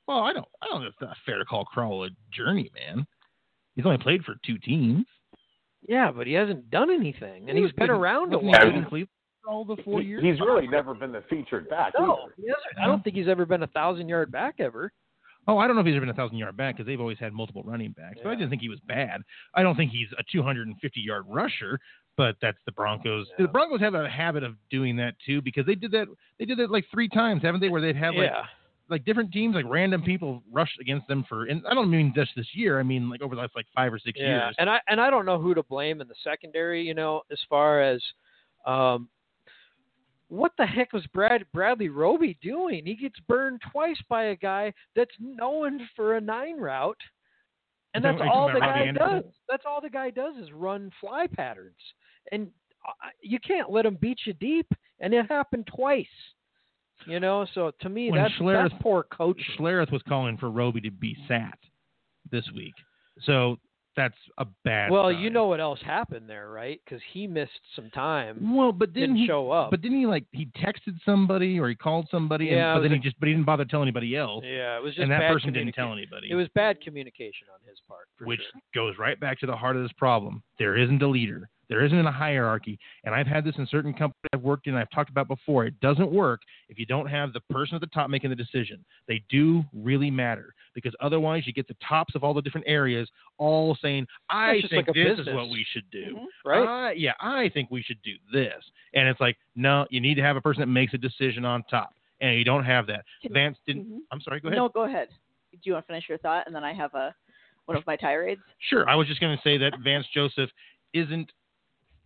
Well, I don't. I don't know if that's fair to call Crowell a journeyman. He's only played for two teams,
Yeah, but he hasn't done anything, and
He was
he's been
good-
around a
Wasn't he
while.
good in Cleveland for all the four
He-
years.
He's really never been the featured back.
No,
either.
he hasn't- I don't think he's ever been a thousand yard back ever.
Oh, I don't know if he's ever been a thousand yard back because they've always had multiple running backs. But I
Yeah.
didn't think he was bad. I don't think he's a 250 yard rusher, but that's the Broncos.
Yeah.
The Broncos have a habit of doing that too because they did that. They did that like three times, haven't they? Where they'd have like
yeah,
like different teams, like random people rushed against them for. And I don't mean just this year. I mean like over the last like five or six
yeah.
years.
And I and I don't know who to blame in the secondary. You know, as far as um, what the heck was Brad Bradley Roby doing? He gets burned twice by a guy that's known for a nine route, and
You're
that's
talking-
all
you're
the
talking about
guy
Robbie
does.
Anderson?
That's all the guy does is run fly patterns, and uh, you can't let him beat you deep. And it happened twice. You know, so to me,
When
that's,
Schlereth-
that's poor coaching.
Schlereth was calling for Roby to be sat this week, so that's a bad.
well,
sign.
you know what else happened there, right? Because he missed some time.
Well, but didn't,
didn't
he
show up.
But didn't he like he texted somebody or he called somebody?
Yeah, it
and, but
was
then he
a-
just but he didn't bother telling anybody else,
yeah, it was just
and that
bad
person didn't
communica-
tell anybody.
It was bad communication on his part, for
which
sure.
goes right back to the heart of this problem. There isn't a leader. There isn't a hierarchy, and I've had this in certain companies I've worked in. I've talked about before. It doesn't work if you don't have the person at the top making the decision. They do really matter because otherwise you get the tops of all the different areas all saying, "I
just
think
like a
this is
business. Mm-hmm.
what we should do."
right?
I, yeah, I think we should do this. And it's like, no, you need to have a person that makes a decision on top. And you don't have that.
Can-
Vance
Mm-hmm.
didn't.
Mhm.
I'm sorry, go ahead.
No, go ahead. Do you want to finish your thought, and then I have a one of my tirades?
Sure. I was just going to say that Vance Joseph isn't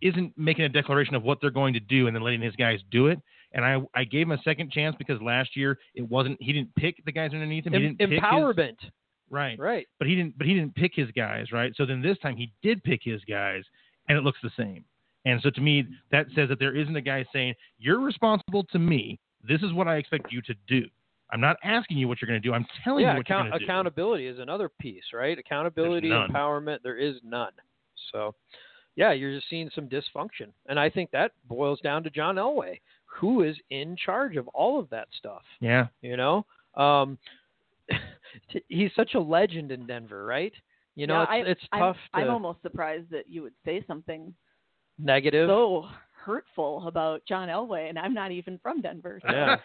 isn't making a declaration of what they're going to do and then letting his guys do it. And I, I gave him a second chance because last year it wasn't he didn't pick the guys underneath him. He
Em-
didn't pick his-
empowerment,
right.
right?
But he didn't but he didn't pick his guys, right? So then this time he did pick his guys and it looks the same. And so to me that says that there isn't a guy saying, You're responsible to me. This is what I expect you to do. I'm not asking you what you're gonna do. I'm telling
Yeah,
you what
account-
you're gonna do.
accountability is another piece, right? Accountability,
There's none.
empowerment, there is none. So, yeah, you're just seeing some dysfunction, and I think that boils down to John Elway, who is in charge of all of that stuff.
Yeah.
You know, um, t- he's such a legend in Denver, right? You know,
Yeah,
it's,
I-
it's
I'm-
tough
I'm
to
almost surprised that you would say something
negative.
so hurtful about John Elway, and I'm not even from Denver. So
Yeah.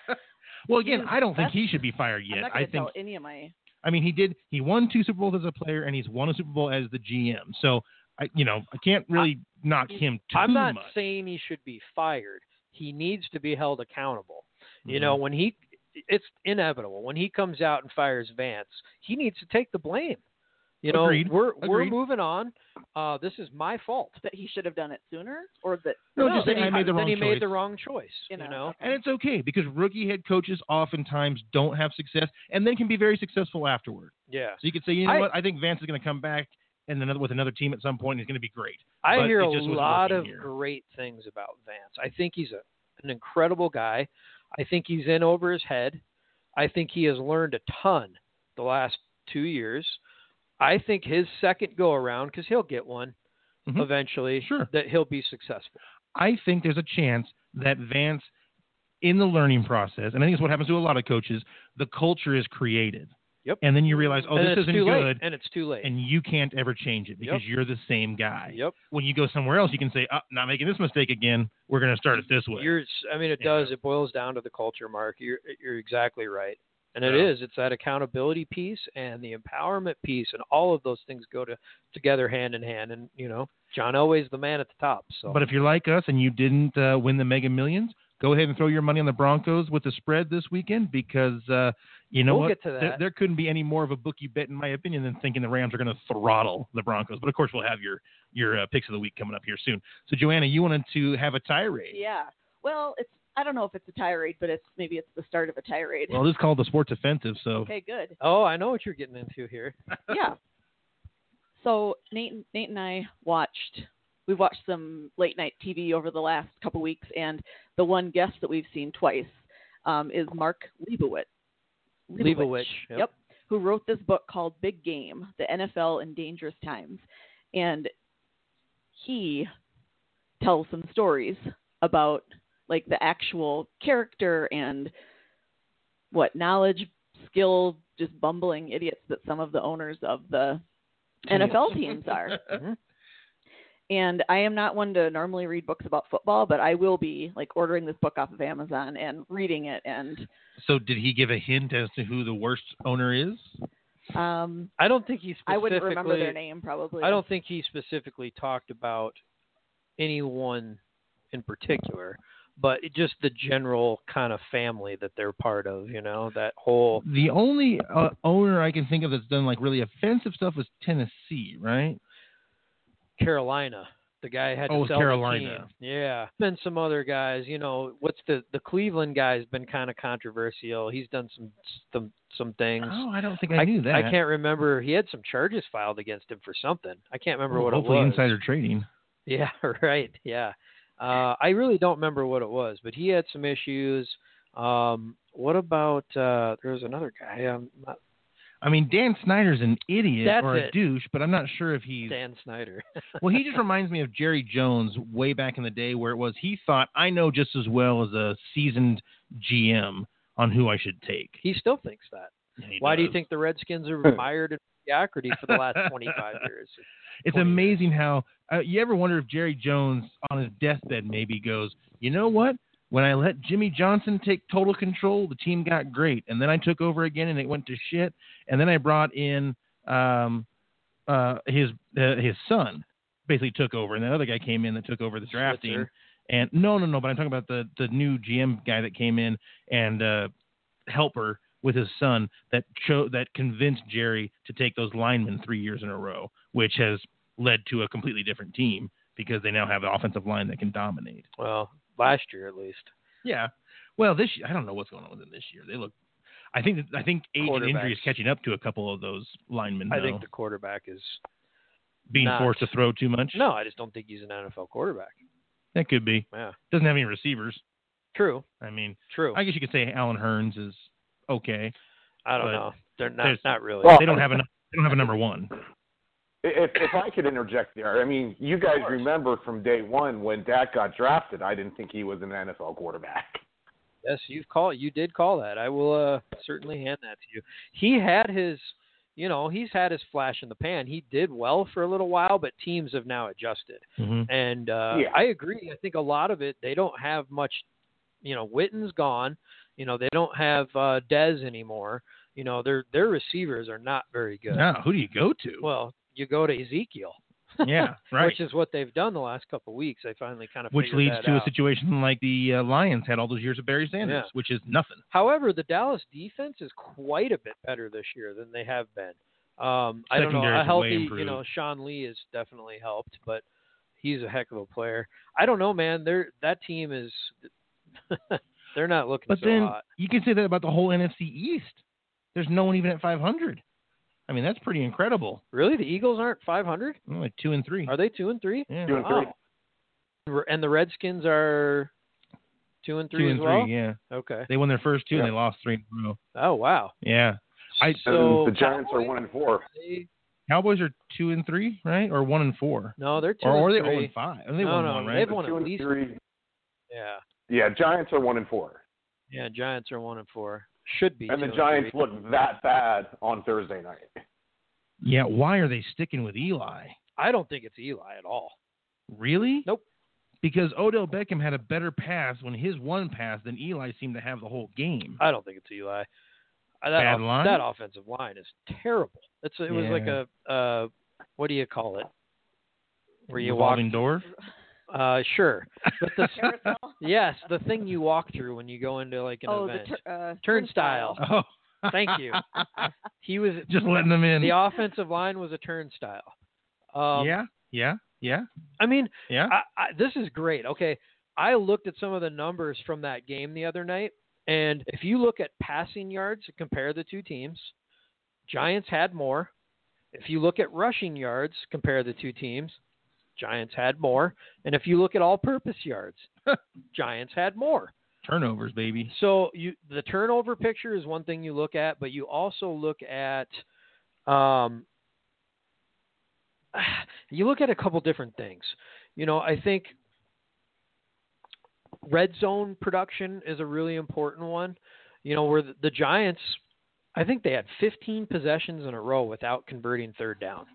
well again,
He's
I don't think
best-
he should be fired
I'm
yet.
not
I think
going to tell any of my.
I mean, he did. He won two Super Bowls as a player, and he's won a Super Bowl as the GM. So, I, you know, I can't really knock him too
I'm not
much. Mm-hmm.
saying he should be fired. He needs to be held accountable. You know, when he it's inevitable when he comes out and fires Vance. He needs to take the blame. You know,
Agreed.
we're we're
Agreed.
moving on. Uh, this is my fault.
that he should have done it sooner, or that
No, just
then
that I made the
then
wrong
he made
choice.
the wrong choice. You
You
know,
know.
And it's okay because rookie head coaches oftentimes don't have success and then can be very successful afterward.
yeah.
So you could say, you know
I-
what, I think Vance is going to come back and another with another team at some point. And he's going to be great.
I
But
hear
it
a
just wasn't
lot
working
of
here.
great things about Vance. I think he's a, an incredible guy. I think he's in over his head. I think he has learned a ton the last two years. I think his second go around, because he'll get one
Mhm.
eventually,
Sure.
that he'll be successful.
I think there's a chance that Vance, in the learning process, and I think it's what happens to a lot of coaches, the culture is created.
Yep.
And then you realize, oh,
and
this
it's
isn't
too late.
good,
And it's too late.
and you can't ever change it because you're the same guy.
yep.
When you go somewhere else, you can say, Ah, not making this mistake again. We're going to start it this way.
You're, I mean, it
Yeah.
does. It boils down to the culture, Mark. You're, you're exactly right. And it
Yeah.
is. It's that accountability piece and the empowerment piece, and all of those things go to together hand in hand. And you know, John Elway's the man at the top. So,
But if you're like us and you didn't uh, win the Mega Millions, go ahead and throw your money on the Broncos with the spread this weekend because uh, you know
We'll
what?
get to
There-
that.
There, couldn't be any more of a bookie bet, in my opinion, than thinking the Rams are going to throttle the Broncos. But of course, we'll have your your uh, picks of the week coming up here soon. So, Joanna, you wanted to have a tirade.
yeah. Well, it's I don't know if it's a tirade, but it's maybe it's the start of a tirade.
Well, this is called the sports offensive. So,
okay, good.
oh, I know what you're getting into here.
yeah. So Nate, Nate and I watched. We've watched some late night TV over the last couple weeks, and the one guest that we've seen twice um, is Mark Leibowitz.
Leibowitz, yep.
yep. Who wrote this book called Big Game: The NFL in Dangerous Times, and he tells some stories about like the actual character and what knowledge, skill, just bumbling idiots that some of the owners of the NFL teams are.
Mhm.
And I am not one to normally read books about football, but I will be like ordering this book off of Amazon and reading it. And
so did he give a hint as to who the worst owner is?
um,
I don't think he specifically.
I wouldn't remember their name probably.
I don't think he specifically talked about anyone in particular, but it- just the general kind of family that they're part of. You know, that whole.
The only uh, owner I can think of that's done like really offensive stuff was Tennessee, right?
Carolina. The guy had
Oh,
to sell
Carolina.
the team. Yeah, been some other guys. You know, what's the the Cleveland guy's been kind of controversial. He's done some some some things.
Oh, I don't think I, knew that.
I can't remember. He had some charges filed against him for something. I can't remember
Well,
what
Oh, hopefully
it was.
insider trading.
Yeah, right. Yeah. Uh, I really don't remember what it was, but he had some issues. Um, what about uh, there was another guy, um, not
I mean, Dan Snyder's an idiot
That's
or a
it.
douche, but I'm not sure if he's.
Dan Snyder.
Well, he just reminds me of Jerry Jones way back in the day, where it was he thought I know just as well as a seasoned GM on who I should take.
he still thinks that.
And he
Why do you
does.
think the Redskins are mired in mediocrity for the last 25 years?
It's
20 years?
amazing how uh, you ever wonder if Jerry Jones on his deathbed maybe goes, you know what? When I let Jimmy Johnson take total control, the team got great, and then I took over again and it went to shit, and then I brought in um, uh, his uh, his son, basically took over, and that other guy came in that took over the drafting,
Switzer.
and no, no, no, but I'm talking about the the new GM guy that came in and uh, helper with his son that cho- that convinced Jerry to take those linemen three years in a row, which has led to a completely different team because they now have an offensive line that can dominate.
Well, last year at least.
Yeah. Well, this I don't know what's going on with them this year. They look. I think I think age and injury is
Quarterbacks.
catching up to a couple of those linemen now,
I think the quarterback is.
being
not-
forced to throw too much.
No, I just don't think he's an NFL quarterback.
that could be.
Yeah.
Doesn't have any receivers.
True.
I mean,
True.
I
I,
guess you could say Alan Hearns is okay.
don't
but
know. They're not
there's-
not really.
Well,
They don't have a they don't have a number one.
If, if I could interject there, I mean, you guys remember from day one when Dak got drafted, I didn't think he was an NFL quarterback.
Yes, you've called. You did call that. I will uh, certainly hand that to you. He had his, you know, he's had his flash in the pan. He did well for a little while, but teams have now adjusted.
Mm-hmm.
And uh,
Yeah.
I agree. I think a lot of it they don't have much. You know, Witten's gone. You know, they don't have uh, Dez anymore. You know, their their receivers are not very good.
Now, who do you go to?
Well, you go to Ezekiel.
Yeah, right.
Which is what they've done the last couple of weeks. They finally kind of
Which
figured
leads
that
to
out.
a situation like the uh, Lions had all those years of Barry Sanders,
Yeah.
which is nothing.
However, the Dallas defense is quite a bit better this year than they have been. Um, I don't know.
Secondary's
A
way
healthy, you
improved.
know, Sean Lee has definitely helped, but he's a heck of a player. I don't know, man. They're that team is. they're not looking
But
so
then
hot.
you can say that about the whole NFC East. There's no one even at 500. I mean, that's pretty incredible.
Really, the Eagles aren't 500.
Well, Like two and three.
Are they two and three?
yeah.
Two and three.
Wow. And the Redskins are two and three
Two
as
and three.
well.
Yeah,
Okay.
they won their first two and
Yeah.
they lost three in a row.
Oh wow.
Yeah, I-
so
and the Giants
Cowboys,
are one and four.
they-
Cowboys are two and three, right? Or one and four,
No, they're two
or,
and
or they
three.
oh and five. They
No,
won
no,
one,
they've
right?
won
Two
at
and
least.
three.
Yeah.
Yeah, Giants are one and four,
Yeah, Giants are one and four. Should be.
and the
two
Giants
three.
look that bad on Thursday night.
Yeah. Why are they sticking with Eli?
I don't think it's Eli at all.
Really?
Nope.
Because Odell Beckham had a better pass when his one pass than Eli seemed to have the whole game.
I don't think it's Eli. Uh, That
Bad
off-
line?
that offensive line is terrible. It's it was like
Yeah.
a uh, what do you call it? Where you walk?
Revolving door.
Uh, sure. But the
Carousel?
yes, the thing you walk through when you go into like an
oh, the
event.
tur- uh,
Turnstile.
Oh.
Thank you. he was
Just letting them in.
the offensive line was a turnstile. Um,
yeah. Yeah. Yeah.
I mean,
Yeah.
I, I, this is great. Okay, I looked at some of the numbers from that game the other night, and if you look at passing yards, compare the two teams, Giants had more. If you look at rushing yards, compare the two teams, Giants had more. And if you look at all-purpose yards, Giants had more.
Turnovers, baby.
So you, the turnover picture is one thing you look at, but you also look at, um, you look at a couple different things. You know, I think red zone production is a really important one. You know, where the, the Giants, I think they had 15 possessions in a row without converting third down.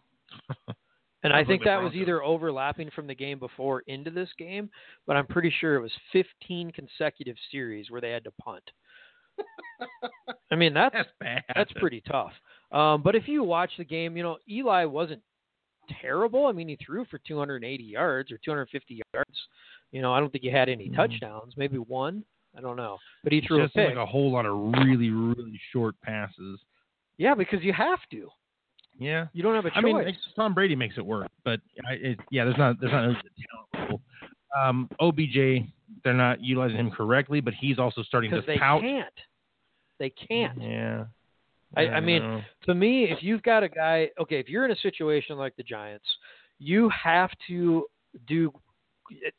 And I
Sounds like
think
the
that was
Broncos.
either overlapping from the game before into this game, but I'm pretty sure it was 15 consecutive series where they had to punt. I mean, that's
That's bad.
that's pretty tough. Um, but if you watch the game, you know Eli wasn't terrible. I mean, he threw for 280 yards or 250 yards. You know, I don't think he had any
Mhm.
touchdowns. Maybe one. I don't know. But he threw
Just
a pick.
like a whole lot of really, really short passes.
yeah, because you have to.
Yeah.
You don't have a choice.
I mean, it's- Tom Brady makes it work, but I, it, yeah, there's not there's not really the talent level. Um, OBJ, they're not utilizing him correctly, but he's also starting to
because they
pout.
can't. They can't.
Yeah.
I- I
don't
mean,
know.
to me, if you've got a guy, okay, if you're in a situation like the Giants, you have to do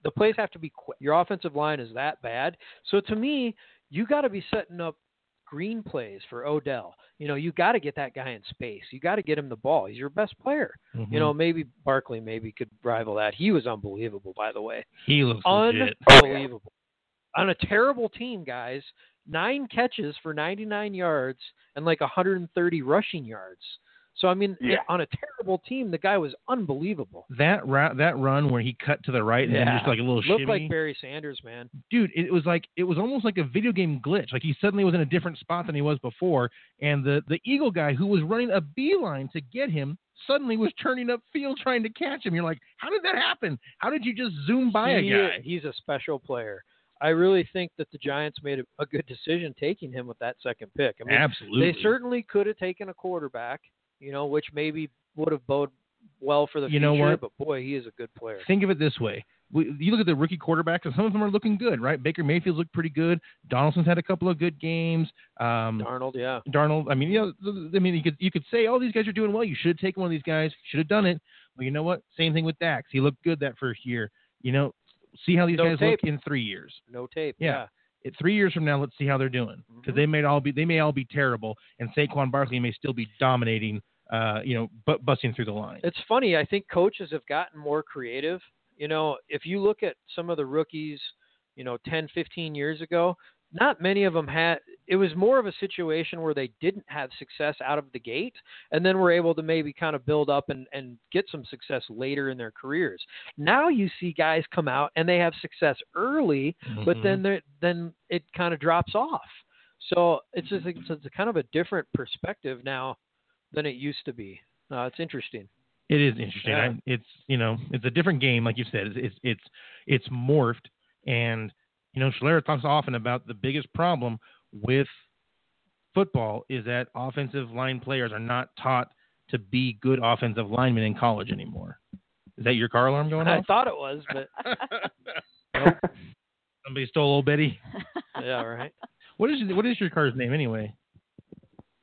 the plays have to be quick. Your offensive line is that bad. So to me, you got to be setting up green plays for Odell. You know, you got to get that guy in space. You got to get him the ball. He's your best player.
Mm-hmm.
You know, maybe Barkley maybe could rival that. He was unbelievable, by the way.
he looks legit.
Unbelievable. On a terrible team, guys. Nine catches for 99 yards and like 130 rushing yards. So I mean,
Yeah.
on a terrible team, the guy was unbelievable.
That ra- that run where he cut to the right and then
Yeah.
just like a little
Looked
shimmy,
like Barry Sanders, man.
dude, it was like it was almost like a video game glitch. Like he suddenly was in a different spot than he was before, and the the eagle guy who was running a beeline to get him suddenly was turning up field trying to catch him. You're like, how did that happen? How did you just zoom by a
He-
guy?
He's a special player. I really think that the Giants made a, a good decision taking him with that second pick. I mean,
Absolutely.
they certainly could have taken a quarterback, you know, which maybe would have bode well for the
You
future.
know what?
But boy, he is a good player.
Think of it this way. We, you look at the rookie quarterbacks, and some of them are looking good, right? Baker Mayfield's looked pretty good. Donaldson's had a couple of good games. Um,
Darnold, yeah.
Darnold. I mean, you know, th- th- I mean, you could you could say, oh, these guys are doing well. You should have taken one of these guys. Should have done it. Well, you know what? Same thing with Dax. He looked good that first year. You know, see how these
No
guys
tape.
look in three years.
No tape.
Yeah.
yeah.
It, three years from now, let's see how they're doing because
Mhm.
they may all be they may all be terrible, and Saquon Barkley may still be dominating. Uh, you know, bu- busting through the line.
It's funny. I think coaches have gotten more creative. You know, if you look at some of the rookies, you know, 10, 15 years ago, not many of them had. It was more of a situation where they didn't have success out of the gate, and then were able to maybe kind of build up and, and get some success later in their careers. Now you see guys come out and they have success early, but
Mhm.
then there, then it kind of drops off. So it's just it's, it's kind of a different perspective now than it used to be. Uh, it's interesting.
It is interesting.
Yeah.
I, it's you know it's a different game, like you said. It's it's it's, it's morphed, and you know Schler talks often about the biggest problem with football is that offensive line players are not taught to be good offensive linemen in college anymore. Is that your car alarm going
I
off?
thought it was, but
Somebody stole old Betty.
yeah, right.
What is what is your car's name anyway?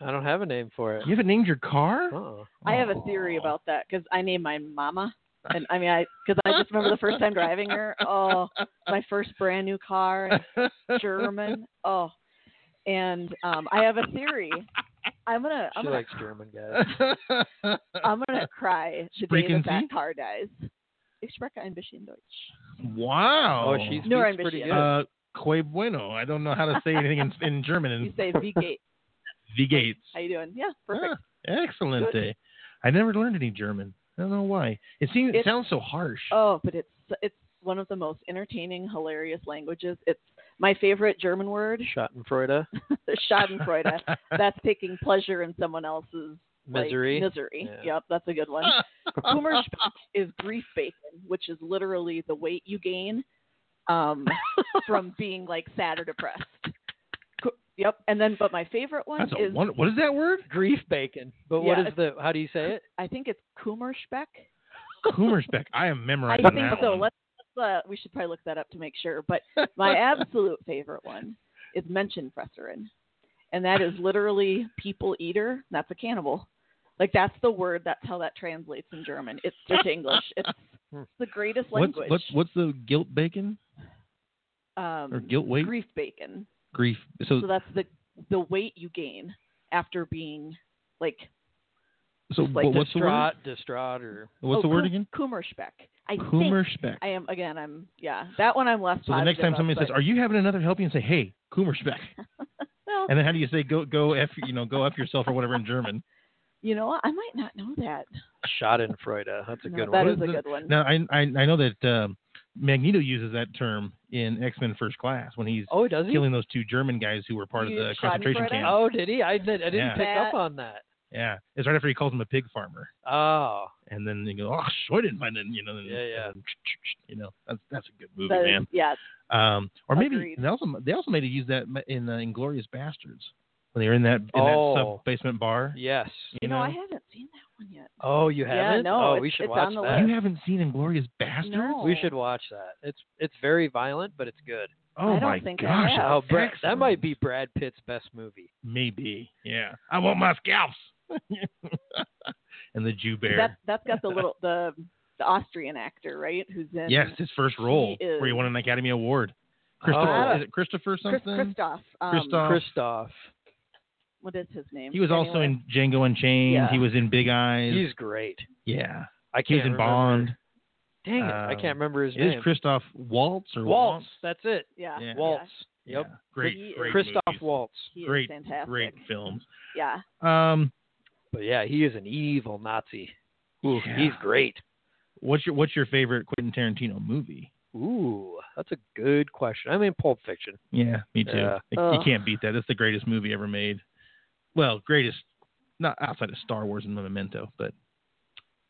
I don't have a name for it.
You haven't named your car?
Oh.
I have a theory about that because I named mine Mama, and I mean, I because I just remember the first time driving her. Oh, my first brand new car, and it's German. Oh, and um, I have a theory. I'm gonna, I'm
She
gonna,
likes German guys.
I'm gonna cry the day
Sprechen
that that
Sie?
car dies. Ich spreche ein bisschen Deutsch.
wow.
Oh, she speaks
No, I'm
pretty
Michigan.
good.
uh, que bueno. I don't know how to say anything in, in German.
You
And
say V Gate.
the gates.
How you doing? Yeah, perfect.
Ah, excellent.
Good.
eh? I never learned any German. I don't know why. It seems it
It's-
sounds so harsh.
Oh, but it's it's one of the most entertaining, hilarious languages. It's my favorite German word,
Uh,
Schadenfreude.
Schadenfreude. That's taking pleasure in someone else's like,
Misery.
misery.
Yeah.
Yep, that's a good one. Kummerspeck is grief bacon, which is literally the weight you gain um, from being like sad or depressed. Ku- Yep, and then but my favorite one
That's a
is
wonder. What is that word?
Grief bacon. But what
Yeah,
is the how do you say it?
I think it's Kummerspeck.
Kummersbeck. I am
I
memorizing
think
that
so.
one.
Let's, let's uh, we should probably look that up to make sure. But my absolute favorite one is Menschenfresserin, and that is literally people eater. That's a cannibal. Like that's the word. That's how that translates in German. It's just English. It's the greatest
what's,
language.
what's what's the guilt bacon
um,
or guilt weight
grief bacon.
grief? So
So that's the the weight you gain after being like
so
just like
what- what's the word?
distraught, distraught, or
What's
oh,
the word again?
Kummerspeck. I think
Kummerspeck.
I am again. I'm yeah. That one I'm less.
So the next
positive
time
of,
somebody says,
but-
"Are you having another helping?" and say, "Hey, Kummerspeck,"
well,
and then how do you say "go go f" you know go f yourself or whatever in German?
you know, what? I might not know that.
Schadenfreude. That's a
No,
good
that
one.
is a good one.
Now I I, I know that um, Magneto uses that term in X Men First Class when he's
Oh, does he?
killing those two German guys who were part of
You
the
use
concentration
Schadenfreude?
camp.
Oh, did he? I, did, I didn't
Yeah.
pick
That-
up on that.
Yeah, it's right after he calls him a pig farmer,
Oh,
and then they go, "Oh, Schweden," you know. And,
Yeah, yeah.
and you know, that's that's a good movie,
That is-
man.
yeah,
Um, or maybe
Agreed.
they also they also made it use that in uh, Inglorious Bastards when they were in that in
Oh.
that sub basement bar.
yes.
You,
you know,
know,
I haven't seen that one yet.
Oh, you
Yeah,
haven't?
no,
oh,
it's-
we should
it's
watch
on the
that.
you haven't seen Inglorious Bastards?
No,
We should watch that. It's it's very violent, but it's good.
Oh
I don't
my
think I
gosh!
have.
Oh,
that's
Brad, that might
excellent.
be Brad Pitt's best movie.
maybe. Yeah, I want my scalps. and the Jew bear.
That that's got the little the the Austrian actor right, who's in
yes, his first role
is-
where he won an Academy Award. Christopher,
Oh.
is it Christopher
Chris,
something?
Christoph. Um,
Christoph.
Christoph.
What is his name?
He was also
Anyway,
in Django Unchained.
Yeah.
He was in Big Eyes.
He's great.
yeah,
I can't
he was in
remember-
Bond.
Dang it! I
Um,
can't remember his
Is
name.
Christoph Waltz or
Waltz. That's it.
Yeah.
Yeah.
Waltz.
Yeah.
Yep.
Great,
He is-
great
Christoph
movies.
Waltz.
He is
Great,
fantastic.
Great films.
Yeah.
Um,
But yeah, he is an evil Nazi. Ooh,
Yeah.
he's great.
what's your what's your favorite Quentin Tarantino movie?
Ooh, that's a good question. I mean, Pulp Fiction.
Yeah, me too.
Yeah. uh.
You- you
Ugh.
can't beat that. It's the greatest movie ever made. Well, greatest not outside of Star Wars and Memento, but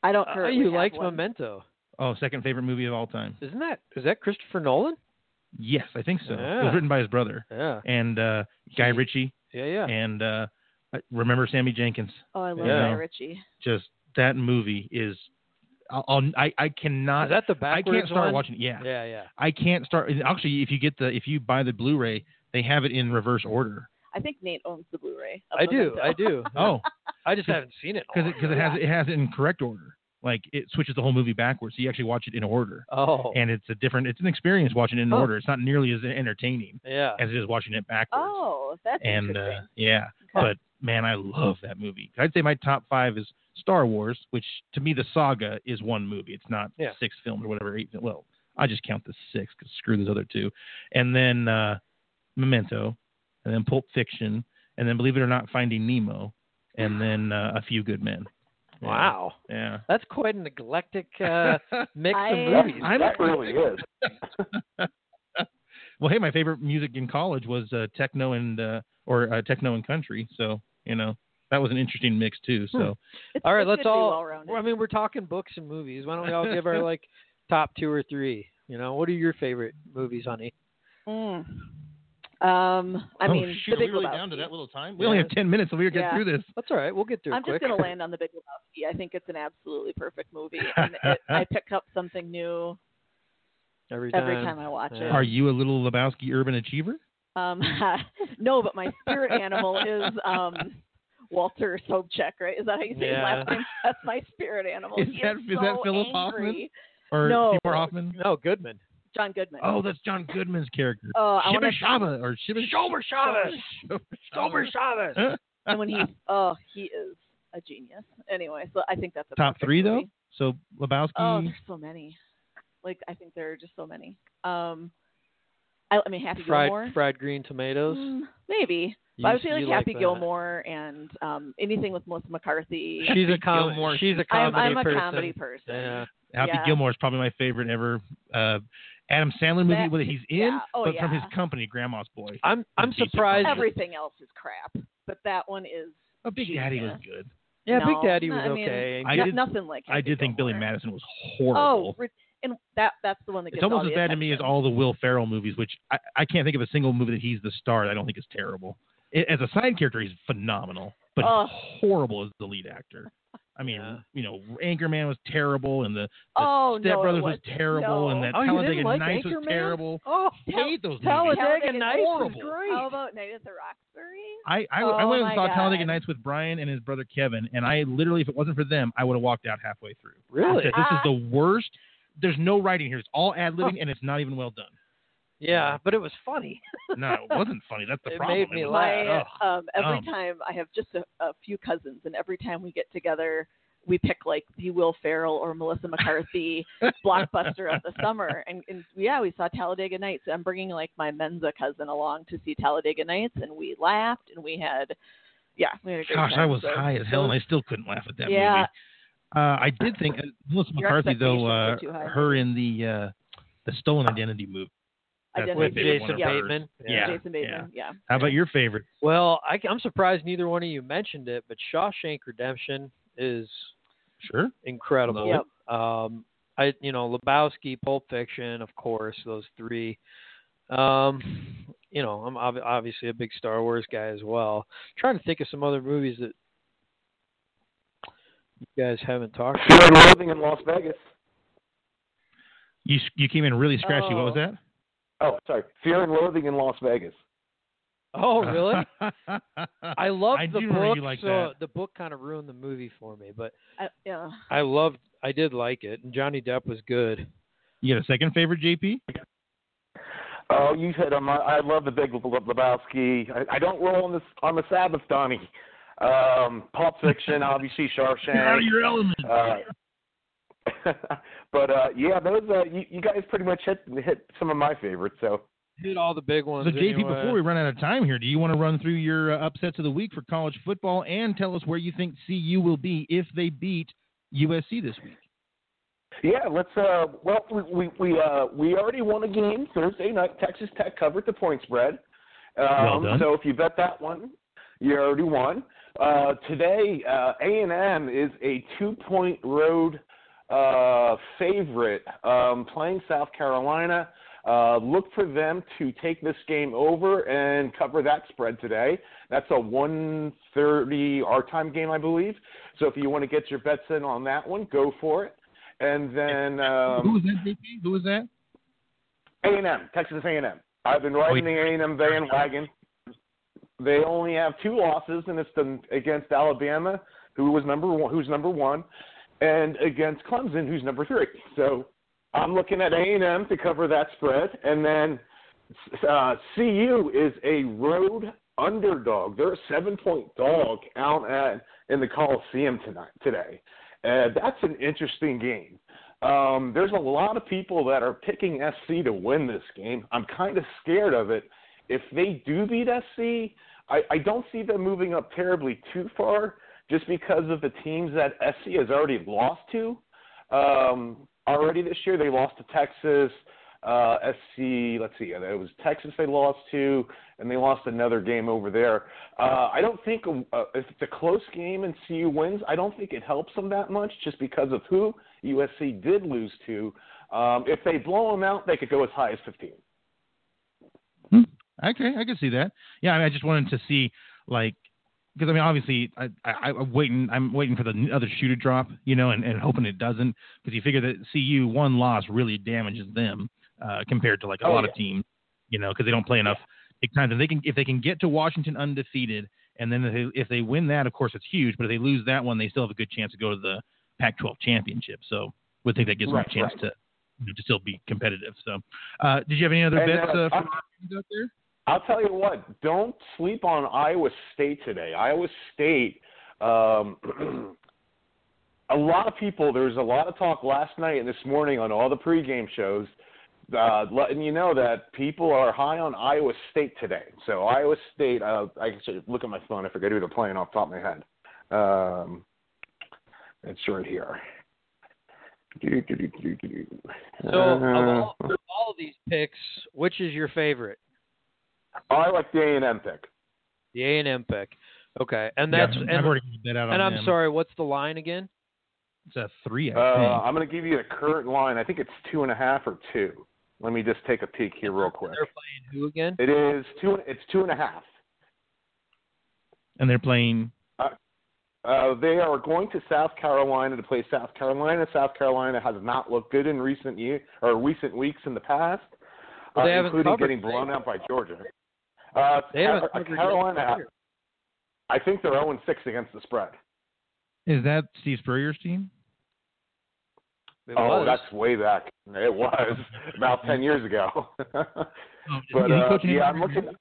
I don't.
Uh,
currently
you
have
liked
one.
Memento,
oh, second favorite movie of all time.
isn't that? Is that Christopher Nolan?
Yes, I think so. It
Yeah.
was written by his brother
Yeah,
and uh, Guy Ritchie
yeah, yeah.
and uh, I- remember Sammy Jenkins.
Oh, I love
Yeah.
Guy Ritchie.
Just that movie is. I'll, I'll, I I cannot.
is that the
I
backwards
can't start
one?
watching. Yeah,
Yeah, yeah.
I can't start. and Actually, if you get the if you buy the Blu-ray, they have it in reverse order.
I think Nate owns the Blu-ray. of
I do,
Memento.
I do.
Oh,
I just haven't seen it. in a
because because it, has it has it in correct order. Like it switches the whole movie backwards. So you actually watch it in order,
while. oh,
and it's a different. It's an experience watching it in
Huh.
order. It's not nearly as entertaining
yeah.
as it is watching it backwards.
Oh, that's
and uh,
interesting.
yeah, but man, I love that movie. I'd say my top five is Star Wars, which to me the saga is one movie. It's not
Yeah.
six films or whatever. Eight. Well, I just count the six because screw those other two, and then uh, Memento, and then Pulp Fiction, and then believe it or not, Finding Nemo, and then uh, A Few Good Men. Yeah,
Wow,
Yeah.
that's quite an eclectic uh, mix
I-
of
That,
movies.
I'm-
that really is.
Well, hey, my favorite music in college was uh, techno and uh, or uh, techno and country. So you know, that was an interesting mix too.
Hmm.
So
It's,
All right,
it's
let's
good to be
all.
well-rounded.
well, I mean, we're talking books and movies. Why don't we all give our like top two or three? You know, what are your favorite movies, honey?
Mm. Um, I
oh,
mean,
shoot,
The
are we
Big
really
Lebowski.
down to that little time. We only have ten minutes, so we gotta get
Yeah.
through this.
That's all right. We'll get through it
I'm
quick.
just going to land on The Big Lebowski. I think it's an absolutely perfect movie. And it, I pick up something new
every time.
every time I watch it.
Are you a little Lebowski urban achiever?
Um, no, but my spirit animal is um, Walter Sobchak, right? Is that how you say his
Yeah.
last name? That's my spirit animal.
Is
He
that- is that
so
Philip Hoffman?
angry.
Or
No.
Seymour Hoffman?
No, Goodman.
John Goodman.
Oh, that's John Goodman's character.
Oh, I
Shibba
wanna-
Shaba or Shibba Shober Shaba. Shober Shaba.
and when he, oh, he is a genius. Anyway, so I think that's a
Top
perfect
three
movie.
though. Mm. So Lebowski.
Oh, there's so many. Like I think there are just so many. Um, I, I mean Happy
Fried
Gilmore.
fried green tomatoes.
Mm, maybe.
You-
But I would say
you
like Happy
that.
Gilmore and um, anything with Melissa McCarthy.
She's a com-
Gilmore.
She's a
I'm,
comedy
I'm a
person.
comedy person.
Yeah.
Happy
yeah.
Gilmore is probably my favorite ever uh, Adam Sandler movie
That-
that he's in,
yeah. Oh,
but from his
yeah.
company, Grandma's Boy.
I'm I'm
Decent
surprised.
comedy.
Everything else is crap, but that one is.
Oh, Big Daddy was
genius.
good.
yeah,
no.
Big Daddy was
I mean,
okay.
I
no-
did-
nothing like.
I
Happy
did think Billy
Gilmore.
Madison was horrible.
Oh, re- and that that's the one that gets
it's almost
all
as
the
bad to me as
attention.
all the Will Ferrell movies, which I, I can't think of a single movie that he's the star that I don't think is terrible. I- as a side character, he's phenomenal, but he's
Oh.
horrible as the lead actor. I mean,
Yeah.
you know, Anchorman was terrible, and the, the
Oh
Step
no,
Brothers
it
was
was
terrible, and
No.
that
Oh, you
Talladega
didn't like
Nights was
Anchorman?
terrible.
oh,
I hate those movies.
Talladega
Talladega
Nights was
Horrible.
great.
How about Night at the Roxbury?
I I, I
Oh,
went and
my
saw
God.
Talladega Nights with Brian and his brother Kevin, and I literally, if it wasn't for them, I would have walked out halfway through. I
Really?
said,
Ah.
this is the worst. There's no writing here. It's all ad libbing, and it's not even well done.
Yeah, but it was funny.
No, it wasn't funny. That's the
It
problem.
made me
was-
laugh.
my
Ugh.
um, every
dumb.
time I have just a, a few cousins, and every time we get together, we pick like the Will Ferrell or Melissa McCarthy blockbuster of the summer. And, and yeah, we saw Talladega Nights. I'm bringing like my Menza cousin along to see Talladega Nights, and we laughed and we had, yeah, we had a great
Gosh,
time.
I was
So-
high as hell, and I still couldn't laugh at that
Yeah.
movie. Uh, I did think uh, Melissa
Your
McCarthy though, uh,
expectations were too high.
her in the uh, the Stolen Identity movie.
I did
That's
with
my favorite
Jason
one of hers.
Bateman.
Yeah,
Jason Bateman. Yeah.
How about your favorite?
Well, I, am surprised neither one of you mentioned it, but Shawshank Redemption is
Sure.
incredible.
Love
Um, I you know Lebowski, Pulp Fiction, of course, those three. Um, you know, I'm ob- obviously a big Star Wars guy as well. trying to think of some other movies that you guys haven't talked about.
Fear and Loathing in Las Vegas.
You you came in really scratchy. What was
Oh.
that?
Oh, sorry. Fear and Loathing in Las Vegas.
Oh, really? I loved
I
the
do remember
book.
you like
so
that.
the book kind of ruined the movie for me, but
I, yeah.
I loved. I did like it, and Johnny Depp was good.
You got a second favorite, JP?
Oh, you said um, I- I love the Big Le- Le- Lebowski. I, I don't roll on this on the Sabbath, Donnie. Um, Pulp Fiction, obviously Shawshank.
element.
Uh, but uh, yeah, those uh, you, you guys pretty much hit hit some of my favorites. So
Did all the big ones.
So, JP,
anyway.
before we run out of time here, do you want to run through your uh, upsets of the week for college football and tell us where you think CU will be if they beat USC this week?
yeah, let's. Uh, well, we we we, uh, we already won a game Thursday night. Texas Tech covered the point spread. Um,
Well done.
So if you bet that one, you already won. Uh, today, A and M is a two point road uh, favorite um, playing South Carolina. Uh, look for them to take this game over and cover that spread today. That's a 1:30 our time game, I believe. So if you want to get your bets in on that one, go for it. And then
Who
um,
was that, JP? Who was that?
A&M, Texas A&M. I've been riding the A&M bandwagon. They only have two losses, and it's the, against Alabama, who was number one, who's number one, and against Clemson, who's number three. So I'm looking at A&M to cover that spread, and then uh, CU is a road underdog. They're a seven-point dog out at in the Coliseum tonight today. Uh, that's an interesting game. Um, there's a lot of people that are picking SC to win this game. I'm kind of scared of it. If they do beat SC, I, I don't see them moving up terribly too far just because of the teams that SC has already lost to um, already this year. They lost to Texas. uh, SC. Let's see, it was Texas they lost to, and they lost another game over there. Uh, I don't think uh, if it's a close game and CU wins, I don't think it helps them that much just because of who USC did lose to. Um, if they blow them out, they could go as high as 15.
Okay, I can see that. Yeah, I, mean, I just wanted to see like because I mean obviously I, I I'm waiting I'm waiting for the other shoe to drop, you know, and, and hoping it doesn't because you figure that CU one loss really damages them uh, compared to like a
Oh,
lot
yeah.
of teams, you know, because they don't play enough big times. If they can if they can get to Washington undefeated, and then if they, if they win that, of course it's huge. But if they lose that one, they still have a good chance to go to the Pac-12 championship. So would think that gives
Right,
them a chance
right.
to you know, to still be competitive. So uh, did you have any other
And,
bets
uh,
uh,
I'm-
for teams out there?
I'll tell you what, don't sleep on Iowa State today. Iowa State, um, a lot of people, there was a lot of talk last night and this morning on all the pregame shows, uh, letting you know that people are high on Iowa State today. So Iowa State, uh, I should look at my phone. I forget who they're playing off the top of my head. Um, it's right here. Do, do, do, do, do, do.
So of,
Uh,
all, of all of these picks, which is your favorite?
Oh, I like the A&M pick.
The A and M pick. Okay, and
Yeah,
that's
I've
and,
already given that out on
and I'm
them.
sorry. What's the line again?
It's a three, I
Uh,
think.
I'm going to give you the current line. I think it's two and a half or two. Let me just take a peek here real quick.
They're playing who again?
It is two. It's two and a half.
and they're playing.
Uh, they are going to South Carolina to play South Carolina. South Carolina has not looked good in recent year or recent weeks in the past,
Well, they
uh,
haven't
including
covered
getting
today.
blown out by Georgia. Uh,
They
Car-
haven't covered yet.
Carolina, I think they're 0 6 against the spread.
Is that Steve Spurrier's team?
It
oh,
was.
that's way back. It was about 10 years ago.
Oh,
But
is he
uh,
coaching
yeah, I'm
anybody right
looking.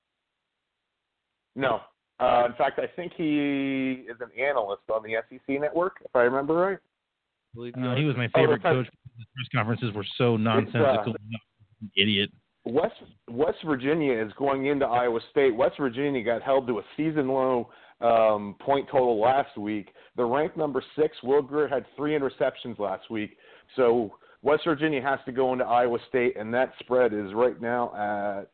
No, uh, in fact, I think he is an analyst on the SEC network, if I remember right.
I believe
now?
you
Uh, he was my
Oh, uh,
favorite
that's-
coach. The press conferences were so nonsensical. Idiot.
West West Virginia is going into Iowa State. West Virginia got held to a season low um, point total last week. They're ranked number six. Will Greer had three interceptions last week. So West Virginia has to go into Iowa State, and that spread is right now at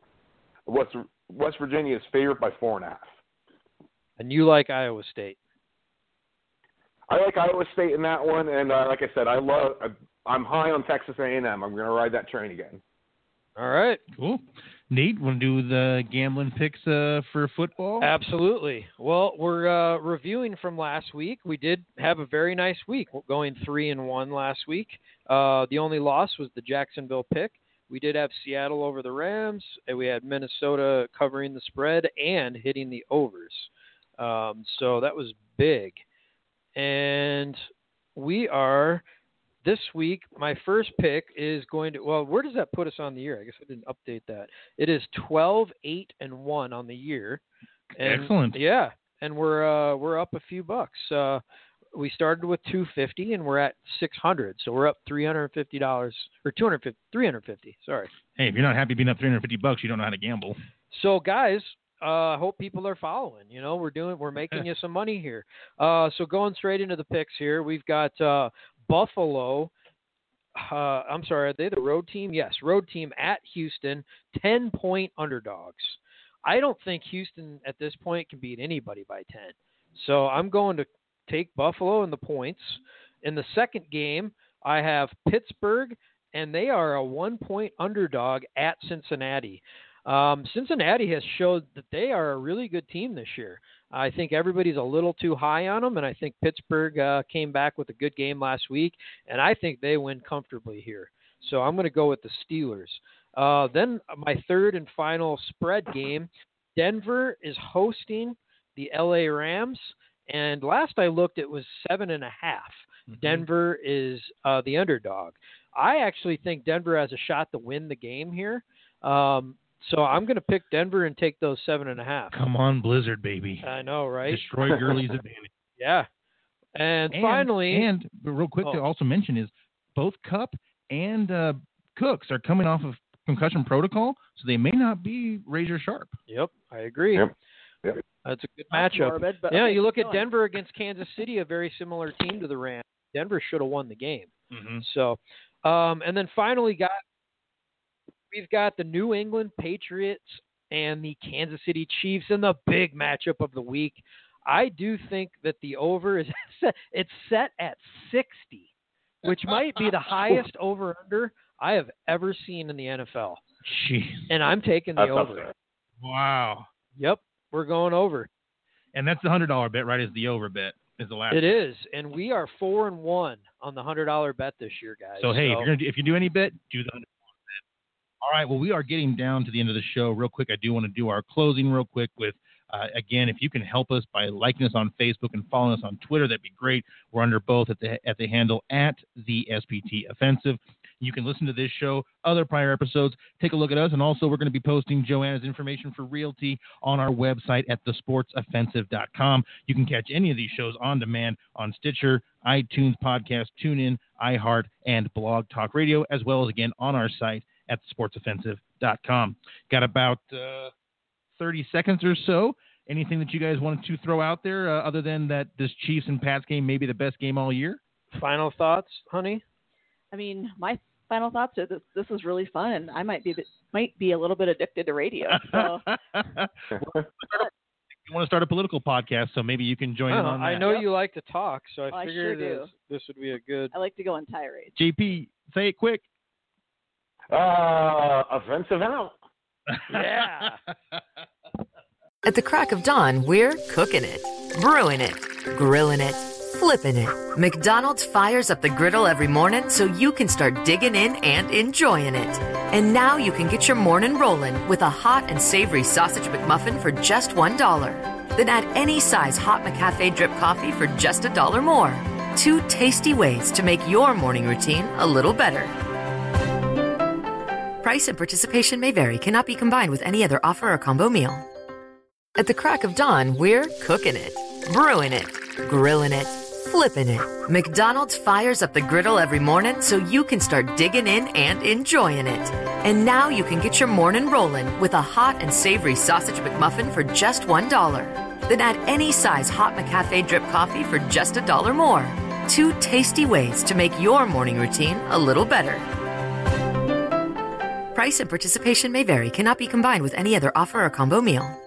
West West Virginia is favored by four and a half.
and you like Iowa State.
I like Iowa State in that one, and uh, like I said, I love. I'm high on Texas A&M. I'm going to ride that train again.
All right.
Cool. Nate, want to do the gambling picks uh, for football?
Absolutely. Well, we're uh, reviewing from last week. We did have a very nice week, going three and one last week. Uh, the only loss was the Jacksonville pick. We did have Seattle over the Rams, and we had Minnesota covering the spread and hitting the overs. Um, so that was big. And we are this week. My first pick is going to. Well, where does that put us on the year? I guess I didn't update that. It is 12, 8, and 1 on the year. And-
Excellent.
Yeah, and we're uh, we're up a few bucks. Uh, we started with 250 and we're at 600, so we're up 350 dollars or 250, 350. Sorry.
Hey, if you're not happy being up 350 bucks, you don't know how to gamble.
So guys, uh, hope people are following. You know, we're doing we're making you some money here. Uh, so going straight into the picks here, we've got uh, Buffalo. Uh, I'm sorry, are they the road team? Yes, road team at Houston, ten point underdogs. I don't think Houston at this point can beat anybody by ten. So I'm going to take Buffalo and the points. In the second game, I have Pittsburgh, and they are a one point underdog at Cincinnati. Um, Cincinnati has showed that they are a really good team this year. I think everybody's a little too high on them, and I think Pittsburgh uh, came back with a good game last week, and I think they win comfortably here. So I'm going to go with the Steelers. Uh, then my third and final spread game Denver is hosting the LA Rams, and last I looked, it was seven and a half.
Mm-hmm.
Denver is uh, the underdog. I actually think Denver has a shot to win the game here. Um, so I'm going to pick Denver and take those seven and a half.
Come on, Blizzard, baby.
I know, Uh, right?
Destroy Gurley's advantage.
Yeah. And, finally,
and but real quick to
Oh.
also mention is both Cup and uh, Cooks are coming off of concussion protocol, so they may not be razor sharp.
yep, I agree.
Yep. Yep.
That's a good
That's
matchup.
morbid, but
yeah,
okay,
you look
keep
at
going.
Denver against Kansas City, a very similar team to the Rams. Mm-hmm. Denver should have won the game. So, um, and then finally, got we've got the New England Patriots and the Kansas City Chiefs in the big matchup of the week. I do think that the over is set, it's set at 60, which might be the highest over under I have ever seen in the NFL.
Jeez.
And I'm taking the
That's not
over.
fair.
Wow.
Yep, we're going over.
And that's the hundred dollar bet, right? Is the over bet is the last.
It is, and we are four and one on the hundred dollar bet this year, guys.
So hey, if you're gonna do, if you do any bet, do the hundred dollar bet. All right. Well, we are getting down to the end of the show. Real quick, I do want to do our closing real quick with. Uh, again, if you can help us by liking us on Facebook and following us on Twitter, that'd be great. We're under both at the at the handle at the SPT Offensive. You can listen to this show, other prior episodes, take a look at us, and also we're going to be posting Joanna's information for Realty on our website at thesportsoffensive.com. You can catch any of these shows on demand on Stitcher, iTunes Podcast, TuneIn, iHeart, and Blog Talk Radio, as well as again on our site at sportsoffensive.com. Got about uh, 30 seconds or so. Anything that you guys wanted to throw out there uh, other than that this Chiefs and Pats game may be the best game all year?
final thoughts, honey.
I mean, my final thoughts are this, this is really fun. I might be a bit, might be a little bit addicted to radio. So
you want to start a political podcast, so maybe you can join in
I, don't know.
on that.
Uh-huh. I know you like to talk, so I
Well, I sure
figured
do.
this, this would be a good.
I like to go on tirades.
JP, say it quick.
Uh, offensive out.
Yeah.
At the crack of dawn, we're cooking it, brewing it, grilling it, flipping it. McDonald's fires up the griddle every morning so you can start digging in and enjoying it. And now you can get your morning rolling with a hot and savory sausage McMuffin for just $1. Then add any size hot McCafe drip coffee for just a dollar more. Two tasty ways to make your morning routine a little better. Price and participation may vary, cannot be combined with any other offer or combo meal. At the crack of dawn, we're cooking it, brewing it, grilling it, flipping it. McDonald's fires up the griddle every morning so you can start digging in and enjoying it. And now you can get your morning rolling with a hot and savory sausage McMuffin for just $1. Then add any size hot McCafe drip coffee for just a dollar more. Two tasty ways to make your morning routine a little better. Price and participation may vary, cannot be combined with any other offer or combo meal.